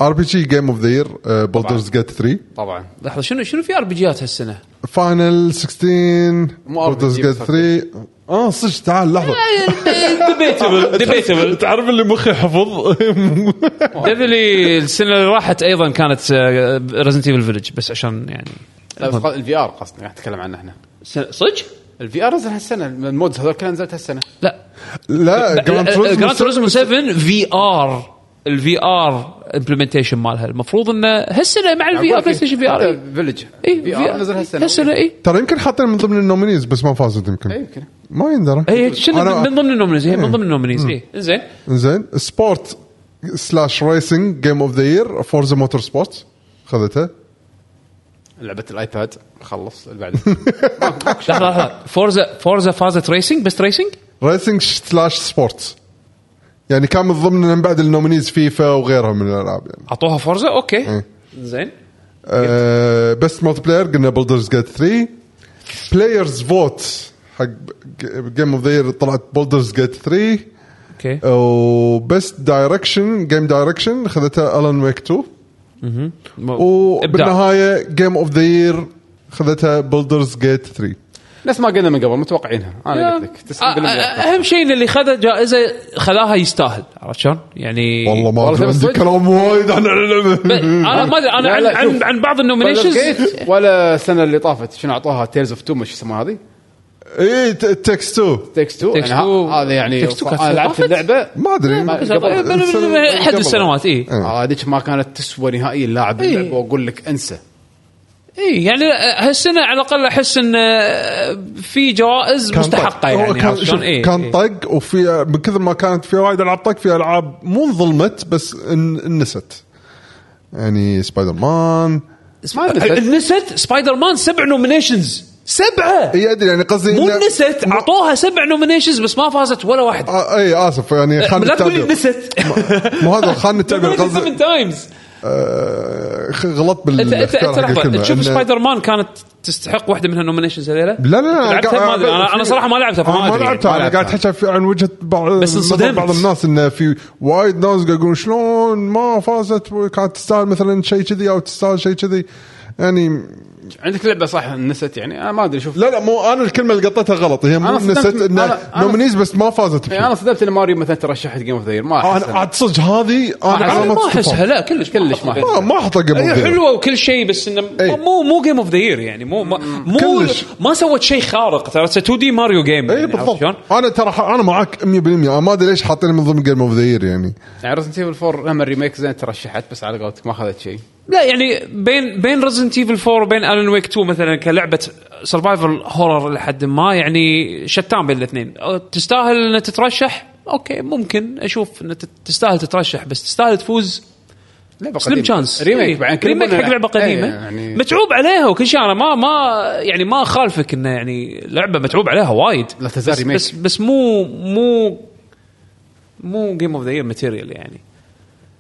ار بي جي جيم اوف ذا يير بولدرز جيت 3
طبعا
لحظه شنو شنو في ار بي جيات هالسنه؟
فاينل 16
مو RPG
بولدرز جيت 3 اه صدق تعال لحظه
ديبيتبل
[LAUGHS]
ديبيتبل
تعرف اللي مخي حفظ
[LAUGHS] تدري اللي السنه اللي راحت ايضا كانت آه، ريزنت ايفل فيلج بس عشان يعني
لا، بس قصد- الفي ار قصدي قاعد نتكلم عنه احنا
سنة- صدق؟
الفي ار نزل هالسنه المودز هذول كلها نزلت هالسنه
لا آه،
لا جراند
جراند
توريزمو
توريزمو 7 في ار الفي ار امبلمنتيشن مالها المفروض انه هالسنه مع الفي ار بلاي ستيشن في ار اي
فيلج
في
في ار نزل هالسنه
هالسنه اي
ترى يمكن حاطين من ضمن النومينيز بس ما فازت
إيه،
يمكن
يمكن
ما يندرى
هي شنو
أنا-
من ضمن النومينيز هي من
إيه.
ضمن النومينيز اي زين
زين سبورت سلاش ريسنج جيم اوف ذا يير فورزا موتور سبورت خذتها
لعبه الايباد خلص اللي بعده [LAUGHS]
لحظه لحظه فورزا فورزا فازت ريسنج بس ريسنج
ريسنج سلاش سبورت يعني كان من ضمن من بعد النومينيز فيفا وغيرها من الالعاب يعني
اعطوها فورزا اوكي
إيه.
زين
آه بس مالتي بلاير قلنا بولدرز جيت 3 بلايرز فوت حق جيم اوف ذا يير طلعت بولدرز جيت 3
اوكي
Oh, وبست دايركشن جيم دايركشن خذتها الان ويك 2 وبالنهايه جيم اوف ذا يير خذتها بولدرز جيت 3
نفس ما قلنا من قبل متوقعينها انا قلت لك 90%
آه، آه، اهم شيء إن اللي خذ جائزه خذاها يستاهل عرفت شلون؟ يعني
والله
[LAUGHS]
ما
والله
أدري، عندي
صدق.
كلام وايد عن اللعبه
ب- انا ما ادري انا
لا،
عن,
لا،
عن,
شوف.
عن بعض
Baldur's
[LAUGHS] النومينيشنز
Gate ولا السنه اللي طافت شنو اعطوها تيرز اوف تو ما شو يسمونها هذه؟
اي تكست 2
تكس تو
Takes
يعني ه-
Two.
هذا يعني
Takes Two كانت
انا لعبت
طافت؟
اللعبه
ما ادري
ما-
طيب،
قبل-
من- من- من- احد السنوات إيه. اي
آه، هذيك ما كانت تسوى نهائيا لاعب
إيه.
اللعبه واقول لك انسى
اي يعني هالسنه على الاقل احس ان آه، في جوائز
كان طق.
مستحقه
هو
يعني
كان,
عرفت شلون؟
شوف
إيه،
كان
إيه.
طق وفي من كثر ما كانت في وايد العاب طق في العاب مو انظلمت بس ان- انست يعني سبايدر مان
ما نست.
نست سبايدر مان سبع نومينيشنز سبعه
اي ادري يعني قصدي
مو
إنه-
نست
مو-
اعطوها سبع نومينيشنز بس ما فازت ولا واحده
آه، اي اسف يعني خان
إيه، لا تقول لي
التعبير
نست
مو هذا
[LAUGHS]
خان التعبير
نومينيشن سبع
قصدي
تايمز
آه، خ- غلطت
انت انت
بالاختيار
انت
حق
لحظه
الكلمه
تشوف
إنه-
سبايدر مان كانت تستحق واحده من هالنومينيشنز هذيلا؟
لا لا لا
لعبتها
قاعد-
ما أدري، أنا- أنا صراحة ما لعبتها، فما
أنا ما
أدري يعني،
لعبتها
ما
انا قاعد
لعبتها.
احكي في- عن وجهه بعض
بس
نظر
انصدمت.
بعض الناس انه في وايد ناس قاعد يقولون شلون ما فازت وكانت تستاهل مثلا شيء كذي او تستاهل شيء كذي يعني
عندك لعبه صح نست يعني انا ما ادري شوف
لا لا مو انا الكلمه اللي قطيتها غلط هي مو
أنا صدمت-
نسيت
أنا-
انه
أنا-
نومينيز بس ما فازت
يعني
بشيء.
انا صدمت ان ماريو مثلا ترشحت جيم اوف ذا ما
انا
احس
عاد صدق هذه انا
انا
علامة
ما
استفهام.
احسها لا كلش
كلش ما
ما- آه، ما احطها
هي
قبل
حلوه وكل شيء بس انه
إيه.
مو مو جيم اوف ذا يير يعني مو ما- مو
كلش.
ما سوت شيء خارق ترى 2 دي ماريو جيم
اي إيه، بالضبط انا ترى ح- انا معك 100% انا ما ادري ليش حاطينها من ضمن جيم اوف ذا يير يعني
يعني ريزنت ايفل 4 هم الريميك زين ترشحت بس على قولتك ما اخذت شيء
لا يعني بين بين ريزنت ايفل 4 وبين الن ويك 2 مثلا كلعبه سرفايفل هورر لحد ما يعني شتان بين الاثنين أو تستاهل انها تترشح اوكي ممكن اشوف انها تت- تستاهل تترشح بس تستاهل تفوز
لعبه
سليم شانس
ريميك بعدين
ريميك حق لعبه قديمه
يعني
متعوب عليها وكل شيء انا ما ما يعني ما اخالفك انه يعني لعبه متعوب عليها وايد
لا تزال
بس,
ريميك.
بس بس مو مو مو جيم اوف ذا يير ماتيريال يعني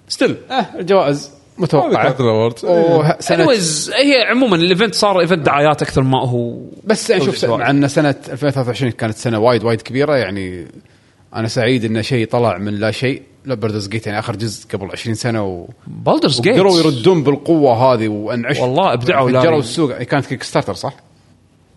ستيل
آه، الجوائز إيه. متوقعه
كانت الأوردز.
وه- سنة
anyways هي عموما الايفنت صار ايفنت دعايات اكثر ما هو
بس يعني شوف س- مع ان سنه 2023 كانت سنه وايد وايد كبيره يعني انا سعيد ان شيء طلع من لا شيء لا بردز جيت يعني اخر جزء قبل 20 سنه و...
بولدرز جيت
قدروا يردون بالقوه هذه وانعشوا
والله إبدعوا لاري.
فجروا السوق كانت كيك ستارتر صح؟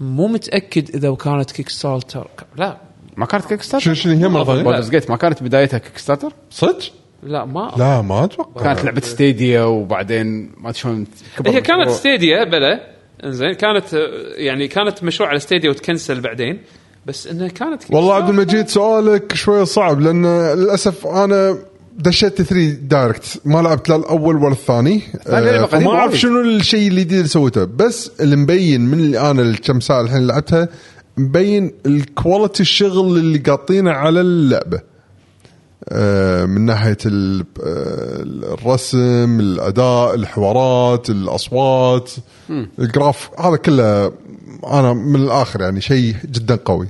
مو متاكد اذا كانت كيك ستارتر لا
ما كانت كيك
شنو
ستارتر؟
شنو هي مره ثانيه؟
بولدرز جيت ما كانت بدايتها كيك ستارتر؟
صدق؟
لا ما
لا ما اتوقع
كانت لعبه ستيديا وبعدين ما ادري شلون كبر
هي كانت
المشروع.
ستيديا بلا انزين كانت آه، يعني كانت مشروع على ستيديا وتكنسل بعدين بس انها كانت
والله
Kickstarter.
عبد المجيد سؤالك شوي صعب لان للاسف انا دشيت 3 دايركت ما لعبت لا الاول ولا الثاني
الثاني لعبة
آه، فما
قديمة
اعرف
وايد.
شنو الشيء الجديد اللي سويته بس اللي مبين من اللي انا الكم ساعه الحين لعبتها مبين الكواليتي الشغل اللي قاطينه على اللعبه آه، من ناحيه ال- آه، الرسم، الاداء، الحوارات، الاصوات، الجراف هذا كله انا من الاخر يعني شيء جدا قوي.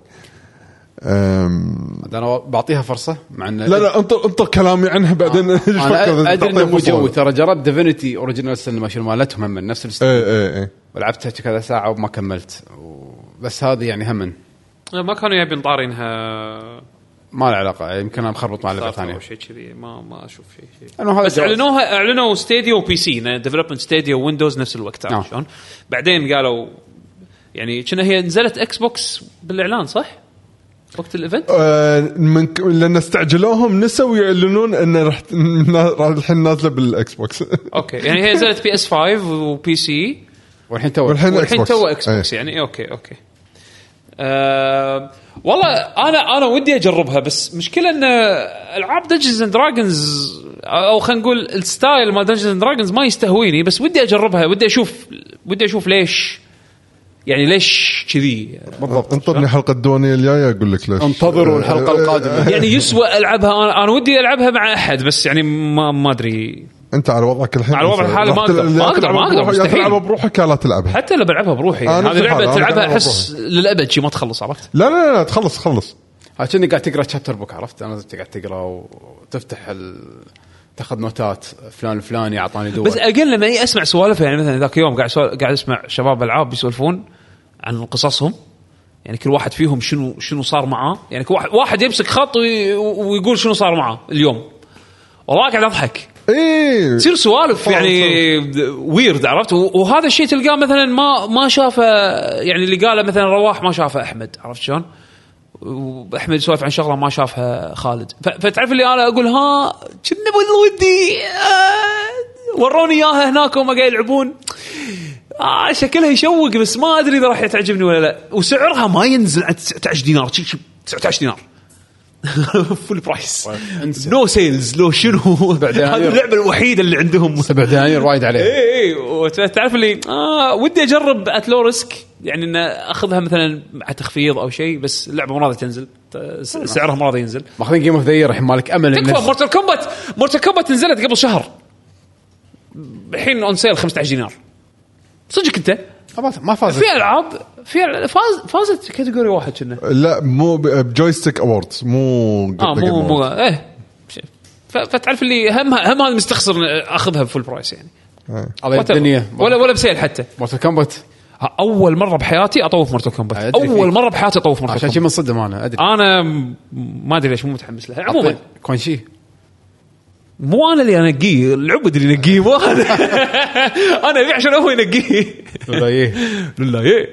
أم،
عاد انا بعطيها فرصه مع ان
لا لا انطر انطر كلامي عنها بعدين
آه.
[LAUGHS]
انا أ- ادري انه مو جوي
اي
ترى جربت ديفينيتي اوريجينال سينما شنو مالتهم هم من نفس الست
اي اي
ولعبتها كذا ساعه وما كملت و... بس هذه يعني هم
ما كانوا يبين طارينها
ما له علاقه يمكن انا مخربط مع لعبه
ثانيه
ثانيه
او شيء كذي ما ما اشوف شيء شيء
لأنه هذا
بس
جواز.
اعلنوها اعلنوا ستيديا وبي سي ديفلوبمنت ستيديا ويندوز نفس الوقت
نعم.
عرفت شلون؟ بعدين قالوا يعني كنا هي نزلت اكس بوكس بالاعلان صح؟ وقت الايفنت؟
أه.
آه، من ك- لان استعجلوهم نسوا يعلنون ان راح راح الحين نازله بالاكس بوكس
اوكي يعني هي نزلت [LAUGHS] بي اس 5 وبي سي
والحين تو
والحين الإكس
والحين
بوكس.
تو اكس بوكس
إيه.
يعني اوكي اوكي أه والله انا انا ودي اجربها بس مشكله ان العاب دنجنز اند دراجونز او خلينا نقول الستايل مال دنجنز اند دراجونز ما يستهويني بس ودي اجربها ودي اشوف ودي اشوف ليش يعني ليش كذي
بالضبط
انطرني حلقه دوني الجايه اقول لك ليش آه،
انتظروا الحلقه القادمه
[LAUGHS]
يعني يسوى العبها انا انا ودي العبها مع احد بس يعني ما ما ادري
انت على وضعك الحين
على وضع الحالي ما
راح تل-
أقدر- ما
يا
أقدر-
تلعبها
ما أقدر،
بروحك- يا
مستحيل.
تلعبها بروحك يا لا تلعبها
حتى لو بلعبها بروحي يعني
أنا
هذه
نفس الحال،
لعبه
أنا
تلعبها
بلعبها
احس للابد شي ما تخلص عرفت
لا لا لا تخلص خلص
ها كأني قاعد تقرا تشابتر بوك عرفت انا قاعد تقرا وتفتح ال... تاخذ نوتات فلان الفلاني اعطاني دول
بس اقل لما إيه اسمع سوالفه يعني مثلا ذاك يوم قاعد سوال قاعد اسمع شباب العاب يسولفون عن قصصهم يعني كل واحد فيهم شنو شنو صار معاه يعني كل واحد واحد يمسك خط وي- ويقول شنو صار معاه اليوم والله قاعد اضحك
اي
تصير سوالف يعني ويرد عرفت و- وهذا الشيء تلقاه مثلا ما ما شافه يعني اللي قاله مثلا رواح ما شافه احمد عرفت شلون؟ واحمد يسولف عن شغله ما شافها خالد ف- فتعرف اللي انا اقول ها كنا بال- ودي آه، وروني اياها هناك وهم قاعد يلعبون آه شكلها يشوق بس ما ادري اذا راح تعجبني ولا لا وسعرها ما ينزل عن 19 دينار شي- شي 19 دينار [LAUGHS] فول برايس
انسى.
نو سيلز لو شنو [LAUGHS]
بعدين
هذه اللعبه الوحيده اللي عندهم
سبع دنانير وايد عليه
اي اي وتعرف إيه، اللي آه ودي اجرب ات لو ريسك يعني ان اخذها مثلا مع تخفيض او شيء بس اللعبه مو راضيه تنزل ت- س- سعرها مو راضي ينزل
ماخذين جيم اوف ذا الحين مالك امل
تكفى
إنه-
مورتال كومبات مورتال كومبات نزلت قبل شهر الحين اون سيل 15 دينار صدقك انت
ما فاز- ما فاز
في العاب في فاز فازت كاتيجوري واحد كنا
لا مو ب- بجويستيك اووردز مو
اه
The Game
مو مو
Awards.
ايه ف- فتعرف اللي هم هم هذا مستخسر اخذها بفول برايس يعني
على
Whatever.
الدنيا
ولا ولا بسيل حتى
مورتال كومبات
اول مره بحياتي اطوف مورتال كومبات
أدري فيك.
اول مره بحياتي اطوف مورتال
عشان
كومبات
شي منصدم انا ادري
انا م- ما ادري ليش مو متحمس لها عموما
كونشي
مو انا اللي انقيه العبد اللي ينقيه
[LAUGHS]
مو انا انا ابيع عشان هو ينقيه
لا إيه.
لله يه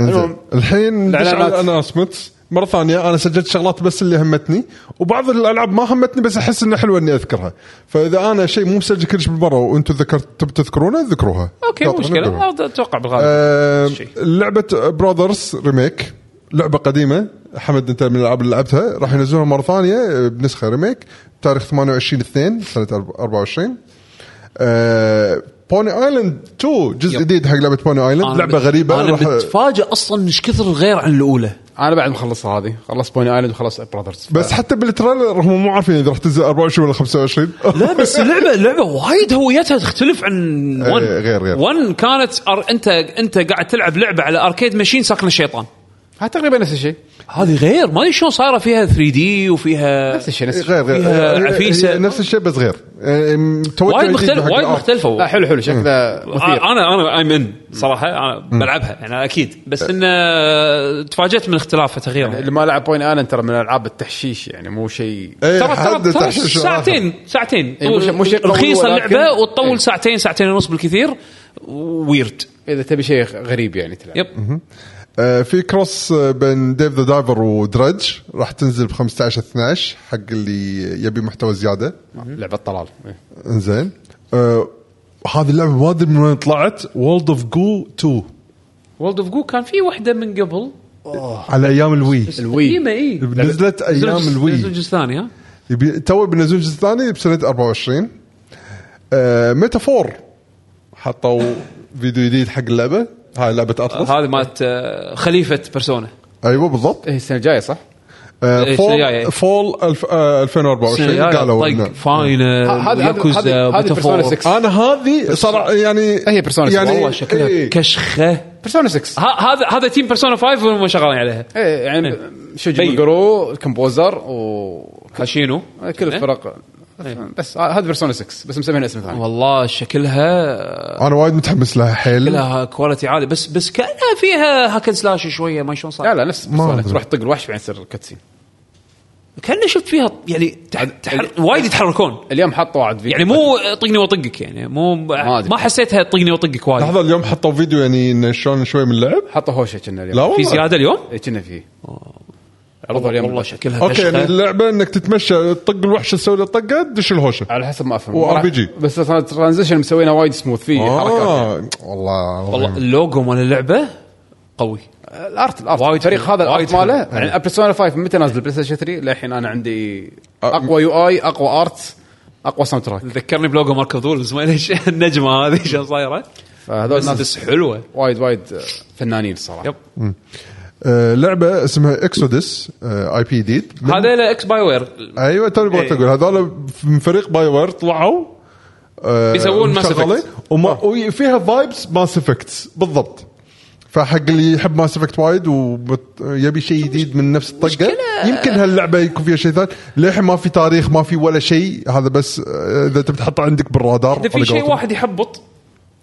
انزين. الحين ندش
الإعلانات.
على الانونسمنت مره ثانيه انا سجلت شغلات بس اللي همتني وبعض الالعاب ما همتني بس احس انه حلوه اني اذكرها فاذا انا شيء مو مسجل كلش بالمره وانتم ذكرت تب تذكرونه ذكروها
اوكي مو
تعطونا
مشكله
ذكروها.
أه، اتوقع بالغالب
آه،
شيء.
لعبه براذرز ريميك لعبه قديمه حمد انت من الالعاب اللي لعبتها راح ينزلونها مره ثانيه بنسخه ريميك تاريخ 28 2 سنه 24 آه، بوني ايلاند 2 جزء جديد حق لعبه بوني ايلاند لعبه غريبه
انا
راح-
متفاجئ اصلا مش كثر غير عن الاولى
انا بعد مخلصها هذه خلصت بوني ايلاند وخلصت براذرز
بس حتى بالتريلر هم مو عارفين اذا راح تنزل 24 ولا 25 [LAUGHS]
لا بس اللعبه اللعبه وايد هويتها تختلف عن
إيه،
1
غير- غير.
1 كانت أر... انت انت قاعد تلعب لعبه على اركيد ماشين ساكن الشيطان
ها تقريبا نفس الشيء
هذه غير ما ادري شلون صايره فيها 3 دي وفيها
نفس الشيء نفس الشيء
إيه، غير غير
فيها
هي-
عفيسة.
هي نفس الشيء بس غير يعني توجه
وايد
جديد
مختلف
بحق
وايد
الأرض.
لا
مختلفه
حلو حلو شكله مثير
انا انا ايم ان صراحه انا بلعبها يعني اكيد بس انه تفاجات من اختلافها تغييرها
اللي ما لعب بوني ايلاند ترى من العاب التحشيش يعني مو شيء
إيه،
ترى ترى
حد
ترى
تحشيش
ساعتين ساعتين
إيه، مو شيء- مو شيء قوي
رخيصه
ولكن-
اللعبه وتطول
إيه.
ساعتين ساعتين ونص بالكثير ويرد
اذا تبي شيء غريب يعني تلعب
يب
آه، في كروس آه، بين ديف ذا دايفر ودرج راح تنزل ب 15 12 حق اللي يبي محتوى زياده
لعبه آه، طلال إيه.
انزين آه، هذه اللعبه ما ادري من وين طلعت وولد اوف جو 2
وولد اوف جو كان في وحده من قبل آه.
على ايام الوي
الوي.
قديمه اي
نزلت ايام الوي
نزل جزء ثاني ها
يبي تو بينزلون الجزء الثاني بسنه 24 آه ميتافور حطوا فيديو جديد حق اللعبه هاي لعبه اطلس
هذه مالت آه، خليفه بيرسونا
ايوه بالضبط
هي السنه الجايه صح؟
آه
إيه، السنة الجاية.
فول فول الف آه 2024 قالوا
طق
إنه-
ه-
فاينل
هذه-
ياكوزا
هذه- هذه
بيتافور
Persona 6.
انا هذه صراحه يعني
هي Persona
يعني
والله
والله شكلها
إيه.
كشخه
بيرسونا 6
ه- هذا هذا تيم بيرسونا 5 وهم شغالين عليها
ايه يعني شوجي
بي.
ميجرو الكمبوزر و
كاشينو
إيه،
إيه.
كل الفرق بس آه، هذا بيرسونا 6 بس مسمينها اسم ثاني
والله شكلها
انا وايد متحمس لها حيل
لها كواليتي عالي بس بس كانها فيها هاكن سلاش شويه ما شلون
لا
صار
لا نفس
ما
Persona.
أدري.
تروح تطق الوحش بعدين تصير كاتسين
كانه شفت فيها يعني تح... تح... وايد يتحركون
اليوم حطوا عاد فيديو
يعني مو طقني واطقك يعني مو ما,
أدري.
حسيتها طقني واطقك وايد
لحظه اليوم حطوا فيديو يعني إنه شلون شوي من اللعب
حطوا هوشه كنا اليوم
لا
في
والله
زياده اليوم
إيه، كنا فيه عرضوا اليوم
والله شكلها
اوكي
كشخة.
يعني اللعبه انك تتمشى تطق الوحش تسوي له طقه تدش الهوشه
على حسب ما افهم
و
راح-
RPG.
بس الترانزيشن مسوينها وايد سموث فيه حركات
آه والله
والله اللوجو مال اللعبه قوي
الارت الارت
وايد
الفريق
حلو.
هذا الارت
وايد
ماله
حلو.
يعني بيرسونا 5 متى نازل بلاي ستيشن 3 للحين انا عندي اقوى يو اي اقوى ارت اقوى ساوند تراك
ذكرني بلوجو ماركو ذول بس ما ليش [LAUGHS] النجمه هذه شلون صايره
فهذول
بس,
ناس
بس حلوه
وايد وايد آه، فنانين الصراحه
يب
آه، لعبه اسمها آه، اكسودس اي بي ديد
هذا له اكس باي وير
ايوه توني بغيت
إيه.
اقول هذول من فريق باي وير طلعوا آه،
بيسوون Mass
شغالة،
Effect. آه.
وما وفيها فايبس ماس افكت بالضبط فحق اللي يحب ماس افكت وايد ويبي شيء جديد من نفس الطقه يمكن هاللعبه يكون فيها شيء ثاني للحين ما في تاريخ ما في ولا شيء هذا بس آه، اذا تبي تحطه عندك بالرادار
اذا في
على
شيء
قولتهم.
واحد يحبط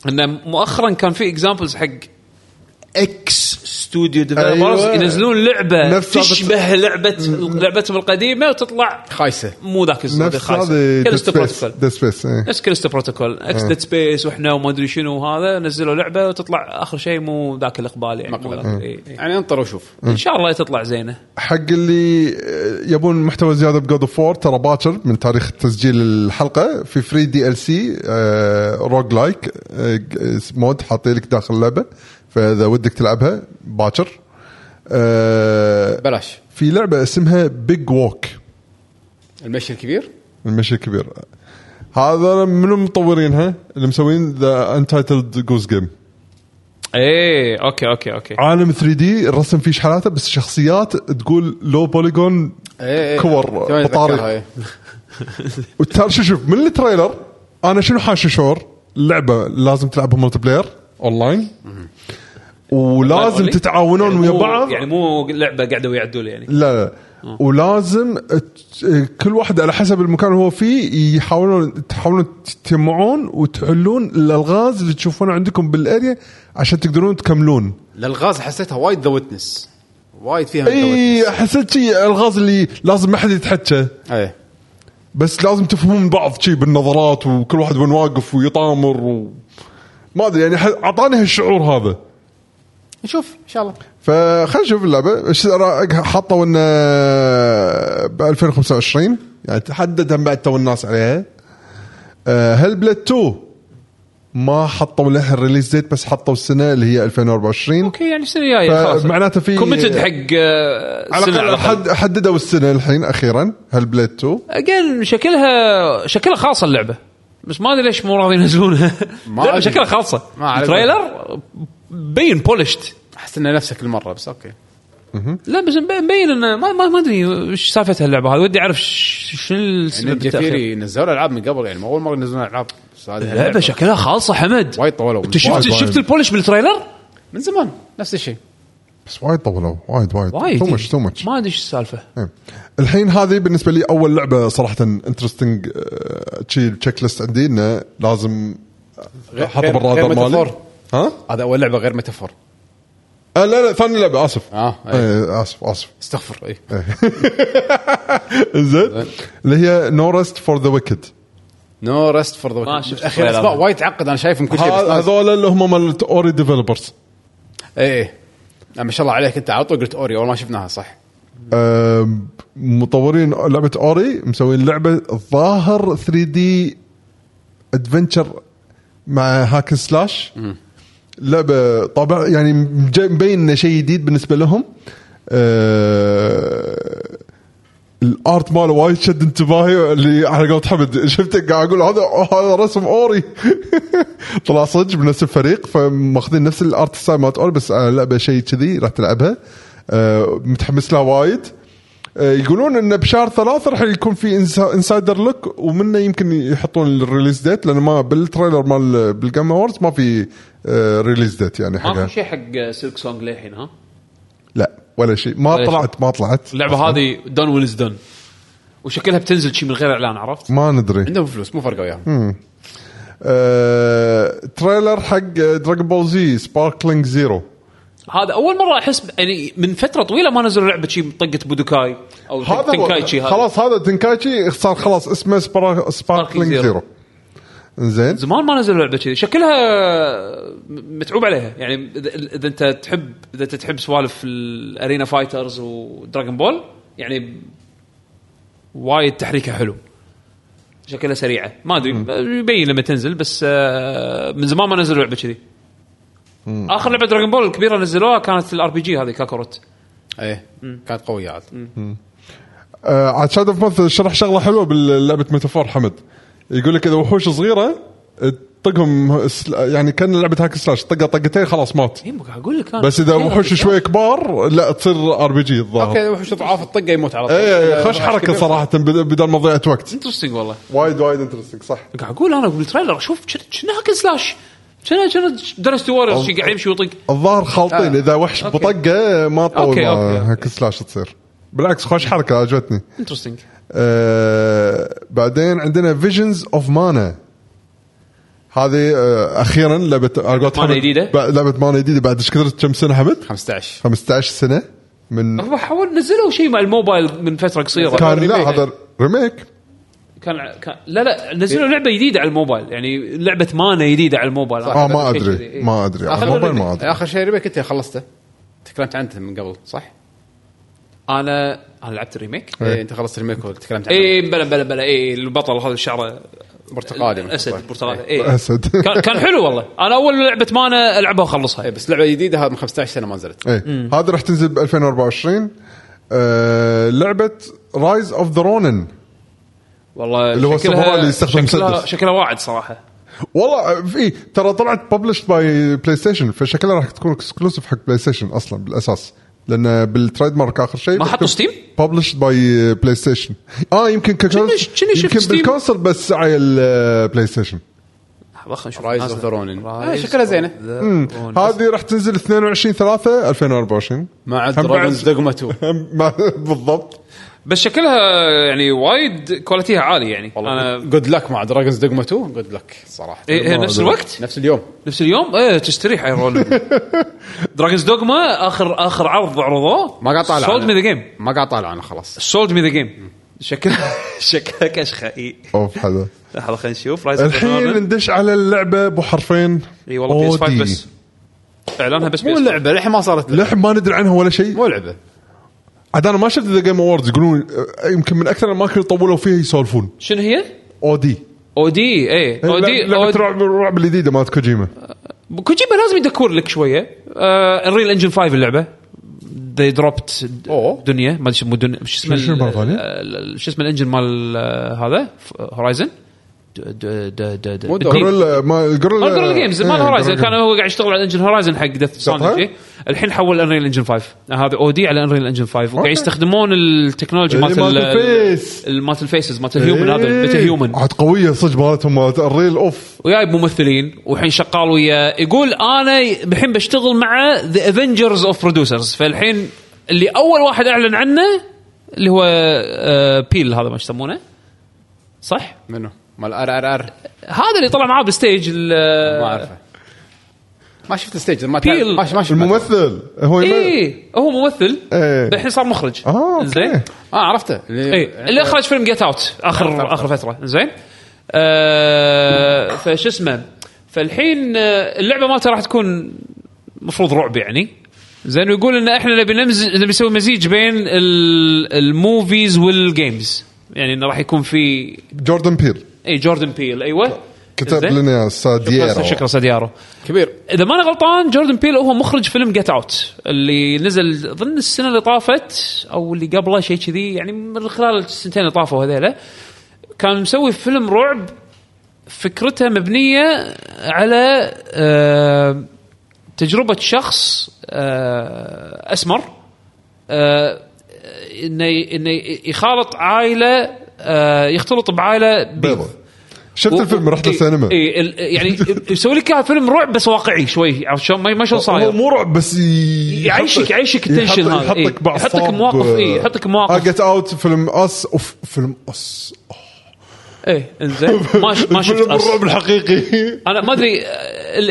انه مؤخرا كان في اكزامبلز حق اكس استوديو ديفلوبرز
أيوة.
ينزلون لعبه
نفس لعبة-
تشبه لعبه لعبتهم القديمه وتطلع
خايسه
مو ذاك الزود
نفس
الخايس
هذه
كريستو بروتوكول
ديد سبيس
نفس كريستو بروتوكول
آه.
نفس ديد سبيس واحنا وما ادري شنو وهذا نزلوا لعبه وتطلع اخر شيء مو ذاك الاقبال يعني مو
مقبل.
ذاك- إي، إي.
يعني انطر وشوف
آه.
ان شاء الله تطلع زينه
حق اللي يبون محتوى زياده بجود اوف 4 ترى باكر من تاريخ تسجيل الحلقه في فري دي ال سي روج لايك آه، مود حاطين لك داخل اللعبه فاذا ودك تلعبها باكر آه،
بلاش
في لعبه اسمها بيج ووك
المشي الكبير
المشي الكبير هذا منو مطورينها اللي مسوين ذا انتايتلد جوز جيم
ايه اوكي اوكي اوكي
عالم 3 دي الرسم فيه شحالاته بس شخصيات تقول لو بوليجون
إيه، إيه.
كور
توني أتذكرها،
بطاري
إيه.
وترى شوف شوف من التريلر انا شنو حاش شعور اللعبه لازم تلعبها ملتي بلاير اونلاين ولازم
أونلاين؟
تتعاونون ويا
مو-
بعض
طيب، يعني مو لعبه قاعده ويا عدول يعني
لا لا ولازم ت- كل واحد على حسب المكان اللي هو فيه يحاولون تحاولون تجمعون وتحلون الالغاز اللي تشوفونها عندكم بالاريا عشان تقدرون تكملون
للغاز حسيتها وايد ذا ويتنس وايد فيها
إيه.
اي حسيت شي الغاز اللي لازم ما حد يتحكى
اي
بس لازم تفهمون بعض شي بالنظرات وكل واحد وين واقف ويطامر و... ما ادري يعني ح- اعطاني هالشعور هذا
نشوف ان شاء الله
فخلينا نشوف اللعبه ايش رأيك؟ حطوا انه آه، ب 2025 يعني تحدد هم بعد تو الناس عليها آه، هل بلاد 2 ما حطوا لها الريليز ديت بس حطوا السنه اللي هي 2024
اوكي يعني السنه الجايه خلاص
فمعناته في-
كوميتد حق آه،
على
السنة
الاقل حد حددوا السنه الحين اخيرا هل بلاد 2
اجين شكلها شكلها خاصه اللعبه بس ما ادري ليش مو راضيين ينزلونها
[LAUGHS]
[LAUGHS]
ما
اللعبة
أدري.
شكلها خاصه
ما عليك.
تريلر بين بولشت
احس انه نفسك المره بس يعني اوكي
لا بس مبين- مبين انه ما ما, ما ادري وش سالفتها اللعبه هذه ودي اعرف ش- شنو
يعني
السبب
نينجا
التاخير
ثيري نزلوا العاب من قبل يعني مو اول مره ينزلون العاب بس هذه
اللعبه شكلها خالصه حمد
وايد طولوا
انت
وايد
شفت
وايد.
شفت البولش بالتريلر؟
من زمان نفس الشيء
بس وايد طولوا وايد وايد
وايد
تو ماتش تو ماتش
ما ادري ايش السالفه
نعم. الحين هذه بالنسبه لي اول لعبه صراحه انترستنج آه، شي تشيك ليست عندي انه لازم
غير-
احطه
غير-
بالرادار
غير
مالي
ميتافور.
ها؟
هذا اول لعبه غير ميتافور
آه لا لا ثاني لعبه اسف
آه، أي.
آه إيه. اسف اسف [LAUGHS]
استغفر إيه. اي
زين اللي هي نو ريست فور ذا ويكد
نو ريست فور ذا
ما شفت
اخي
الطيارة
الاسماء
هذا.
وايد تعقد انا شايفهم كل شيء بس ناس-
هذول اللي هم مال اوري ديفلوبرز
اي اي آه، ما شاء الله عليك انت على طول قلت اوري اول ما شفناها صح
مطورين لعبه اوري مسوين لعبه الظاهر 3 دي ادفنتشر مع هاك سلاش لعبه طابع يعني مج- مبين انه شيء جديد بالنسبه لهم آه، الارت ماله وايد شد انتباهي اللي على قولة حمد شفته قاعد اقول هذا هذا رسم اوري [LAUGHS] طلع صدق من نفس الفريق فماخذين نفس الارت ستايل مالت اوري بس على لعبه شيء كذي راح تلعبها آه، متحمس لها وايد آه، يقولون انه بشهر ثلاثة راح يكون في إنسا- انسايدر لوك ومنه يمكن يحطون الريليز ديت لان ما بالتريلر مال بالجيم اووردز ما في آه، ريليز ديت يعني حقها
ماكو شيء حق سلك سونج للحين ها
لا ولا شيء ما
ولا شيء.
طلعت ما طلعت
اللعبه هذه دون ويلز دون وشكلها بتنزل شي من غير اعلان عرفت؟
ما ندري
عندهم فلوس مو فارقه وياهم
آه، تريلر حق دراجون بول زي سباركلينج زيرو
هذا اول مره احس ب- يعني من فتره طويله ما نزلوا لعبه شي طقه بودوكاي او
هذا هو-
تنكايتشي هذا
خلاص هذا تنكايتشي صار خلاص اسمه سبارا- سباركلينج
زيرو.
زيرو زين
زمان ما نزلوا لعبه كذي شكلها متعوب عليها يعني اذا إذا انت تحب اذا انت تحب سوالف الارينا فايترز ودراغون بول يعني وايد تحريكها حلو شكلها سريعه ما ادري يبين لما تنزل بس آه، من زمان ما نزلوا لعبه كذي اخر لعبه دراغون بول الكبيره نزلوها كانت الار بي جي هذه كاكوروت
ايه كانت قويه عاد
آه عاد شاد اوف مانث شرح شغله حلوه بلعبه ميتافور حمد يقول لك اذا وحوش صغيره طقهم سل- يعني كان لعبه هاك سلاش طقه طقتين خلاص مات
اي إيه، قاعد اقول لك أنا.
بس اذا
إيه،
وحوش شوي كبار لا تصير ار بي جي الظاهر إيه،
اوكي وحش ضعاف الطقه يموت على طول
اي اي خوش حركه صراحه بد- بدل ما ضيعت وقت
انترستنج والله
وايد وايد انترستنج صح
قاعد اقول انا بالتريلر شوف كنا هاكن سلاش كنا كنا درست ووريرز قاعد يمشي ويطق
الظاهر خالطين
آه.
اذا وحش
أوكي.
بطقه ما تطول
أوكي، أوكي، أوكي.
هاك سلاش تصير بالعكس خوش حركه عجبتني
انترستنج
آه بعدين عندنا فيجنز اوف مانا هذه آه، اخيرا لعبه على قولة
مانا
حمد،
جديدة؟
ب- لعبه مانا جديده بعد ايش كثر كم سنه حمد؟
15
15 سنه من
ربع حول نزلوا شيء مع الموبايل من فتره قصيره
كان لا
ريميك.
هذا ريميك
كان, كان لا لا نزلوا لعبه جديده على الموبايل يعني لعبه مانا جديده على الموبايل
اه ما
شيء كذي،
ادري
إيه. آه.
ما ادري على
آخر
الموبايل ما
ريميك-
ادري
اخر شيء ريميك انت خلصته تكلمت عنه من قبل صح؟
انا انا لعبت الريميك
إيه.
ايه انت خلصت ريميك وتكلمت عنه
اي بلا بلا بلا اي البطل هذا شعره
برتقالي
اسد
متوقع.
برتقالي
إيه.
اي
اسد
كان كان حلو والله انا اول لعبه مانا العبها واخلصها
إيه، بس لعبه جديده هذا من 15 سنه ما نزلت
ايه هذا راح تنزل ب 2024 آه، لعبه رايز اوف ذا رونن
والله
اللي هو
شكلها-
السموراء اللي يستخدم
شكلها
مسدس.
شكلها واعد صراحه
والله في ترى طلعت ببلشد باي بلاي ستيشن فشكلها راح تكون اكسكلوسيف حق بلاي ستيشن اصلا بالاساس لان بالتريد مارك اخر شيء
ما حطوا Steam؟
ببلشد باي بلاي ستيشن اه يمكن ككونسل
شنو- شنو شفت
يمكن
Steam؟
بالكونسل بس على آه، البلاي ستيشن
لحظه خلينا نشوف
Rise
نازلة.
of the Ronin. آه،
Rise
شكلها
of
زينة.
the Ronin.
هذه راح تنزل 22 3 2024
ما عاد
هم بعد-
دراجونز دوغما 2
[LAUGHS] ما- بالضبط
بس شكلها يعني وايد كواليتيها عالي يعني
والله
انا
جود لك مع دراجونز دوغما 2 جود لك صراحه
إيه إيه، نفس
ما أدري.
الوقت
نفس اليوم
نفس اليوم ايه تستريح يا [LAUGHS] رول دراجونز دوغما اخر اخر عرض عرضوه
ما قاعد طالع
سولد مي ذا جيم
ما قاعد طالع انا خلاص
سولد مي ذا جيم [LAUGHS] شكلها شكلها كشخه اي
اوف حلو
لحظه خلينا نشوف رايز
الحين ندش على اللعبه ابو حرفين
اي والله بي اس 5
OD.
بس اعلانها بس
مو
PS5.
لعبه للحين ما صارت لعبة.
لحم ما ندري عنها ولا شيء
مو لعبه
عاد انا ما شفت ذا جيم اووردز يقولون آه، يمكن من اكثر الاماكن اللي طولوا فيها يسولفون
شنو هي؟ إيه.
او دي
او دي اي
إيه،
او دي
لعبه رعب الرعب الجديده مالت كوجيما
كوجيما لازم يدكور لك آه، شويه انريل انجن 5 اللعبه they dropped د-
أوه.
دنيا ما ادري شو- مو دنيا شو اسمه
شنو- شنو
ال-
مرة ثانية؟
ال- ال- شو اسمه الانجن مال آه، هذا هورايزن
مو
مو
دوري.
جوريلا ما جوريلا
جوريلا جيمز مال
إيه،
هورايزن
Gorilla
كان هو قاعد يشتغل على انجن هورايزن حق ديث
صح؟
ستراندنج الحين حول انريل انجن 5 هذا او دي على انريل انجن 5 وقاعد
أوكي.
يستخدمون التكنولوجي مالت
اللي مالت
ال-
الفيس.
ال- مالت الفيسز مالت
Games.
الهيومن هذا
إيه.
البيتا هيومن
عاد قويه صدق مالتهم مالت الريل اوف
وياي بممثلين والحين شغال ويا يقول انا الحين بشتغل مع ذا افنجرز اوف برودوسرز فالحين اللي اول واحد اعلن عنه اللي هو آه، بيل هذا ما يسمونه صح؟
منو مال ار ار ار
هذا اللي طلع معاه بالستيج ال-
ما اعرفه ما شفت الستيج ما
بيل.
تعرف- ما ش- ما شفت
الممثل هو يم-
ايه هو ممثل
إيه.
الحين صار مخرج
آه، أوكي.
زين
اه عرفته إيه. اللي
اي اللي اخرج فيلم جيت اوت اخر اخر فتره زين آه فش اسمه فالحين آه، اللعبه مالته راح تكون مفروض رعب يعني زين ويقول ان احنا نبي نمز... نبي نسوي مزيج بين ال... الموفيز والجيمز يعني انه راح يكون في إيه،
جوردن بيل
اي جوردن بيل ايوه
كتب
زين؟
لنا يا استاذ دييرو
شكرا ساديارو
كبير
اذا ما انا غلطان جوردن بيل هو مخرج فيلم جيت اوت اللي نزل اظن السنه اللي طافت او اللي قبله شيء كذي يعني من خلال السنتين اللي طافوا هذيلا كان مسوي فيلم رعب فكرته مبنيه على آه، تجربه شخص آه، اسمر آه، انه انه يخالط عائله آه، يختلط بعائله بيض
بيضة شفت الفيلم رحت
إيه.
السينما
اي
[LAUGHS]
يعني يسوي لك إياه فيلم رعب بس واقعي شوي عرفت شلون ما ما شلون
هو
صاير
مو رعب بس ي-
يعيشك-
يحطك-
يعيشك التنشن
يحط-
هذا، إيه.
يحطك بعصاب
يحطك مواقف، إيه، يحطك مواقف.
جيت اوت فيلم اس اوف فيلم اس
اي
[LAUGHS]
انزين إيه، ما ش- ما شفت
فيلم
أصلاً.
الرعب الحقيقي
انا ما ادري آه،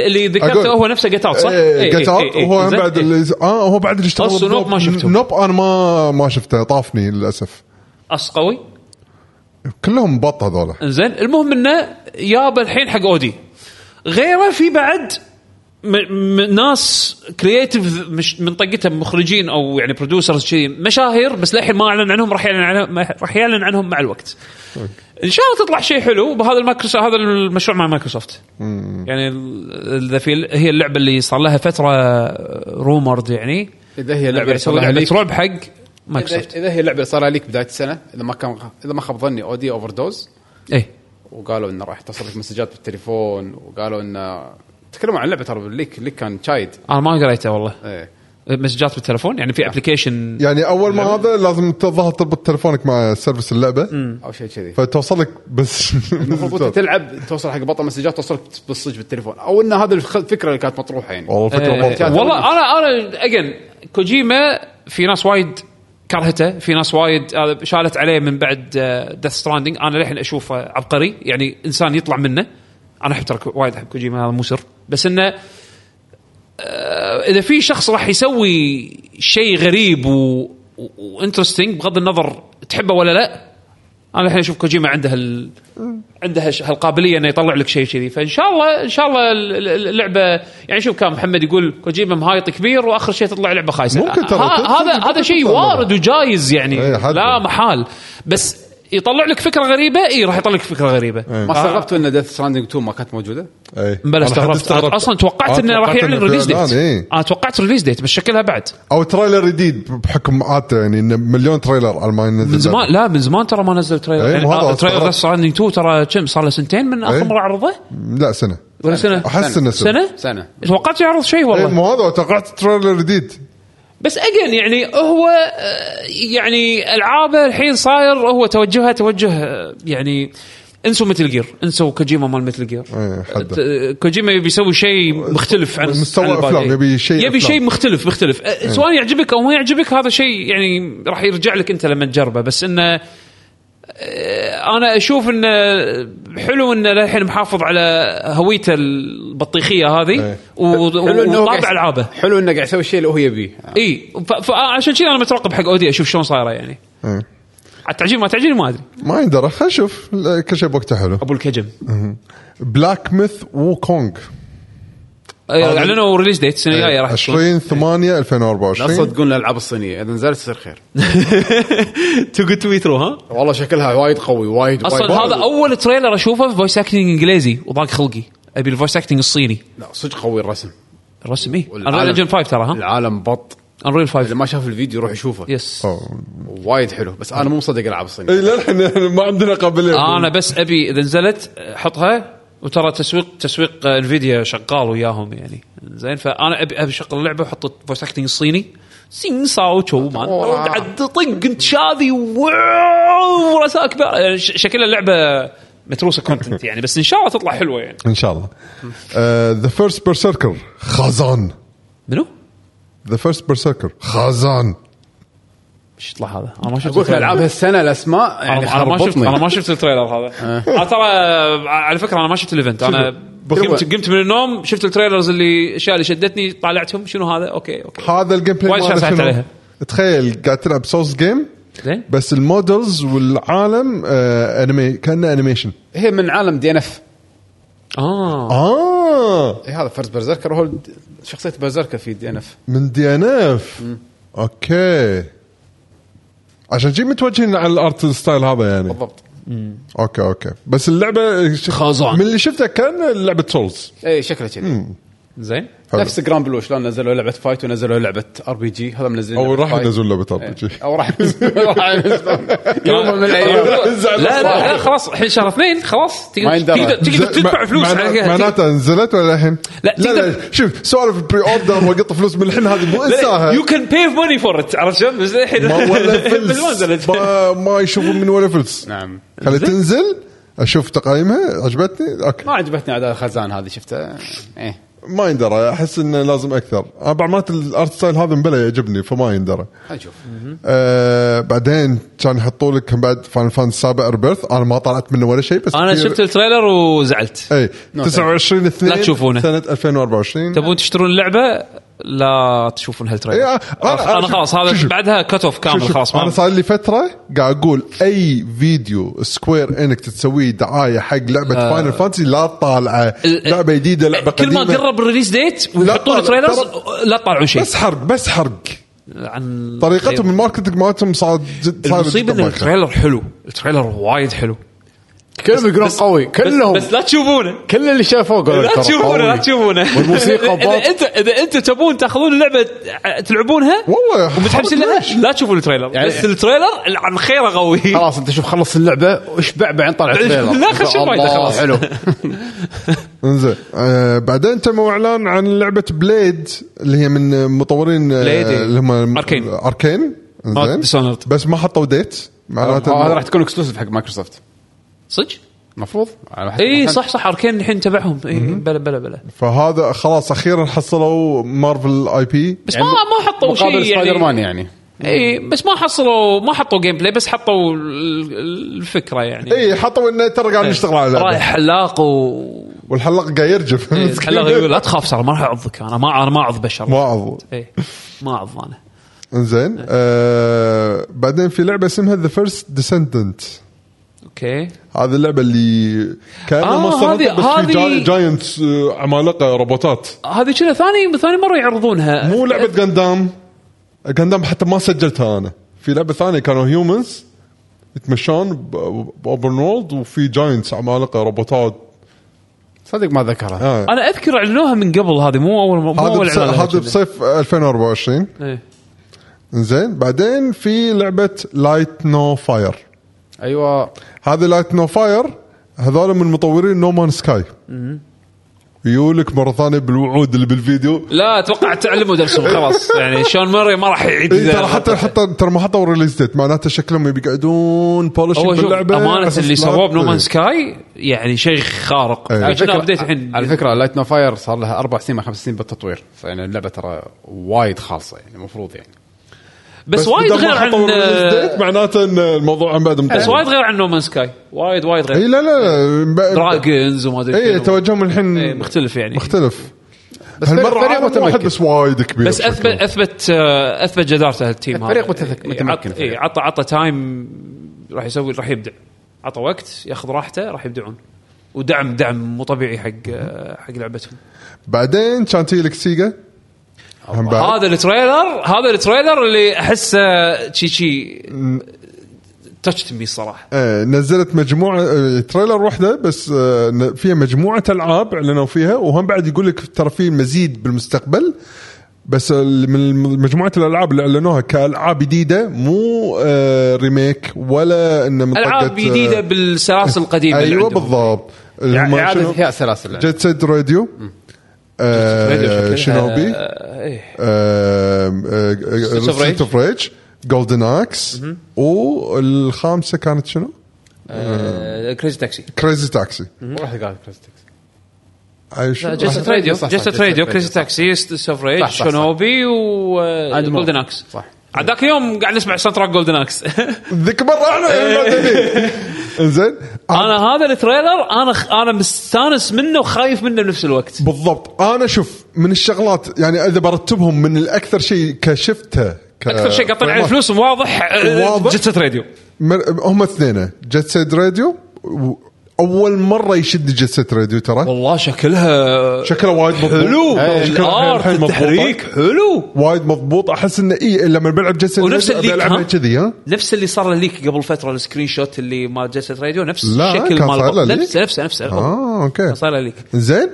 اللي ذكرته
أقول. إيه،
هو نفسه جيت اوت آه، صح؟ إيه،
جيت اوت هو هم بعد اللي اه هو بعد اللي اشتغل
أص ونوب
بنوب.
إيه. ما شفته.
نوب انا ما ما شفته طافني للاسف
اس قوي
كلهم بط هذول
انزين المهم انه يابا الحين حق اودي غيره في بعد م م ناس كرييتيف مش من طقتهم مخرجين او يعني برودوسرز كذي مشاهير بس للحين ما اعلن عنهم راح يعلن عنهم راح يعلن عنهم مع الوقت. ان شاء الله تطلع شيء حلو بهذا المايكروسوفت هذا المشروع مع مايكروسوفت. يعني ال- اذا في هي اللعبه اللي صار لها فتره رومرد يعني
اذا هي
لعبه
لعبه
يسوي
صار
لعبه
عليك
رعب حق
إذا,
مايكروسوفت.
اذا هي لعبه صار لك بدايه السنه اذا ما كان اذا ما خاب ظني اودي اوفر دوز
ايه
وقالوا انه راح تصل لك مسجات بالتليفون وقالوا انه تكلموا عن لعبه ترى الليك الليك كان تشايد
انا ما قريته والله
ايه
مسجات بالتليفون يعني في ابلكيشن
يعني اول ما هذا لازم تظهر تربط تليفونك مع سيرفس اللعبه
او شيء كذي
فتوصلك
[LAUGHS]
بس
المفروض أنت تلعب توصل حق بطل مسجات توصلك بالصج بالتليفون او ان هذا الخ- الفكره اللي كانت مطروحه يعني
والله فكره
إيه.
بط
والله انا انا اجين كوجيما في ناس وايد كرهته في ناس وايد آه، شالت عليه من بعد ديث ستراندنج انا للحين اشوفه عبقري يعني انسان يطلع منه انا احب ترى كو- وايد احب كوجيما هذا مو سر بس انه آه، اذا في شخص راح يسوي شيء غريب و... وانترستنج بغض النظر تحبه ولا لا انا الحين اشوف كوجيما عنده ال... عنده هش- هالقابليه انه يطلع لك شيء كذي فان شاء الله ان شاء الله ال- ال- اللعبه يعني شوف كان محمد يقول كوجيما مهايط كبير واخر شيء تطلع لعبه خايسه
ممكن ترى
ه-
تصدق
هذا هذا
ممكن
شيء
تطلع لعبة.
وارد وجايز يعني
إيه، حد
لا
يعني.
محال بس يطلع لك فكره غريبه اي راح يطلع لك فكره غريبه
ما استغربت ان ديث ستراندنج 2 ما كانت موجوده
إيه.
بلا
أنا حتى
استغربت أنا اصلا توقعت
أنا
انه راح
توقعت
يعلن
إنه
ريليز
فعلاً،
ديت
إيه.
انا توقعت ريليز ديت بس شكلها بعد
او تريلر جديد بحكم عادته يعني إنه مليون تريلر على ما ينزل
من زمان لا من زمان ترى ما نزل تريلر
إيه،
يعني
مو هذا
آه، تريلر
استغربت.
ديث ستراندنج 2 ترى كم صار له سنتين من اخر
إيه.
مره عرضه
لا سنه
ولا سنه
احس انه سنه
سنه؟
سنه
توقعت يعرض شيء
إيه،
والله
مو هذا توقعت تريلر جديد
بس اجين يعني هو آه، يعني العابه الحين صاير هو توجهها توجه آه، يعني انسوا مثل جير انسوا كوجيما مال مثل جير
إيه، حده.
ت- آه، كوجيما يبي يسوي شيء مختلف عن
مستوى
عن الباقي.
أفلام، يبي شيء
يبي
أفلام. إيه.
شيء مختلف مختلف أه، سواء يعجبك او ما يعجبك هذا شيء يعني راح يرجع لك انت لما تجربه بس آه، انه أه، انا اشوف انه آه، حلو انه للحين محافظ على هويته البطيخيه هذه
إيه.
و-
حلو إنه هو
وطابع
قاعد-
العابه
حلو انه قاعد يسوي الشيء اللي هو يبيه
اي فعشان كذا انا مترقب حق اودي اشوف شلون صايره يعني
إيه.
على التعجيل ما تعجيل ما ادري
ما يندرى خلينا نشوف لا، كل شيء بوقته حلو
ابو الكجم
بلاك ميث وو كونج
أي، اعلنوا ريليز ديت السنه الجايه راح تكون.
20
[LAUGHS]
8
لا
2024
تصدقون الالعاب الصينيه اذا نزلت تصير خير
تو جود تو بي ثرو ها
والله شكلها وايد قوي وايد
اصلا
وايد
هذا اول تريلر اشوفه في فويس اكتنج انجليزي وضاق خلقي ابي الفويس اكتنج الصيني
لا صدق قوي الرسم
الرسم ايه انريل
والعالم-
انجن 5 ترى ها
العالم بط
انريل
اذا
5
ما شاف الفيديو روح يشوفه
يس
أوه.
وايد حلو بس انا مو مصدق العاب الصينيه
اي للحين ما عندنا قابليه
انا آه، بس ابي اذا نزلت حطها وترى تسويق تسويق آه، انفيديا شغال وياهم يعني زين فانا ابي ابي اشغل اللعبه واحط الفويس اكتنج الصيني سين ساو تشو مان
أوه.
قعد طق انت شاذي واو، ورساء كبار يعني ش- شكلها اللعبه متروسه كونتنت يعني بس ان شاء الله تطلع حلوه يعني
ان شاء الله آه، ذا فيرست برسيركر خزان
منو؟
ذا فيرست برسيركر خزان
ايش يطلع هذا؟ انا ما شفت
اقول لك العاب هالسنه الاسماء يعني
انا أنا ما شفت
خربطني
انا ما شفت التريلر
آه.
هذا انا ترى على فكره انا ما شفت الايفنت انا
شوفه.
قمت قمت من النوم شفت التريلرز اللي الاشياء اللي شدتني طالعتهم شنو هذا اوكي اوكي
هذا الجيم بلاي
وايد
ماله
شاسعت
شنو؟
عليها.
تخيل قاعد تلعب سوس جيم
زين
بس المودلز والعالم آه انمي كانه انيميشن
هي من عالم دي ان اف
اه
اه
إيه، هذا فرز برزركر هو الد- شخصيه برزركر في دي ان اف
من دي ان اف اوكي عشان جي متوجهين على الارت ستايل هذا يعني
بالضبط
اوكي اوكي بس اللعبه
خزان.
من اللي شفتها كان لعبه سولز
اي إيه، شكله كذي
زين
حلو.
نفس جرام بلو شلون نزلوا لعبه فايت ونزلوا لعبه ار بي جي هذا
إيه،
منزلين
او
لعبة
راح
طيب.
فايت.
ينزلون لعبه ار بي
إيه.
جي
او راح [LAUGHS] ينزلون- راح ينزلون يوم من الايام
[LAUGHS]
لا
[LAUGHS]
لا لا خلاص الحين شهر اثنين خلاص
ما
تقدر
يندرى.
تقدر تقدر تدفع فلوس على لا
معناته نزلت ولا الحين؟
لا،
لا, لا شوف سوالف البري
[LAUGHS]
اوردر وقط فلوس من الحين هذه مو انساها
يو كان بيف ماني فور ات عرفت شلون؟ بس الحين
ما ولا
[LAUGHS] بس ما
فلس
نزلت
ما, ما يشوفون من ولا فلس
نعم
خلي تنزل اشوف تقايمها عجبتني اوكي
ما عجبتني اداء الخزان هذه شفته ايه
ما يندرى احس انه لازم اكثر انا بعد مالت الارت ستايل هذا مبلا يعجبني فما يندرى
خلينا نشوف
آه بعدين كان يحطوا لك بعد فان فان السابع ريبيرث انا ما طلعت منه ولا شيء بس
انا
كثير- إيه،
شفت التريلر وزعلت
اي 29 2
لا تشوفونه.
سنه 2024
تبون تشترون اللعبه لا تشوفون هالتريلر
إيه، أنا- أنا-
انا خلاص
شوف-
هذا
شوف-
بعدها كت اوف كامل
شوف شوف،
خلاص
انا
ما
صار لي فتره قاعد اقول اي فيديو سكوير انك تسويه دعايه حق لعبه آه فاينل فانتسي لا طالعه
ال-
لعبه جديده لعبه
كل ما
قديمه
قرب الريليز ديت ويحطون
طالع-
تريلرز
ترى-
لا طلعوا شيء طيب.
بس حرق بس حرق
عن
طريقتهم الماركتنج مالتهم صار جد صار
المصيبه ان
جداً بايخة.
التريلر حلو التريلر وايد حلو
كلهم يقولون قوي كلهم
بس لا تشوفونه
كل اللي شافوه قالوا
لا
ترى
تشوفونه
قوي.
لا تشوفونه
والموسيقى
إذا-
باط.
اذا انت اذا انت تبون تاخذون اللعبه تلعبونها
والله
ومتحمسين
حرق
لها
ليش؟
لا تشوفوا التريلر
يعني-
بس التريلر عن خيره قوي
خلاص انت شوف خلص اللعبه واشبع بعدين طلع التريلر
لا، خش
الله،
الوايد، خلاص.
حلو
انزين آه بعدين تم اعلان عن لعبه بليد اللي هي من مطورين آه
بليد، إيه.
اللي هم
أركين.
اركين
مال
انزين
آه، Dishonored. آه،
بس ما حطوا ديت معناته
هذا راح تكون اكسكلوسيف حق مايكروسوفت
صدق؟
المفروض
اي صح صح اركين الحين تبعهم اي بلا بلا بلا
فهذا خلاص اخيرا حصلوا مارفل اي بي
بس ما ما حطوا شيء
يعني مقابل
يعني
سبايدر مان يعني
اي بس ما حصلوا ما حطوا جيم بلاي بس حطوا ال- ال- الفكره يعني
إيه،
إيه.
اي حطوا انه ترى قاعد نشتغل على اللعبة. إيه.
رايح حلاق و
والحلاق قاعد يرجف
إيه، الحلاق يقول لا تخاف ساره ما راح اعضك انا ما انا ما اعض بشر
واعظ
إيه، ما اعض انا إيه.
انزين آه بعدين في لعبه اسمها ذا فيرست ديسندنت
اوكي
هذه اللعبه اللي كانها
آه،
مصر
هذه-
بس في جاي
هذه-
جاينتس آه، عمالقه روبوتات
هذه كذا ثاني ثاني مره يعرضونها
مو لعبه غندام غندام حتى ما سجلتها انا في لعبه ثانيه كانوا هيومنز يتمشون ب- باوبن وولد وفي جاينتس عمالقه روبوتات
صدق ما ذكرها
آه.
انا اذكر اعلنوها من قبل هذه مو اول مو
هذا
اول
بس-
إعلان لها
هذا
كذا.
بصيف 2024
إيه.
زين بعدين في لعبه لايت نو فاير
ايوه
هذه لايت نو فاير هذول من مطورين نو مان سكاي يقولك مره ثانيه بالوعود اللي بالفيديو
لا اتوقع تعلموا درسهم خلاص
[LAUGHS]
يعني شون ماري ما راح يعيد
إيه ترى حتى حتى ترى ما حطوا ريليز ديت معناته شكلهم يبي يقعدون بولش
هو شوف
باللعبه
امانه
أساس
اللي سووه
لا-
بنو مان سكاي يعني شيء خارق
إيه.
يعني
على
شنو ابديت الحين
على فكره لايت نو فاير صار لها اربع سنين ما خمس سنين بالتطوير فيعني اللعبه ترى وايد خالصه يعني المفروض يعني
بس وايد
بدل ما
غير عن
حطوا release date، معناته ان الموضوع عن بعد
بس وايد غير عن نومان سكاي وايد وايد
اي
غير
لا إيه، لا
دراجونز وما ادري
اي
شنو.
توجههم الحين
إيه، مختلف يعني
مختلف
بس
هالمره
فريق- فريق
عالم واحد
متمكن.
بس وايد كبير
بس اثبت
شكله.
اثبت آه، اثبت جدارته التيم
فريق
هذا.
متثك-
إيه،
متمكن
عط-
فريق.
إيه، عطى عطى تايم راح يسوي راح يبدع عطى وقت ياخذ راحته راح يبدعون ودعم دعم مو طبيعي حق آه، حق لعبتهم
بعدين كانت تجي لك سيجا هم بعد.
هذا التريلر هذا التريلر اللي احسه شي شي تاتشت مي الصراحه
آه، نزلت مجموعه آه، تريلر واحده بس آه، ن- فيها مجموعه العاب اعلنوا فيها وهم بعد يقول لك ترى في مزيد بالمستقبل بس ال- من الم- مجموعه الالعاب اللي اعلنوها كالعاب جديده مو آه، ريميك ولا انه من
العاب
طقة، آه،
جديده بالسلاسل القديمه اللي
ايوه
عندهم.
بالضبط اللي هم
يعني اعاده
شنو؟
احياء سلاسل يعني.
جيت سيد راديو آه،
راديو شكلها.
شينوبي آه،
آه، إيه.
Streets of Rage.
ستريت اوف ريج جولدن اكس والخامسه كانت شنو؟
آه، كريزي تاكسي
كريزي تاكسي
روح تقال كريستكس
جست
صح،
راديو
صح، صح،
جست
Just
راديو
Trade.
كريزي تاكسي
صح،
سفريج
صح، صح.
شونوبي وجولدن اكس
صح
ذاك اليوم قاعد نسمع سنتراك جولدن اكس [LAUGHS]
ذيك مره
إيه.
احنا زين
انا هذا التريلر انا خ- انا مستانس منه وخايف منه بنفس الوقت
بالضبط انا شوف من الشغلات يعني اذا برتبهم من الاكثر شيء كشفته ك-
اكثر شيء قطعنا على
فريمات.
فلوسهم أه، واضح أه،
واضح.
جست راديو
مر- هم اثنين جت سيد راديو و- اول مره يشد جت سيد راديو ترى
والله شكلها
شكله وايد مضبوط
حلو
إيه، شكله
الارت
الحين مضبوط.
التحريك حلو
وايد مضبوط احس انه اي لما بلعب جت سيد
ونفس
راديو
الليك،
بلعبها
ها؟
كذي ها
نفس اللي صار ليك قبل فتره السكرين شوت اللي مال جست راديو نفس
لا،
الشكل
كان
مال
صاير له ليك؟
نفسه نفسه نفسه
اه اوكي
كان صاير له ليك
زين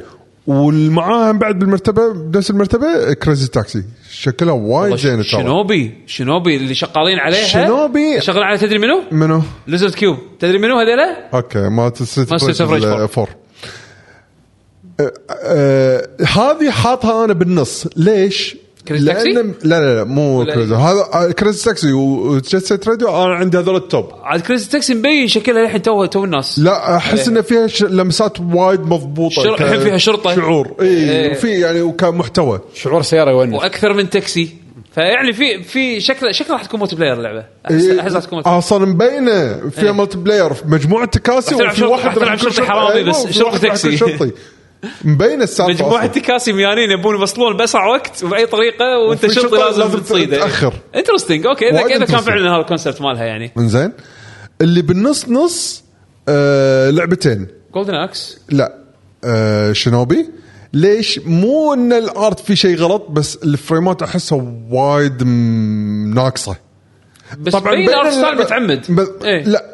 والمعاه هم بعد بالمرتبه بنفس المرتبه كريزي تاكسي شكلها وايد زين ترى
شنوبي شنوبي اللي شغالين عليها
شنوبي.
شغالين عليها تدري منو؟
منو؟
ليزرد كيوب تدري منو هذيلا؟
اوكي ما تسريت
ما تسريت ريج فور.
فور أه، أه، هذه حاطها انا بالنص ليش؟
كريزي تاكسي؟
لأن- لا لا لا مو
ولا
كريزي هذا أه، كريزي تاكسي وجيت راديو انا عندي هذول التوب
عاد كريزي تاكسي مبين شكلها الحين تو تو الناس
لا احس ان فيها ش- لمسات وايد مضبوطه
إيه. شر-
ك-
الحين فيها شرطة.
شعور اي
إيه.
وفي يعني وكمحتوى
شعور سياره يونس
واكثر من تاكسي فيعني في في شكله شكله راح تكون موت بلاير اللعبه احس
إيه،
احس راح تكون multi-
اصلا مبينه
إيه.
فيها ملتي بلاير في مجموعه تكاسي
راح تلعب
وفي
شرطي-
واحد
راح تلعب
يكون
شرطي حرامي
أيوة،
بس
وفي
شرطي
واحد راح يكون
تاكسي.
شرطي مبينه السالفه
مجموعه
أصلاً.
تكاسي ميانين يبون يوصلون باسرع وقت وباي طريقه وانت
وفي
شرطي
شرطة
لازم
لازم
تصيده
تتأخر.
انترستنج اوكي اذا
وايد
اذا كان
interesting.
فعلا هذا الكونسبت مالها يعني
انزين اللي بالنص نص آه لعبتين
جولدن اكس
لا آه شنوبي ليش مو ان الارت في شيء غلط بس الفريمات احسها وايد م- ناقصه
بس بين
بين
الارت ستايل
اللعبة-
متعمد
بس-
إيه.
لا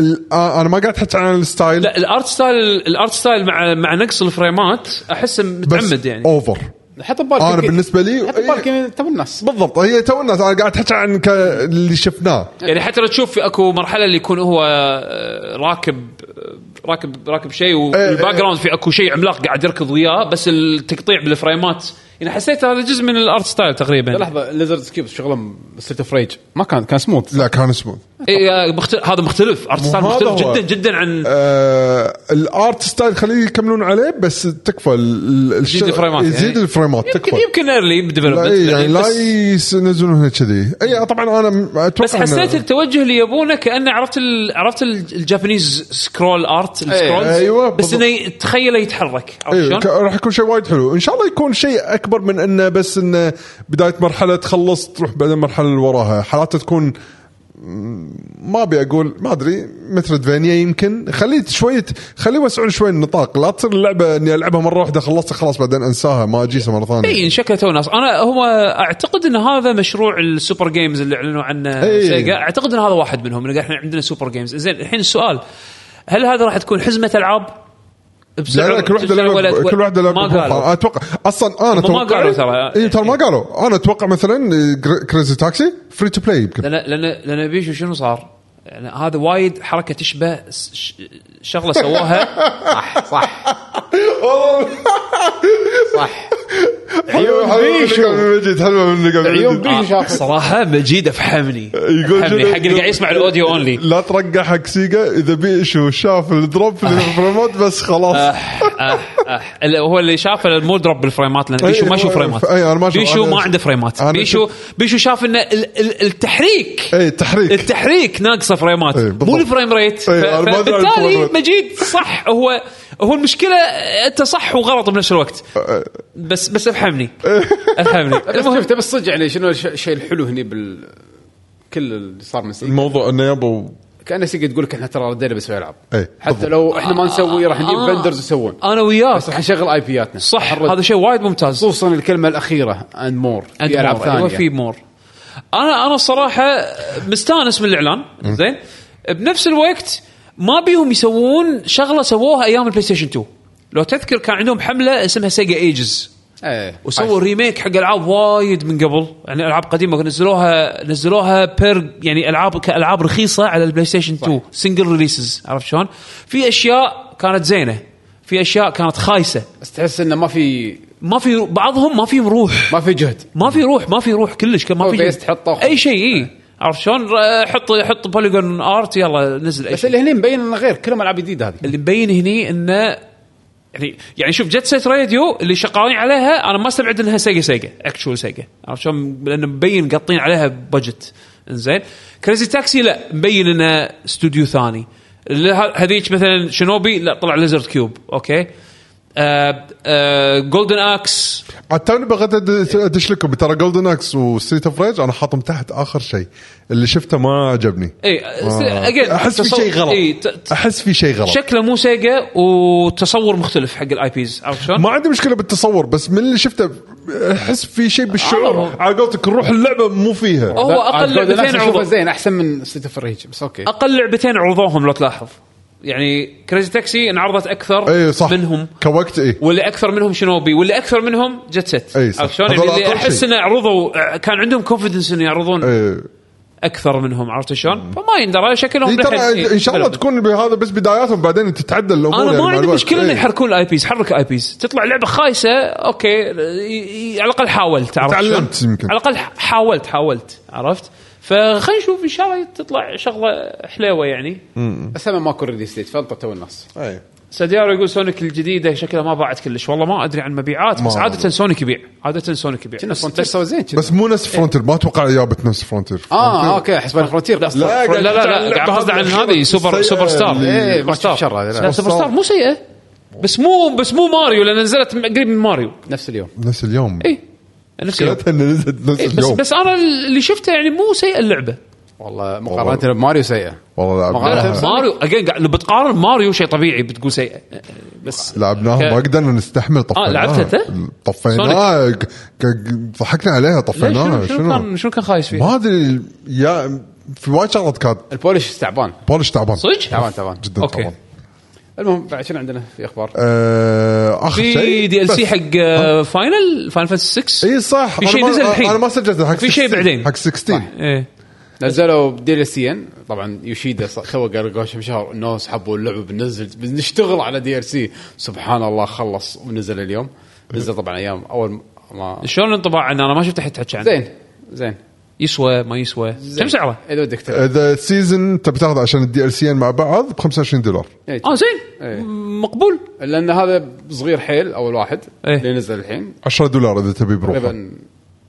ال- آه، انا ما قاعد احكي عن الستايل
لا الارت ستايل الارت ستايل مع مع نقص الفريمات احسه متعمد يعني
اوفر
حط ببالك
انا بالنسبه لي إيه.
حط ببالك يعني تو الناس
بالضبط هي تو الناس انا قاعد احكي عن ك- اللي شفناه
يعني حتى لو تشوف في اكو مرحله اللي يكون هو آه، راكب آه، راكب راكب شيء
إيه،
والباك
إيه.
جراوند في اكو شيء عملاق قاعد يركض وياه بس التقطيع بالفريمات يعني حسيت هذا جزء من الارت ستايل تقريبا
لحظه ليزرد سكيب شغله ستريت اوف ريج ما كان كان سموث
لا كان سموث
إيه آه، مختل... هذا مختلف ارت ستايل
مو هذا
مختلف
هو.
جدا جدا عن
آه الارت ستايل خليه يكملون عليه بس تكفى ال- ال-
يزيد الفريمات
يزيد
يعني.
الفريمات
يمكن
تكفى
يمكن ايرلي
لا
ديفلوبمنت
إيه يعني لا يس- ينزلون هنا كذي إيه، اي طبعا انا م- اتوقع
بس
إنه-
حسيت التوجه اللي يبونه كانه عرفت ال... عرفت ال- الجابانيز سكرول ارت عرفت السكرولز
أيوة،
بس
بالضبط.
انه تخيله يتحرك عرفت
ايه
شلون؟
ك- راح يكون شيء وايد حلو ان شاء الله يكون شيء اكبر من انه بس انه بدايه مرحله تخلص تروح بعدين المرحله اللي وراها حالات تكون مم، ما ابي اقول ما ادري متردفينيا يمكن خليه شويه خليه يوسعون شوي النطاق لا تصير اللعبه اني العبها مره واحده خلصتها خلاص بعدين انساها ما اجيسها مره ثانيه
اي إيه، شكله تو ناس انا هو اعتقد ان هذا مشروع السوبر جيمز اللي اعلنوا عنه
إي.
سيجا اعتقد ان هذا واحد منهم إن احنا عندنا سوبر جيمز زين الحين السؤال هل هذا راح تكون حزمه العاب
لا لا كل واحده لعبه كل واحده لعبه
ما
بروحها.
قالوا
اتوقع اصلا انا
هم ما قالوا ترى.
اي إيه، ترى ما قالوا انا اتوقع مثلا كريزي تاكسي فري تو بلاي يمكن
لان لان لان بيشو شنو صار؟ يعني هذا وايد حركه تشبه س- ش- شغله
[LAUGHS]
سواها
صح صح صح
حلوة- حلوة من
بيشو.
قبل مجيد حلوه من قبل
عيون
مجيد.
بيشو شافت
صراحه مجيد افحمني
يقول شنو-
افحمني حق اللي قاعد يسمع الاوديو اونلي
لا ترقع حق سيجا اذا بيشو شاف الدروب اللي في
آه.
الريموت بس خلاص
أح أح أح ال- آه، هو اللي شاف مو دروب بالفريمات لان بيشو
أي،
ما شوف
هو-
فريمات
أي، أنا ما أشوف.
بيشو
أنا-
ما عنده فريمات
أنا
بيشو بيشو شاف ان ال- ال- التحريك
اي إيه، تحريك
التحريك ناقصه فريمات
إيه، بالضبط.
مو الفريم ريت ف-
إيه، أنا ما أدري عن
فبالتالي
الفريم ريت.
مجيد صح هو هو المشكله انت صح وغلط بنفس الوقت بس بس افهمني
[LAUGHS]
افهمني
بس
المهم
شفت بس صدق يعني شنو الش- الشيء الحلو هني بال كل اللي صار من سيجا
الموضوع انه يابو
كان سيجا تقول لك احنا ترى ردينا بس العاب
إيه،
حتى
بالضبط.
لو احنا ما نسوي راح نجيب بندرز يسوون
انا وياك
بس راح نشغل اي بياتنا
آه. صح هذا شيء وايد ممتاز
خصوصا الكلمه الاخيره اند مور
And
في العاب
more. أيوة،
ثانيه
في مور انا انا الصراحه مستانس من الاعلان زين بنفس الوقت ما بيهم يسوون شغله سووها ايام البلاي ستيشن 2 لو تذكر كان عندهم حمله اسمها سيجا ايجز
ايه
وسووا ريميك حق العاب وايد من قبل يعني العاب قديمه نزلوها نزلوها بير يعني العاب كالعاب رخيصه على البلاي ستيشن 2 سنجل ريليسز عرفت شلون؟ في اشياء كانت زينه في اشياء كانت خايسه
بس تحس انه ما في
ما في بعضهم ما فيهم روح
ما في جهد
ما في روح ما في روح كلش كان ما
هو
في
بس
شيء.
تحطه وخلاص.
اي شيء اي عرفت شلون؟ ر- حط حط بوليجون ارت يلا نزل اي
بس
شيء
اللي هني مبين انه غير كلهم العاب جديده هذه
اللي مبين هني انه يعني يعني شوف جت سيت راديو اللي شغالين عليها انا ما استبعد انها سيجا سيجا اكشول سيجا عرفت شلون؟ لان مبين قاطين عليها بجت انزين كريزي تاكسي لا مبين انه استوديو ثاني اللي ه- هذيك مثلا شنوبي لا طلع ليزرد كيوب اوكي آه، جولدن اكس
عاد توني بغيت أد- ادش لكم ترى جولدن اكس وستريت اوف ريج انا حاطهم تحت اخر شيء اللي شفته ما عجبني
اي اجين
احس آه. في شيء
اي
غلط احس في شيء غلط
شكله مو سيجا وتصور مختلف حق الاي بيز عرفت شلون؟
ما عندي مشكله بالتصور بس من اللي شفته احس في شيء بالشعور
الله.
على قولتك روح اللعبه مو فيها
هو
آه،
اقل لعبتين
عرضه
عرضوا
زين احسن من سيت اوف ريج بس اوكي
اقل لعبتين عرضوهم لو تلاحظ يعني كريزي تاكسي انعرضت اكثر
اي إيه، صح إيه.
منهم
كوقت اي
واللي اكثر منهم شنوبي واللي اكثر منهم جت ست
إي صح.
عرفت شلون؟
هذول
يعني اللي
أقل
احس
شيء.
انه عرضوا كان عندهم كونفدنس انه يعرضون
إيه.
اكثر منهم عرفت شلون؟ فما يندرى شكلهم
إيه
لحد-
ترى ان شاء الله
بلد.
تكون بهذا بس بداياتهم بعدين تتعدل الامور
انا
يعني
ما
مع
عندي
الوقت.
مشكله انه
إيه.
يحركون الاي بيز حرك اي بيز تطلع لعبه خايسه اوكي ي- ي- على الاقل حاولت عرفت
تعلمت
شلون؟
يمكن.
على الاقل ح- حاولت حاولت عرفت فخلينا نشوف ان شاء الله تطلع شغله حليوه يعني
بس هم ماكو ريليس ديت فانطر تو الناس
إيه.
ساديارو يقول سونيك الجديده شكلها ما باعت كلش والله ما ادري عن مبيعات بس
ما
عاده سونيك يبيع عاده سونيك يبيع
كنا
بس-
فرونتير
بس-
سوى زين كنا.
بس مو نفس فرونتير ما اتوقع جابت نفس
آه،
فرونتير
اه اوكي حسبان فرونتير لا
لا،
لا لا لا قاعد قصدي عن هذه سوبر سوبر ستار
إيه،
سوبر
ما
ستار
شاف شر هذه، لا.
لا، سوبر ستار مو سيئه بس مو بس مو ماريو لان نزلت قريب من ماريو
نفس اليوم
نفس اليوم
اي نفس اليوم.
كانت إنها نزلت نفس
إيه، بس
اليوم
بس انا اللي شفته يعني مو سيء اللعبه
والله مقارنه بماريو سيئه
والله
مقارنة
لعبناها
بس-
ماريو اجين قاعد- لو بتقارن ماريو شيء طبيعي بتقول سيء بس
لعبناها
ك-
ما قدرنا نستحمل طفيناها
آه، لعبتها أنت؟
طفيناها ك- ك- ضحكنا عليها
ليش؟ شنو
طفيناها
شنو
شنو
كان شنو كان خايس فيه؟
ما ادري يا في وايد شغلات كانت
البولش تعبان
بولش تعبان
صدق؟
تعبان تعبان
جدا
أوكي.
تعبان
المهم بعد شنو عندنا في اخبار؟
آه، اخر
في
شيء
دي ال سي
بس. إيه.
حق آه، فاينل فاينل فانتسي 6
اي صح
في
أنا
شيء
ما-
نزل
أنا-
الحين.
انا ما سجلت حق
في شيء
16.
بعدين.
حق 16
ايه
نزلوا بديلسيين طبعا يوشيدا ص- تو قال قبل شهر انه سحبوا اللعبه بننزل بنشتغل على دي ار سي سبحان الله خلص ونزل اليوم نزل طبعا ايام اول م- ما
شلون الانطباع عنه؟ انا ما شفت احد تحكي عنه
زين زين
يسوى ما يسوى
زين. إيه،
كم سعره؟
اذا ودك تلعب
اذا السيزون آه، تبي تاخذه عشان الدي ال سيين يعني مع بعض ب 25 دولار
إيه.
اه زين
إيه.
مقبول
لان هذا صغير حيل اول واحد
إيه.
اللي نزل الحين
10 دولار اذا تبي بروحه
تقريبا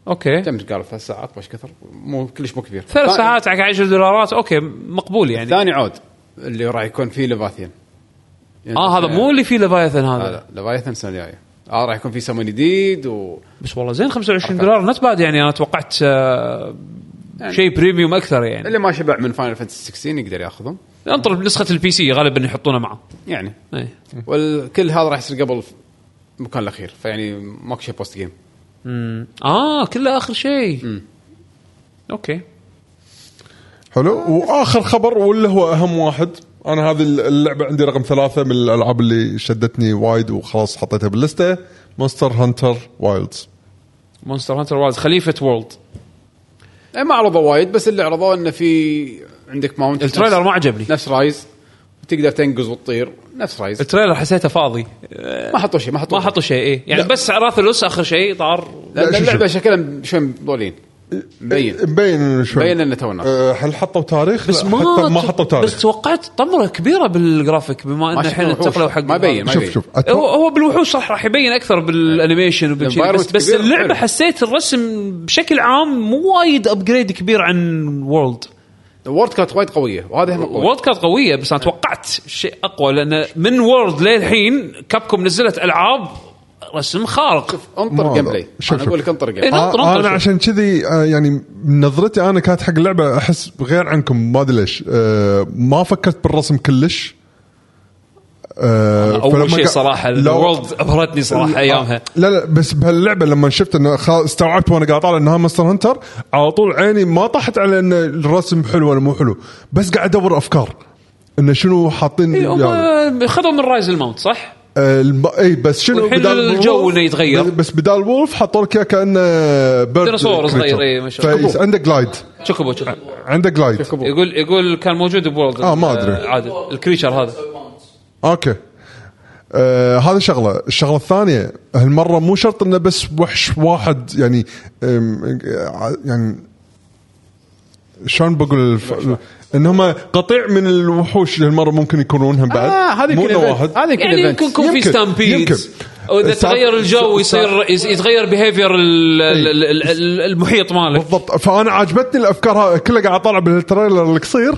اوكي
كم قالوا ثلاث ساعات مش كثر مو كلش مو كبير
ثلاث
ثا-
ساعات على 10 دولارات اوكي مقبول يعني
ثاني عود اللي راح يكون فيه ليفاثيان يعني
اه هذا مو اللي فيه ليفايثن
لا
هذا
لا ليفايثن السنه الجايه اه راح يكون في سمون جديد و
بس والله زين 25 دولار نت باد يعني انا توقعت آه، شيء بريميوم اكثر يعني
اللي ما شبع من فاينل فانتسي 16 يقدر ياخذهم
انطر بنسخه البي سي غالبا يحطونه معه
يعني
إيه.
والكل هذا راح يصير قبل المكان الاخير فيعني ماكو شيء بوست جيم
اه كله اخر شيء اوكي
حلو واخر خبر واللي هو اهم واحد انا هذه اللعبه عندي رقم ثلاثه من الالعاب اللي شدتني وايد وخلاص حطيتها باللسته مونستر هانتر وايلدز
مونستر هانتر واز خليفه وورلد
إيه ما عرضوا وايد بس اللي عرضوه انه في عندك ماونت
التريلر
نفس-
ما عجبني
نفس رايز تقدر تنقز وتطير نفس رايز
التريلر حسيته فاضي آه،
ما حطوا شيء ما حطوا
ما حطوا شيء ايه يعني بس راث اللص اخر شيء طار
لان
لا، إيه، شوف،
اللعبه شكلها شوي مضولين مبين
مبين شوي
مبين انه تو الناس.
أه، هل حطوا تاريخ؟
إيه. بس
لا،
ما
حتى ما
ت-
حطوا تاريخ
بس توقعت طمره كبيره بالجرافيك بما ان
شكله
الحين
وحوش.
انتقلوا حق
ما يبين، ما
شوف،
شوف شوف أتوقع-
هو هو بالوحوش صح راح يبين اكثر بالانيميشن وبالشيء بس
الانفايرمنت
بس
كبير
اللعبه
حلو.
حسيت الرسم بشكل عام مو وايد ابجريد كبير عن وورلد
وورد كانت وايد قويه وهذه هم قويه
وورلد كانت قويه
إيه.
بس انا توقعت شيء اقوى لان من وورلد للحين كابكم نزلت العاب رسم خارق
انطر
ما-
جيم بلاي
شوف،
انا
شوف.
اقول لك انطر جيم
إيه،
بلاي
نطر، نطر
آه انا
شوي.
عشان كذي آه يعني من نظرتي انا كانت حق اللعبه احس غير عنكم ما ادري ليش آه ما فكرت بالرسم كلش آه فلما
اول شيء
كا-
صراحه
لو-
الوورلد ابهرتني صراحه ايامها
لا لا بس بهاللعبه لما شفت انه خلاص استوعبت وانا قاعد طالع انها مستر هنتر على طول عيني ما طاحت على ان الرسم حلو ولا مو حلو بس قاعد ادور افكار انه شنو حاطين
إيه، هم
يعني.
خذوا من رايز الماونت صح؟
الب... اي آه، إيه، بس شنو
والحين الجو
وولف-
إنه يتغير.
بس- بس بدال وولف حطوا لك إياه كانه بيرد
ديناصور صغير، إيه، ما شاء الله.
عنده جلايد
شكبو شكبو
عنده جلايد
يقول يقول كان موجود بورلد
آه، ما أدري.
عادل الكريتشر هذا
اوكي آه هذا شغله، الشغله الثانيه هالمره مو شرط انه بس وحش واحد يعني آم، آه، يعني شلون بقول الف... ان هم قطيع من الوحوش اللي هالمره ممكن يكونونهم بعد
آه هذه
مو
يمكن
إنه
event.
واحد
هذه يمكن
يعني
event.
يمكن يكون في
يمكن، يمكن.
ستامبيدز واذا
ساعة-
تغير الجو
ساعة-
يصير يز- يتغير بيهيفير
إيه.
المحيط ماله
بالضبط فانا عجبتني الافكار ها- كلها قاعد اطالع بالتريلر القصير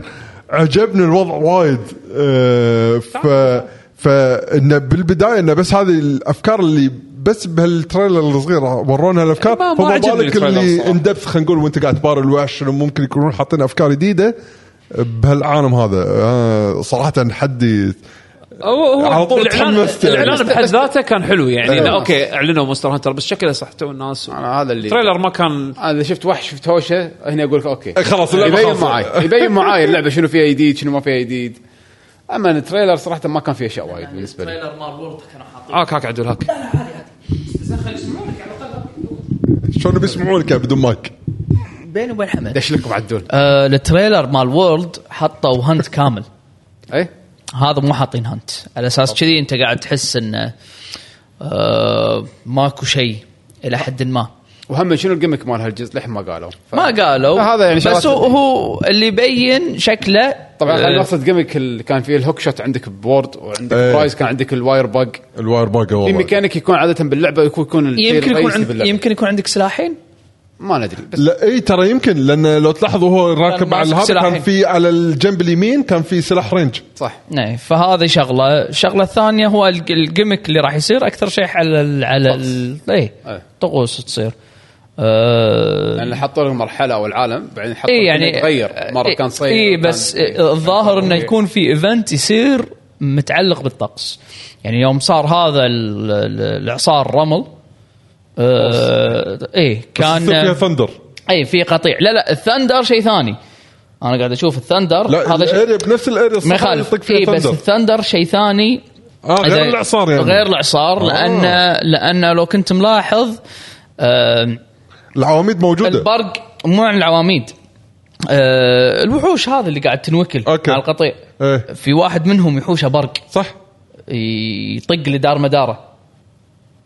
عجبني الوضع وايد آه، ف فانه بالبدايه انه بس هذه الافكار اللي بس بهالتريلر الصغير ورونا الافكار
ما- ما
فما
عجبني
بالك
التريلر
اللي
الصراحة.
اندبث خلينا نقول وانت قاعد تبار الوحش شنو ممكن يكونون حاطين افكار جديده بهالعالم هذا آه، صراحه حدي
هو هو
على طول
الإعلان-
تحمست يعني.
الاعلان بحد ذاته كان حلو يعني
إيه.
إنه اوكي اعلنوا مونستر هانتر بس شكله صح تو الناس
أنا هذا اللي-
التريلر ما كان
انا اذا شفت وحش شفت هوشه هنا اقول لك اوكي
إيه، خلاص، اللعبة
يبين
خلصت.
معاي يبين معاي اللعبه شنو فيها جديد شنو ما فيها جديد اما التريلر صراحه ما كان فيه اشياء
يعني
وايد بالنسبه لي
تريلر مال وورد كانوا حاطين
هاك هاك عدل هاك
شلون بيسمعونك بدون مايك
بيني وبين حمد
دش لكم عدول
آه، التريلر مال وورلد حطوا هنت كامل
اي
هذا مو حاطين هنت على اساس كذي انت قاعد تحس انه آه، ماكو شيء الى حد ما
وهم شنو الجيمك مال هالجزء لحين ما قالوا ف...
ما قالوا
هذا يعني شغلات-
بس هو- هو اللي يبين شكله
طبعا
آه،
انا اقصد جيمك اللي كان فيه الهوك شوت عندك بورد وعندك
إيه.
برايز كان عندك الواير باج
الواير باقه
في
والله
ميكانيك يكون عاده باللعبه يكون يكون الشيء
يمكن يكون
الرئيسي
عند
باللعبة.
يمكن يكون عندك سلاحين
ما ندري بس
لا اي ترى يمكن لان لو تلاحظوا هو راكب
ماسك
على الهاب كان
سلاحين.
في على الجنب اليمين كان في سلاح رينج
صح
نعم فهذه شغله الشغله الثانيه هو الج- الجيمك اللي راح يصير اكثر شيء على ال على ال اي
إيه. يعني
طقوس تصير آه
لان حطوا لهم مرحله او العالم بعدين حطوا
اي يعني
تغير مره
إيه-
كان صيف
اي
وكان-
بس إيه، الظاهر انه يكون في ايفنت يصير متعلق بالطقس يعني يوم صار هذا ال- ال- الاعصار رمل آه ايه
كان فيها
كان
ثندر
اي في قطيع لا لا الثندر شيء ثاني انا قاعد اشوف الثندر
لا
هذا شيء
الاريا بنفس الاريا
ما
الصحراء يطق
يخالف
فيها
اي بس
ثندر
الثندر شيء ثاني
آه، غير
إذا-
الإعصار يعني.
غير الاعصار
آه.
لان لان لو كنت ملاحظ آه
العواميد موجوده
البرق مو عن العواميد آه الوحوش هذا اللي قاعد تنوكل
أوكي.
مع القطيع
إيه.
في واحد منهم يحوشه برق
صح
يطق لدار مداره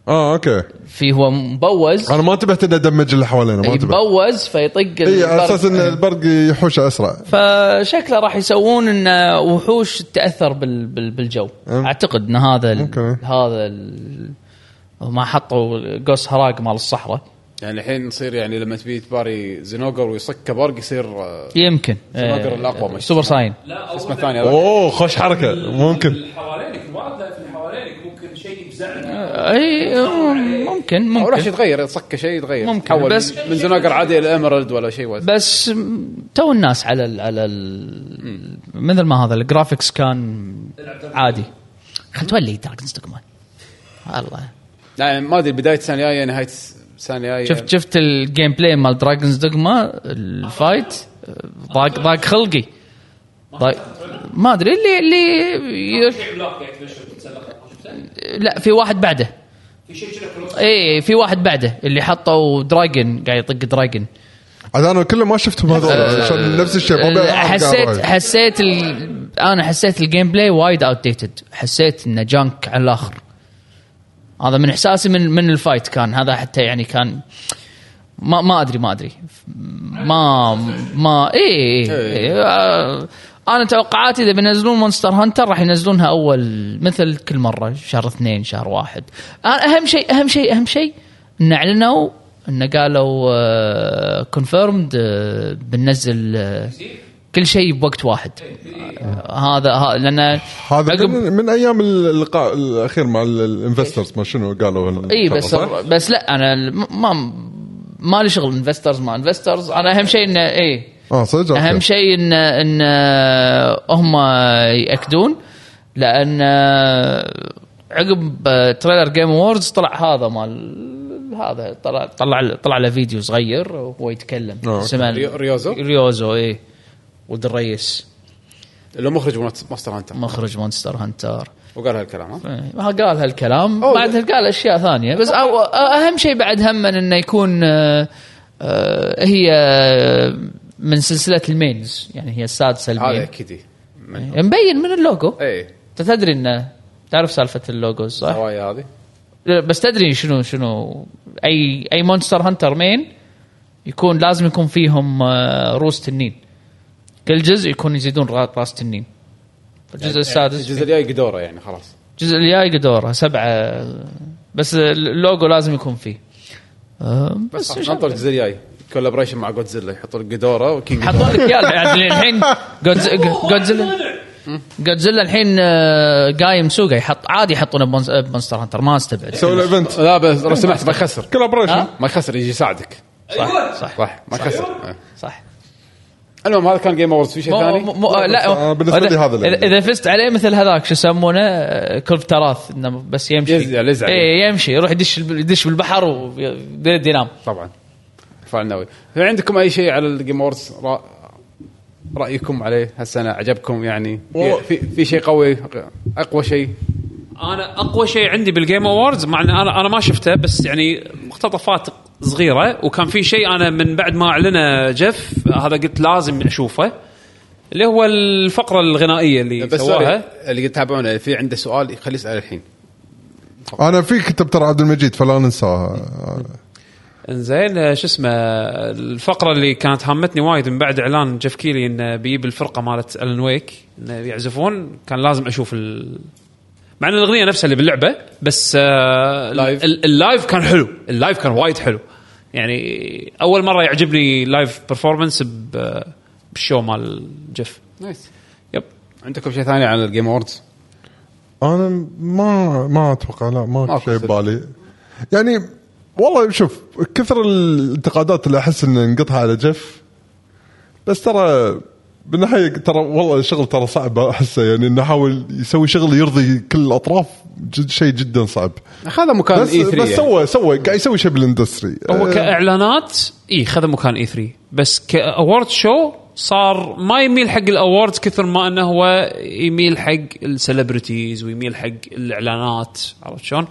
اه اوكي
في هو مبوز
انا ما انتبهت انه دمج اللي حوالينا ما انتبهت
يبوز فيطق
اي على
البرق. إيه.
اساس ان البرق يحوشه اسرع
فشكله راح يسوون ان وحوش تاثر بال بال بالجو
أم.
اعتقد ان هذا ال
أوكي.
هذا ال ما حطوا قوس هراق مال الصحراء
يعني الحين يصير يعني لما تبي تباري زنوقر ويصك برق يصير آه،
يمكن
سوبر
آه،
الأقوى مش
سوبر ساين
شو اسمه الثاني
اوه خوش حركه ممكن
حوالينك وايد آه.
اي إيه، ممكن
او راح
ممكن
يتغير يتصك شيء يتغير
ممكن،
تحول
بس-
من- من زناقر عادي الى ايمرالد ولا شيء ولا
بس م- تو الناس على ال على ال مثل ما هذا الجرافكس كان عادي خلت تولي دراجونز دوغما والله
لا يعني ما ادري بدايه السنه الجايه نهايه السنه الجايه
شفت شفت الجيم بلاي مال دراجونز دوغما الفايت ضاق ضاق خلقي ضاق ما ادري اللي اللي
يعني،
لا في واحد بعده اي في واحد بعده اللي حطوا دراجن قاعد يطق دراجن
عاد انا كله ما شفتهم هذول عشان نفس الشيء ما بي-
آه، حسيت
قاعد-
حسيت ال... انا حسيت الجيم بلاي وايد اوت ديتد حسيت انه جانك على الاخر هذا من احساسي من من الفايت كان هذا حتى يعني كان ما ما ادري ما ادري ما ما اي إي- إي. آه، انا توقعاتي اذا بينزلون مونستر هانتر راح ينزلونها اول مثل كل مره شهر اثنين شهر واحد انا اهم شيء اهم شيء اهم شيء ان اعلنوا ان قالوا كونفيرمد بننزل آه، كل شيء بوقت واحد آه، هذا ها- لان
هذا
عقب-
من, من ايام اللقاء الاخير مع ال- الانفسترز ما شنو قالوا
اي إيه، بس
صح؟
بس لا انا الم- ما ما لي شغل انفسترز ما انفسترز انا اهم شيء إيه. انه اي
اه صدق أوكي.
اهم شيء ان ان آه، هم ياكدون لان آه، عقب آه، تريلر جيم ووردز طلع هذا مال هذا طلع طلع طلع له فيديو صغير وهو يتكلم
آه، أوكي.
سمع-
ريو- ريوزو؟
ريوزو اي ولد الريس
اللي مخرج مونستر هانتر
مخرج مونستر هانتر
وقال هالكلام ها
ما قال هالكلام
أوه.
بعدها قال اشياء ثانيه بس أو اهم شيء بعد هم انه يكون آه، آه، هي آه، من سلسله المينز يعني هي السادسه
هذا إيه.
المين
اكيد
مبين من اللوجو
اي
انت تدري انه تعرف سالفه اللوجو صح؟
الهوايه هذه
لا، بس تدري شنو شنو اي اي مونستر هانتر مين يكون لازم يكون فيهم آه، روس تنين كل جزء يكون يزيدون را- راس تنين الجزء السادس
الجزء الجاي قدوره يعني خلاص
الجزء الجاي قدوره سبعه بس اللوجو لازم يكون فيه آه،
بس
بس إن شاء
ننطر الجزء الجاي كولابريشن مع جودزيلا يحطون قدوره وكينج
الله. حطوا لك اياه بعد
[LAUGHS]
الحين جودز- جودزيلا جودزيلا الحين آه، قايم سوقه يحط عادي يحطونه بمونس- آه، بمونستر هانتر ما استبعد
سووا الايفنت
لا بس لو سمحت ما يخسر
كولابريشن
ها؟
ما يخسر يجي يساعدك
صح صح
صح ما يخسر إيه.
صح
المهم هذا كان جيم اووردز في شيء
مو
ثاني
مو مو لا
آه، بالنسبة لي
إذا-
هذا اللي-
إذا- اذا فزت عليه مثل هذاك شو يسمونه آه، كلب تراث انه بس يمشي
يزعل- يزعل.
اي يمشي يروح يدش يدش بالبحر ويرد ينام
طبعا فالنووي عندكم اي شيء على الجيم اووردز رأ... رايكم عليه هالسنه عجبكم يعني في,
والله.
في, في شيء قوي اقوى شيء
انا اقوى شيء عندي بالجيم اووردز مع ان انا انا ما شفته بس يعني مقتطفات صغيره وكان في شيء انا من بعد ما اعلنه جيف هذا قلت لازم اشوفه اللي هو الفقره الغنائيه اللي
بس
سواها
سوري اللي يتابعونه في عنده سؤال يخليه يسال الحين
انا في كتب ترى عبد المجيد فلا ننساها
انزين آه، شو اسمه آه، الفقره اللي كانت هامتني وايد من بعد اعلان جيف كيلي انه بيجيب الفرقه مالت الن ويك انه بيعزفون كان لازم اشوف ال... مع ان الاغنيه نفسها اللي باللعبه بس آه
لايف.
ال- اللايف كان حلو اللايف كان وايد حلو يعني اول مره يعجبني لايف برفورمانس ب- بالشو مال جيف
نايس
يب
عندكم شيء ثاني عن الجيم اووردز
انا ما ما اتوقع لا ما
ماكو
شيء
صدق.
ببالي يعني والله شوف كثر الانتقادات اللي احس ان انقطها على جيف بس ترى بالنهايه ترى والله الشغل ترى صعب احسه يعني انه يحاول يسوي شغل يرضي كل الاطراف جد شيء جدا صعب
هذا مكان E
بس
اي 3
بس سوى سوى قاعد يسوي شيء بالاندستري
هو
آه،
كاعلانات اي خذ مكان اي 3 بس كاورد شو صار ما يميل حق الاوردز كثر ما انه هو يميل حق السليبرتيز ويميل حق الاعلانات عرفت شلون؟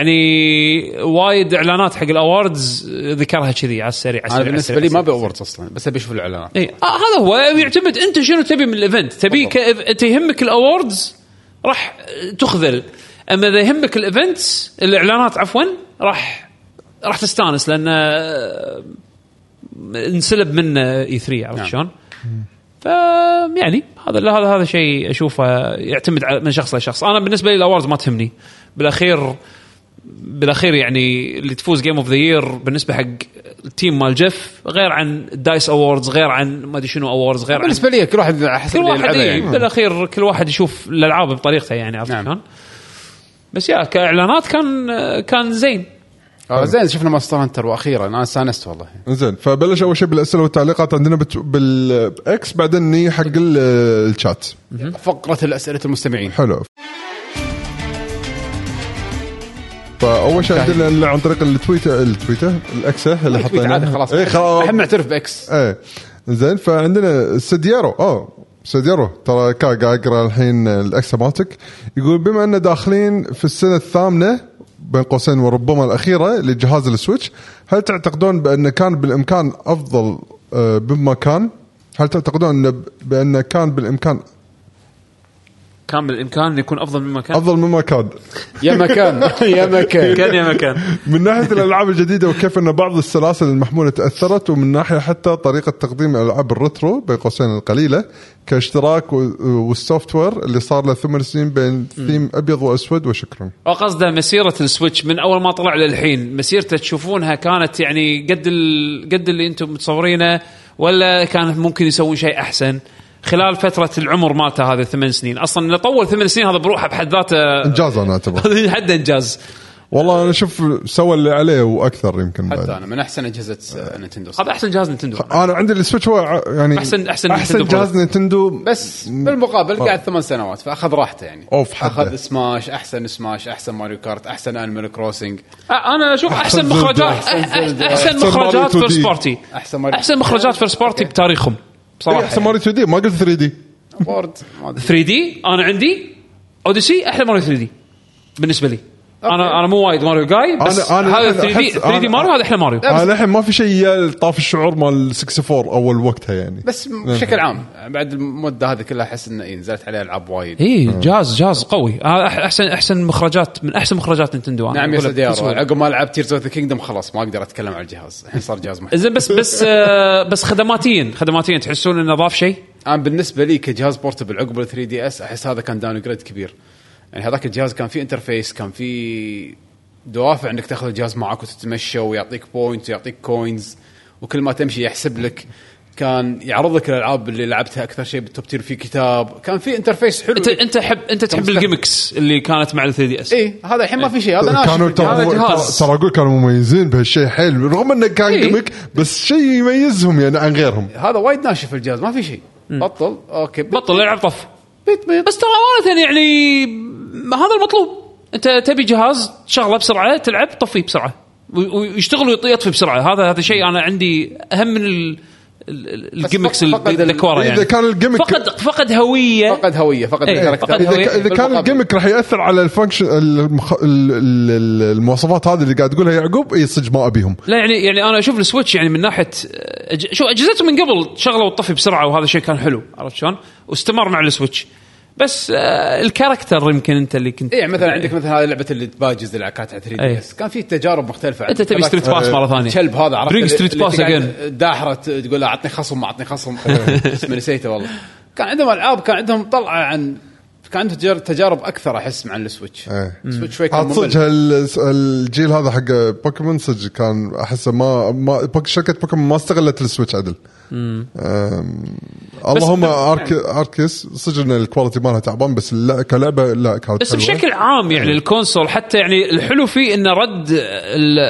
يعني وايد اعلانات حق الاوردز ذكرها كذي على السريع على السريع
انا
على
بالنسبه
السريع،
يعني. لي ما ابي
على السريع.
اووردز اصلا بس ابي اشوف الاعلانات
اي آه هذا هو يعتمد انت شنو تبي من الايفنت تبي ك... انت يهمك الاوردز راح تخذل اما اذا يهمك الايفنت الاعلانات عفوا راح راح تستانس لان آه، انسلب من اي 3 عرفت
نعم.
شلون؟ ف يعني هذا لا هذا هذا شيء اشوفه يعتمد على- من شخص لشخص انا بالنسبه لي الاوردز ما تهمني بالاخير بالاخير يعني اللي تفوز جيم اوف ذا يير بالنسبه حق التيم مال جيف غير عن دايس اووردز غير عن ما ادري شنو اووردز غير عن
بالنسبه لي كل واحد على حسب
كل
اللي
واحد
يلعبه
إيه
يعني
بالاخير كل واحد يشوف الالعاب بطريقته يعني عرفت
نعم.
شلون؟ بس يا كاعلانات كان كان زين
آه زين شفنا ماستر هانتر واخيرا انا استانست والله
زين فبلش اول شيء بالاسئله والتعليقات عندنا بت... بال- بالاكس بعدين ني حق ال- الشات
فقره الاسئله المستمعين
حلو فاول شيء عندنا اللي عن طريق التويتر التويتر الاكس اللي
تويت
حطيناه
عادي إيه، خلاص
اي إيه، خلاص
الحين معترف باكس
ايه زين فعندنا سديرو اه سديرو ترى كا- قاعد اقرا الحين الاكس مالتك يقول بما ان داخلين في السنه الثامنه بين قوسين وربما الاخيره لجهاز السويتش هل تعتقدون بان كان بالامكان افضل آه، بما كان هل تعتقدون أن ب- بان كان بالامكان
كان بالامكان إنه يكون افضل مما كان
افضل مما كان
يا مكان يا مكان
كان يا مكان
من ناحيه الالعاب الجديده وكيف ان بعض السلاسل المحموله تاثرت ومن ناحيه حتى طريقه تقديم الالعاب الريترو بين قوسين القليله كاشتراك و- والسوفت وير اللي صار له ثمان سنين بين ثيم ابيض واسود وشكرا
هو قصده مسيره السويتش من اول ما طلع للحين مسيرته تشوفونها كانت يعني قد ال... قد اللي انتم متصورينه ولا كان ممكن يسوون شيء احسن خلال فتره العمر مالته هذا ثمان سنين اصلا انه طول ثمان سنين هذا بروحه بحد ذاته
انجاز انا اعتبر
[LAUGHS] هذا حد انجاز
والله انا اشوف سوى اللي عليه واكثر يمكن
حتى
بعد
انا من احسن اجهزه آه، نينتندو
هذا احسن جهاز نتندو
انا عندي السويتش هو ع- يعني
أحسن- أحسن
احسن
نينتندو
جهاز آه. نينتندو
بس بالمقابل قاعد ثمان سنوات فاخذ راحته يعني
طيب. أوف، حده.
اخذ سماش احسن سماش احسن ماريو كارت احسن انيمال كروسنج
انا اشوف احسن
أحسن
مخرجات
زلدة،
أحسن زلدة.
احسن
أحسن ماريو
مخرجات
2D.
فيرست بارتي
احسن ماريو
احسن مخرجات فيرست بارتي بتاريخهم
إيه،
بصراحه
احسن ماري
يعني.
2 دي ما قلت 3 دي
وورد ما
[LAUGHS]
ادري
3 دي انا عندي اوديسي احلى ماريو 3 دي بالنسبه لي انا انا مو وايد ماريو جاي بس
أنا- أنا
هذا
أحس-
3 دي
أحس-
3 دي
أنا-
ماريو هذا احلى ماريو
انا الحين ما في شيء طاف الشعور مال 64 اول وقتها يعني
بس بشكل عام بعد المده هذه كلها احس انه إيه، نزلت عليه العاب وايد
اي إيه، جاز جاز قوي هذا أح- احسن احسن مخرجات من احسن مخرجات نينتندو أنا
نعم يا
أقول لك
سديارو
بكل سهولة.
عقب ما لعبت تيرز اوف ذا كينجدم خلاص ما اقدر اتكلم على الجهاز الحين صار جهاز محترم
زين بس بس آه، بس خدماتيا خدماتيا تحسون انه ضاف شيء؟
انا بالنسبه لي كجهاز بورتبل عقب ال 3 دي اس احس هذا كان داون جريد كبير يعني هذاك الجهاز كان فيه انترفيس كان فيه دوافع انك تاخذ الجهاز معك وتتمشى ويعطيك بوينت ويعطيك كوينز وكل ما تمشي يحسب لك كان يعرض لك الالعاب اللي لعبتها اكثر شيء بالتوب تير في كتاب كان في انترفيس حلو
انت انت تحب انت تحب
مستخدم.
الجيمكس اللي كانت مع ال 3 دي اس
إيه.
اي هذا الحين ما في شيء هذا ناشف
كانوا
الجهاز.
ترى
هذا
ترى
جهاز.
ترى اقول كانوا مميزين بهالشيء حلو رغم انه كان
إيه.
جيمك بس شيء يميزهم يعني عن غيرهم
هذا وايد ناشف الجهاز ما في شيء بطل اوكي بيت
بطل العب طف
بيت, بيت.
بس ترى امانه يعني هذا المطلوب انت تبي جهاز تشغله بسرعه تلعب طفيه بسرعه و- ويشتغل ويط- يطفي بسرعه هذا هذا شيء انا عندي اهم من ال- ال- ال- الجيمكس
فق- فقد ال-
الكوره
اذا
يعني
كان الجيمك
فقد فقد هويه
فقد هويه فقد
إيه،
الكاركتر
فقد
اذا ك- اذا كان
بالمقابل.
الجيمك راح ياثر على الفانكشن المخ... ال- ال- ال- المواصفات هذه اللي قاعد تقولها يعقوب اي صدق ما ابيهم
لا يعني يعني انا اشوف السويتش يعني من ناحيه أج... شو اجهزته من قبل تشغله وتطفي بسرعه وهذا الشيء كان حلو عرفت شلون؟ واستمر مع السويتش بس آه الكاركتر يمكن انت اللي كنت
اي مثلا إيه، يعني عندك مثلا هذه لعبه اللي تباجز اللي كانت على 3
إيه.
دي اس كان في تجارب مختلفه
انت تبي
هذاك
ستريت باس مره ثانيه
الكلب هذا عرفت
برينج
اللي-
ستريت
اللي
باس
تقعد
اجين
داحره تقول له اعطني خصم ما اعطني خصم [LAUGHS] اسمه نسيته والله كان عندهم العاب كان عندهم طلعه عن كان عندهم تجار- تجارب اكثر احس مع السويتش
إيه.
السويتش شوي كان
عاد
ممل
صدق هال- الجيل هذا حق بوكيمون صدق كان احسه ما, ما بوك- شركه بوكيمون ما استغلت السويتش عدل أم، اللهم أرك... اركيس صدق ان الكواليتي مالها تعبان بس لا كلعبه لا كانت
بس
حلوة.
بشكل عام يعني الكونسول حتى يعني الحلو فيه انه رد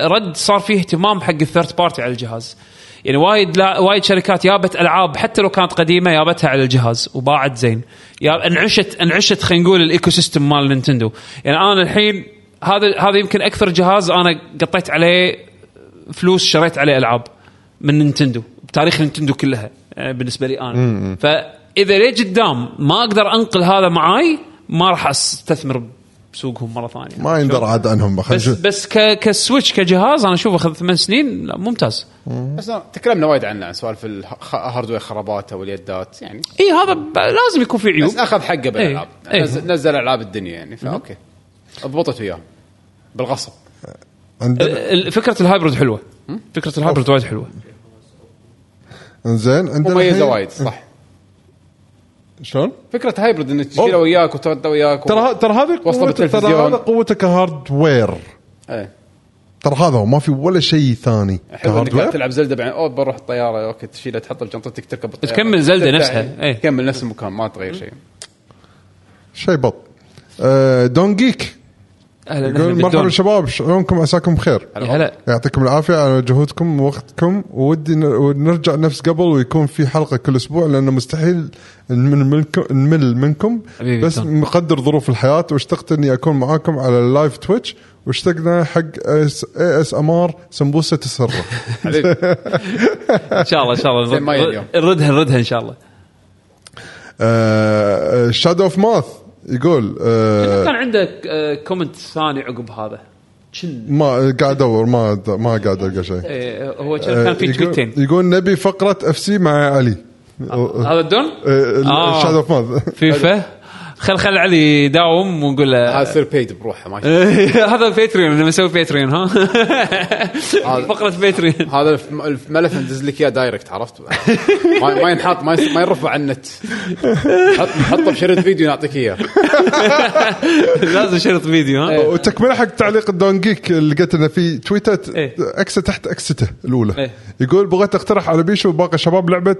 الرد صار فيه اهتمام حق الثيرد بارتي على الجهاز يعني وايد لا وايد شركات يابت العاب حتى لو كانت قديمه يابتها على الجهاز وباعت زين يا انعشت انعشت خلينا نقول الايكو سيستم مال نينتندو يعني انا الحين هذا هذا يمكن اكثر جهاز انا قطيت عليه فلوس شريت عليه العاب من نينتندو بتاريخ نينتندو كلها آه، بالنسبه لي انا فاذا ليه قدام ما اقدر انقل هذا معاي ما راح استثمر بسوقهم مره ثانيه
ما يندر عاد عنهم خلينا
بس
نشوف.
بس ك كسويتش كجهاز انا اشوفه اخذ ثمان سنين لا ممتاز
بس أنا- تكلمنا وايد عنه عن سوالف الهاردوير خرابات او اليدات يعني
اي هذا ب- لازم يكون في عيوب
بس اخذ حقه بالالعاب
إيه.
نزل, نزل العاب الدنيا يعني فاوكي ضبطت وياه بالغصب إيه،
عندنا
ال- فكره الهايبرد حلوه فكره الهايبرد وايد حلوه
انزين عندنا
مميزه
الحين-
وايد صح
شلون؟
فكره هايبرد انك تشيله وياك وترده وياك و-
ترى ترى هذه
وصل
قوته ترى
بالتلفزيون.
هذا قوته كهاردوير
ايه
ترى هذا ما في ولا شيء ثاني
حلو انك قاعد
كهاردوير
تلعب زلده بعدين اوه بروح الطياره اوكي تشيلها تحطها بجنطتك تركب الطياره
تكمل زلدة
ترتاح.
نفسها، إيه.
تكمل نفس
[LAUGHS]
المكان ما تغير شيء
شيء بط آه دون جيك
أهلاً أهلاً
يقول مرحبا
بالدون.
شباب شلونكم عساكم بخير
يا هلا
يعطيكم العافيه على جهودكم ووقتكم ودي ن- ونرجع نفس قبل ويكون في حلقه كل اسبوع لانه مستحيل نمل منكم نمل منكم
حبيبي
بس
تون.
مقدر ظروف الحياه واشتقت اني اكون معاكم على اللايف تويتش واشتقنا حق اس اس ام ار سمبوسه
[LAUGHS]
السره
ان شاء الله ان شاء الله
[LAUGHS] زين ما يليوم.
نردها نردها ان شاء الله
شادو اوف ماث يقول آه،
كان عندك آه، كومنت ثاني عقب هذا شن
ما قاعد ادور ما ما قاعد القى شيء
إيه، هو كان في
آه، يقول-
تويتين
يقول نبي فقره اف سي مع علي
هذا الدون؟ آه.
شادو اوف
[LAUGHS]
ماث
فيفا خل خل علي يداوم ونقول له
هذا يصير بيد بروحه ما يصير.
[LAUGHS] هذا باتريون لما نسوي باتريون ها فقره
إيه.
باتريون
هذا الف- الملف ندز لك اياه دايركت عرفت ما, ما ينحط ما, يص- ما ينرفع على النت حط حطه بشريط فيديو نعطيك اياه
[LAUGHS] لازم شريط فيديو
إيه.
ها
وتكمله حق تعليق الدون جيك لقيت انه في تويتات
إيه.
اكسه تحت اكسته الاولى
إيه.
يقول بغيت اقترح على بيشو وباقي آه، الشباب لعبه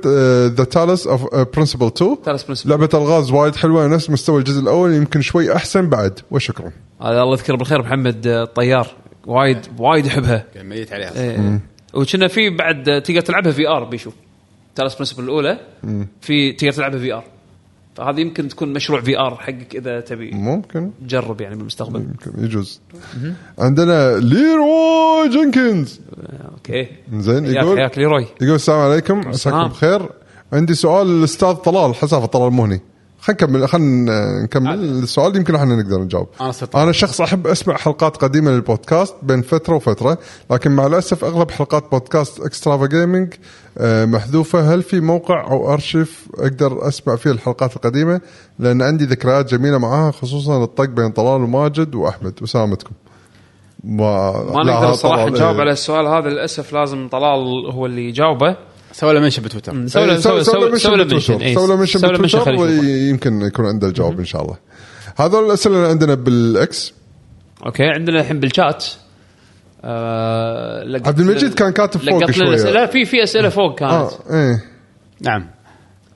ذا تالس اوف برنسبل 2
Talos Principle.
لعبه الغاز وايد حلوه نفس مستوى الجزء الاول يمكن شوي احسن بعد وشكرا
هذا الله يذكره بالخير محمد آه، طيار وايد وايد يحبها
يعني ميت عليها
إيه. وكنا في بعد آه، تقدر تلعبها في ار بيشو تالس برنسبل الاولى في تقدر تلعبها في ار فهذه يمكن تكون مشروع في ار حقك اذا تبي
ممكن
تجرب يعني بالمستقبل
ممكن يجوز عندنا ليرو جنكنز
آه، اوكي
زين
حياك
يقول
حياك ليروي
يقول السلام عليكم عساكم
السلام.
بخير عندي سؤال للاستاذ طلال حسافه طلال مهني خلينا نكمل خلينا
آه.
نكمل السؤال يمكن احنا نقدر نجاوب
أنا أستطيع.
انا شخص احب اسمع حلقات قديمه للبودكاست بين فتره وفتره لكن مع الاسف اغلب حلقات بودكاست اكسترافا جيمنج محذوفه هل في موقع او ارشيف اقدر اسمع فيه الحلقات القديمه لان عندي ذكريات جميله معاها خصوصا الطق بين طلال وماجد واحمد وسلامتكم ما,
ما
لا،
نقدر
هذا
صراحه
طلال،
نجاوب
إيه.
على السؤال هذا للاسف لازم طلال هو اللي يجاوبه
سوى له منشن بتويتر
سوي له سوي سوي سوي له منشن إيه،
سوي له منشن
سوي له منشن
بتويتر
خليه يشوفه.
ويمكن يكون عنده الجواب ان شاء الله [LAUGHS] هذول الاسئله اللي عندنا بالاكس
اوكي عندنا الحين بالشات آه، لقيت-
عبد المجيد كان كاتب فوق
لقيت لنا
شوية.
أسئلة. لا في في اسئله فوق كانت
اه ايه
نعم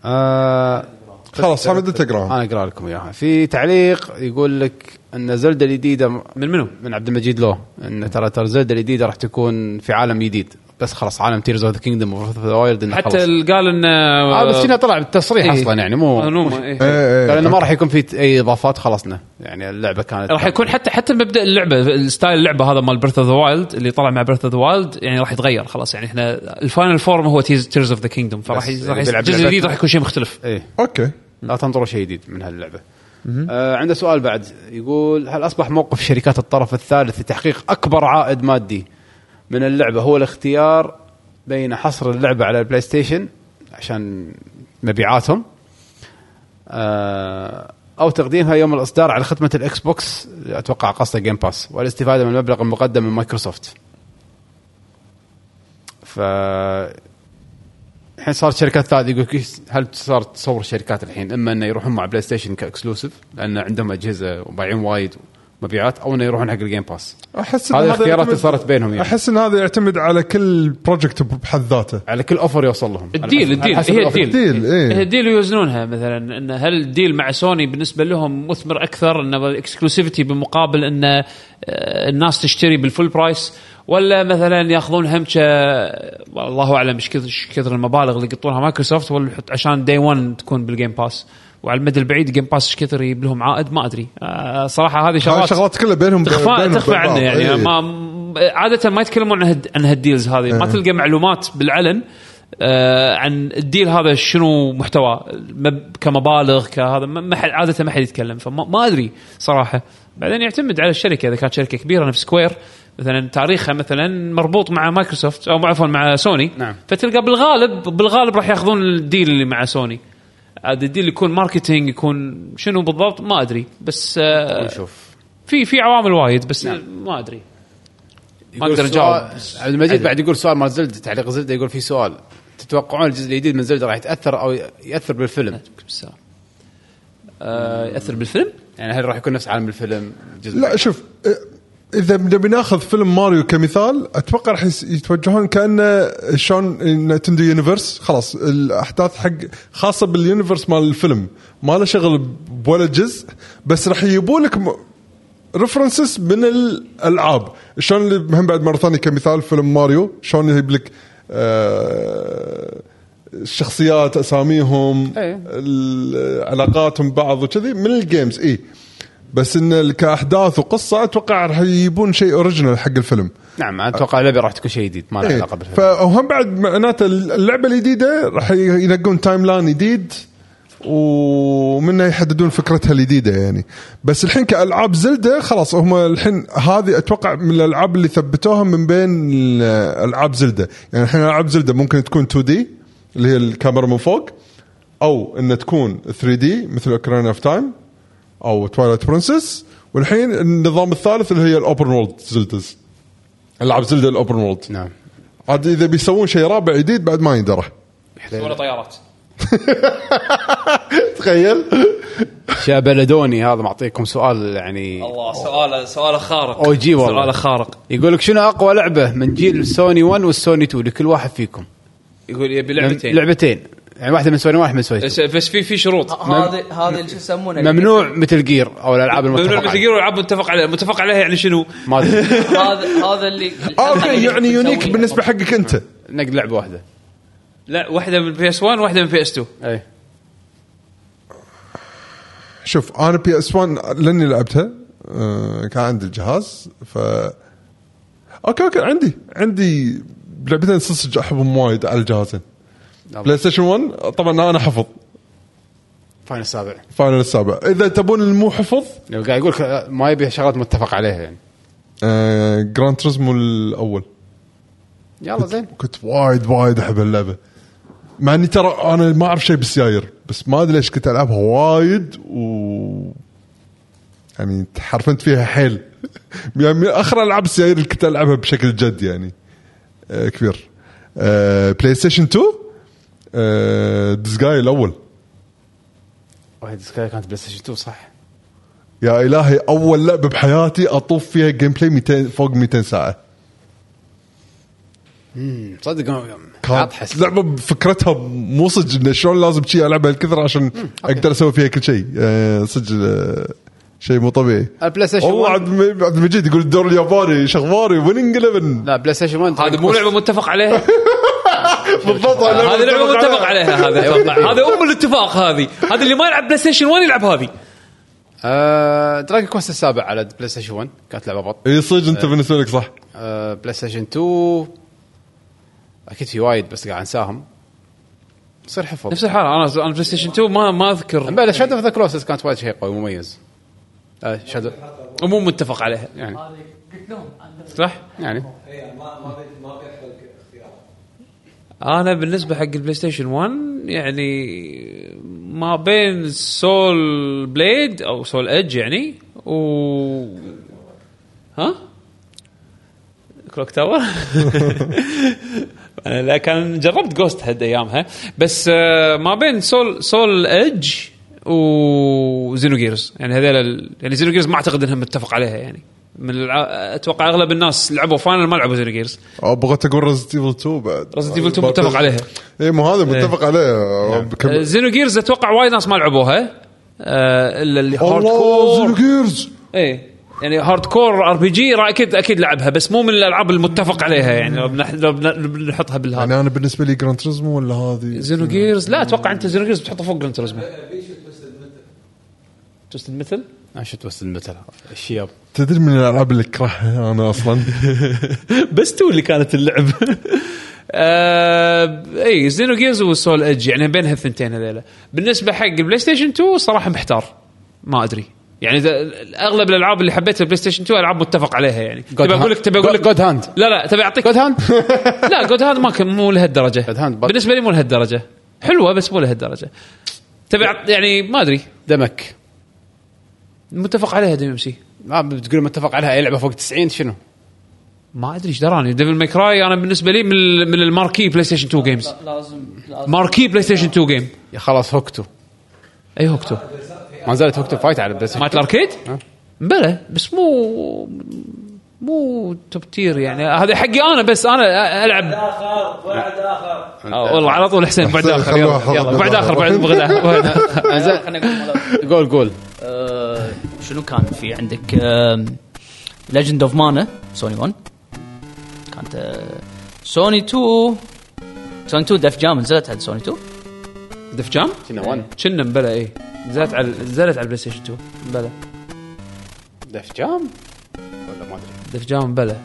آه
خلاص حمد انت اقراها
انا اقرا لكم اياها في تعليق يقول لك ان زلده الجديده م-
من منو؟
من عبد المجيد لو ان ترى ترى زلده الجديده راح تكون في عالم جديد بس خلاص عالم تيرز اوف ذا كينجدم وفرث اوف ذا وايلد
حتى اللي قال ان
آه بس هنا طلع بالتصريح
إيه.
اصلا يعني مو
آه، نو،
مش-
إيه.
إيه،
قال
إيه.
انه ما راح يكون في اي اضافات خلصنا يعني اللعبه كانت
راح يكون حتى حتى مبدا اللعبه الستايل اللعبه هذا مال بيرث اوف ذا وايلد اللي طلع مع بيرث اوف ذا وايلد يعني راح يتغير خلاص يعني احنا الفاينل فورم هو تيرز اوف ذا كينجدوم
بس
فراح راح
بيلعب
الجزء
لعبتنا.
الجديد راح يكون شيء مختلف
ايه
اوكي
لا تنظروا شيء جديد من هاللعبه. آه عنده سؤال بعد يقول هل اصبح موقف شركات الطرف الثالث لتحقيق اكبر عائد مادي من اللعبه هو الاختيار بين حصر اللعبه على البلاي ستيشن عشان مبيعاتهم آه او تقديمها يوم الاصدار على خدمه الاكس بوكس اتوقع قصده جيم باس والاستفاده من المبلغ المقدم من مايكروسوفت. ف الحين صارت شركات ثالثه يقول لك هل صار تصور الشركات الحين اما انه يروحون مع بلاي ستيشن كاكسلوسيف لان عندهم اجهزه وبايعين وايد مبيعات او انه يروحون حق الجيم باس
احس
هذه
هذا
الاختيارات اللي
يعتمد-
صارت بينهم يعني
احس ان هذا يعتمد على كل بروجكت بحد ذاته
على كل اوفر يوصل لهم على
الديل
حسب-
الديل
على حسب
هي
الأوفر.
الديل
ديل، إيه.
هي الديل يوزنونها مثلا ان هل الديل مع سوني بالنسبه لهم مثمر اكثر ان الاكسكلوسيفيتي بمقابل ان آه، الناس تشتري بالفول برايس ولا مثلا ياخذون هم ك- الله اعلم ايش كثر ايش كثر المبالغ اللي يقطونها مايكروسوفت ولا يحط عشان دي 1 تكون بالجيم باس وعلى المدى البعيد جيم باس ايش كثر يجيب لهم عائد ما ادري آه، صراحه هذه
هاي
شغلات
الشغلات كلها بينهم
تخفى
بينهم
تخفى
وبين
عنه
بعض.
يعني
إيه.
ما عاده ما يتكلمون عن هد- عن هالديلز هذه
إيه.
ما تلقى معلومات بالعلن آه عن الديل هذا شنو محتواه مب- كمبالغ كهذا ما ما حد- عاده ما حد يتكلم فما ما ادري صراحه بعدين يعتمد على الشركه اذا كانت شركه كبيره نفس سكوير مثلا تاريخها مثلا مربوط مع مايكروسوفت او عفوا مع سوني
نعم.
فتلقى بالغالب بالغالب راح ياخذون الديل اللي مع سوني عاد الديل يكون ماركتينج يكون شنو بالضبط ما ادري بس آه
نشوف
في في عوامل وايد بس نعم. ما ادري ما
يقول
أقدر
سؤال-
أجاوب. بس
عبد المجيد
عدل.
بعد يقول سؤال مال زلده تعليق زلده يقول في سؤال تتوقعون الجزء الجديد من زلده راح يتاثر او ياثر بالفيلم
بالسلام. آه، ياثر بالفيلم؟
يعني هل راح يكون نفس عالم الفيلم جزء
لا شوف إيه، اذا نبي ناخذ فيلم ماريو كمثال اتوقع راح يس- يتوجهون كانه شلون نتندو يونيفرس خلاص الاحداث حق خاصه باليونيفرس مال الفيلم ما له شغل ب- بولا جزء بس راح يجيبوا لك م- ريفرنسز من الالعاب شلون اللي مهم بعد مره ثانيه كمثال فيلم ماريو شلون يجيب لك آه، الشخصيات اساميهم
إيه.
ال- علاقاتهم ببعض وكذي من إيه. الجيمز اي بس ان ال- كاحداث وقصه اتوقع راح يجيبون شيء اوريجنال حق الفيلم
نعم اتوقع اللعبه راح تكون شيء جديد ما له
إيه.
علاقه بالفيلم
فهم بعد معناته اللعبه الجديده راح ي- ينقون تايم لاين جديد ومنها يحددون فكرتها الجديده يعني بس الحين كالعاب زلده خلاص هم الحين هذه اتوقع من الالعاب اللي ثبتوها من بين ال- العاب زلده يعني الحين العاب زلده ممكن تكون 2 دي اللي هي الكاميرا من فوق او انها تكون 3 دي مثل اوكران اوف تايم او توايلايت برنسس والحين النظام الثالث اللي هي الاوبن وورلد زلدز العاب زلده الاوبن وورلد
نعم
عاد اذا بيسوون شيء رابع جديد بعد ما يندرى
ولا طيارات
تخيل
شاب بلدوني هذا معطيكم سؤال يعني
الله سؤال سؤال خارق
أو جي والله.
سؤال خارق
يقول لك شنو اقوى لعبه من جيل سوني 1 والسوني 2 لكل واحد فيكم
يقول يبي لعبتين
لعبتين يعني واحده من سوني واحد من سوني 2
بس بس في في شروط
هذه هذه شو يسمونها
ممنوع مثل جير او الالعاب
ممنوع مثل
المتفق
جير والعاب متفق عليه متفق عليه يعني شنو؟
ما أدري.
هذا هذا
[LAUGHS]
اللي
اوكي يعني يونيك بالنسبه حقك انت
نقد لعبه واحده
لا واحده من بي اس 1 واحده من بي اس 2
اي
شوف انا بي اس 1 لاني لعبتها آه، كان عندي الجهاز ف اوكي اوكي عندي عندي لعبتين صدق احبهم وايد على الجهازين بلاي ستيشن 1 طبعا انا حفظ
فاينل السابع
فاينل السابع اذا تبون المو حفظ
لو قاعد يقول لك ما يبي شغلات متفق عليها يعني
جراند تريزمو الاول
يلا زين
كنت وايد وايد احب اللعبه مع اني ترى انا ما اعرف شيء بالسياير بس ما ادري ليش كنت العبها وايد و يعني تحرفنت فيها حيل [LAUGHS] يعني من اخر العاب السياير اللي كنت العبها بشكل جد يعني آه كبير آه بلاي ستيشن 2 آه دزجاي الاول
واحد سكاي كانت بلاي ستيشن 2 صح
يا الهي اول لعبه بحياتي اطوف فيها جيم بلاي 200 فوق 200 ساعه
تصدق
كانت لعبه بفكرتها مو صدق انه شلون لازم شي العبها الكثر عشان اقدر اسوي فيها كل شيء آه، صدق آه، شيء مو طبيعي
البلاي ستيشن
والله
1
عبد الم- عبد المجيد يقول الدور الياباني شو اخباري وين انقلب
لا بلاي ستيشن 1
هذه مو لعبه متفق [LAUGHS] عليها
بالضبط
هذه لعبه متفق عليها
[LAUGHS]
هذا اتوقع
أيوة.
هذا ام الاتفاق هذه هذا اللي ما يلعب بلاي ستيشن 1 يلعب هذه
دراجون كوست آه، السابع على بلاي ستيشن 1 كانت لعبه بط
اي صدق انت بالنسبه لك صح
آه، بلاي ستيشن 2 اكيد في وايد بس قاعد انساهم يصير حفظ
نفس الحاله انا انا بلاي ستيشن 2 ما ما اذكر
بلا شادو اوف ذا كلوسس كانت وايد شيء قوي مميز آه، شادو
مو متفق عليها
يعني
صح؟
يعني
انا بالنسبه حق البلاي ستيشن 1 يعني ما بين سول بليد او سول ايدج يعني و ها كلوك تاور انا [LAUGHS] لا كان جربت جوست هاد ايامها بس آه، ما بين سول سول ايدج وزينو جيرز يعني هذول ال- يعني زينو جيرز ما اعتقد انهم متفق عليها يعني من الع... اتوقع اغلب الناس لعبوا فاينل ما لعبوا زينو جيرز
أو بغيت اقول ريزنت ايفل 2 بعد
Resident Evil 2 متفق إيه. آه. عليها.
اي مو هذا متفق عليه آه، كم-
زينو جيرز اتوقع وايد ناس ما لعبوها آه، الا اللي هارد
الله زينو
كور
جيرز
اي يعني هارد كور ار بي جي اكيد اكيد لعبها بس مو من الالعاب المتفق عليها يعني لو بنح- لو بن- لو بنحطها بالهارد
يعني انا بالنسبه لي جراند تريزمو ولا هذه
زينو جيرز لا اتوقع انت زينو جيرز بتحطه فوق جراند توريزمو توست المثل
انا شفت بس المثل الشياب
تدري من الالعاب اللي اكرهها انا اصلا
إيه، [LAUGHS] بس تو اللي كانت اللعبه آه اي زينو جيرز والسول ايدج يعني بين هالثنتين هذيلا بالنسبه حق البلاي ستيشن 2 صراحه محتار ما ادري يعني إذا- اغلب الالعاب اللي حبيتها البلاي ستيشن 2 العاب متفق عليها يعني تبي اقول لك تبي اقول لك
جود هاند
لا لا تبي اعطيك
جود هاند
[LAUGHS] لا جود هاند ما كان مو لهالدرجه
God Hand بط-
بالنسبه لي مو لهالدرجه حلوه بس مو لهالدرجه تبي أعط- يعني ما ادري
دمك
متفق عليها دي ام سي
ما بتقول متفق عليها اي لعبه فوق 90 شنو؟
ما ادري ايش دراني ديفل ماكراي انا بالنسبه لي من ال- من الماركي بلاي ستيشن 2 جيمز
لازم لازم
ماركي بلاي ستيشن 2 جيم
يا خلاص هوكتو
اي هوكتو
ما نزلت هوكتو فايت على بلاي ستيشن
مالت الاركيد؟
ها؟
بلى بس مو مو توب تير يعني هذا حقي انا بس انا أ- العب
اخر بعد اخر
آه، والله على طول حسين بعد
خلوها
اخر يلا
حط [LAUGHS]
يلا،
بعد
بعد اخر
آخر.
بعد بعد آخر.
انزين
خلينا نقول
قول قول
آه، شنو كان في عندك آه، ليجند اوف مانا سوني 1 كانت آه، سوني 2 سوني 2 دف جام نزلت عند سوني 2
دف جام؟
كنا 1
كنا مبلا اي نزلت على نزلت على البلاي ستيشن 2 مبلا
دف جام ولا ما ادري
دف جام مبلا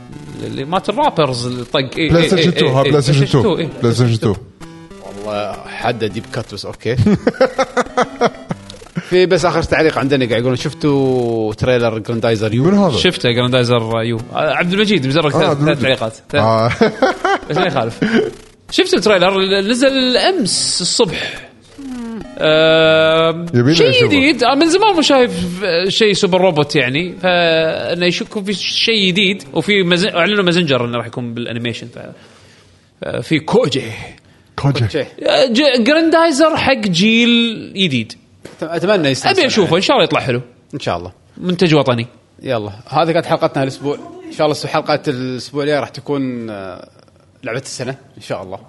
اللي مات الرابرز اللي طق إيه، اي
بلاي ستيشن 2 ها بلاي ستيشن
إيه.
2 بلاي ستيشن 2
والله حد ديب كات بس اوكي [LAUGHS] في بس اخر تعليق عندنا قاعد يقولون شفتوا تريلر جراندايزر يو
من هذا؟
شفته جراندايزر يو آه، عبد المجيد مزرق
آه،
ثلاث
عبد
ثلاث
المجيد.
تعليقات ثلاث-
آه.
بس ما يخالف شفت التريلر نزل امس الصبح آه
يبينا
شيء
نشوفه.
جديد آه، من زمان ما شايف آه، شيء سوبر روبوت يعني فانه يكون في شيء جديد وفي مز... اعلنوا مازنجر انه راح يكون بالانيميشن ف... آه، في كوجي
كوجي
شيء
آه، ج- جراندايزر حق جيل جديد
اتمنى يستانس
ابي اشوفه ان شاء الله يطلع حلو
ان شاء الله
منتج وطني
يلا هذه كانت حلقتنا الاسبوع ان شاء الله حلقه الاسبوع الجاي راح تكون آه، لعبه السنه ان شاء الله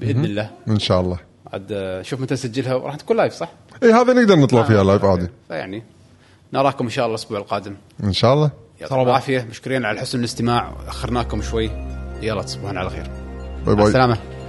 باذن الله
ان شاء الله
عاد آه، شوف متى نسجلها وراح تكون لايف صح؟
اي هذا نقدر نطلع فيها لايف عادي
فيعني نراكم ان شاء الله الاسبوع القادم
ان شاء الله
يعطيكم العافيه مشكورين على حسن الاستماع اخرناكم شوي يلا تصبحون على خير مع
باي باي
السلامه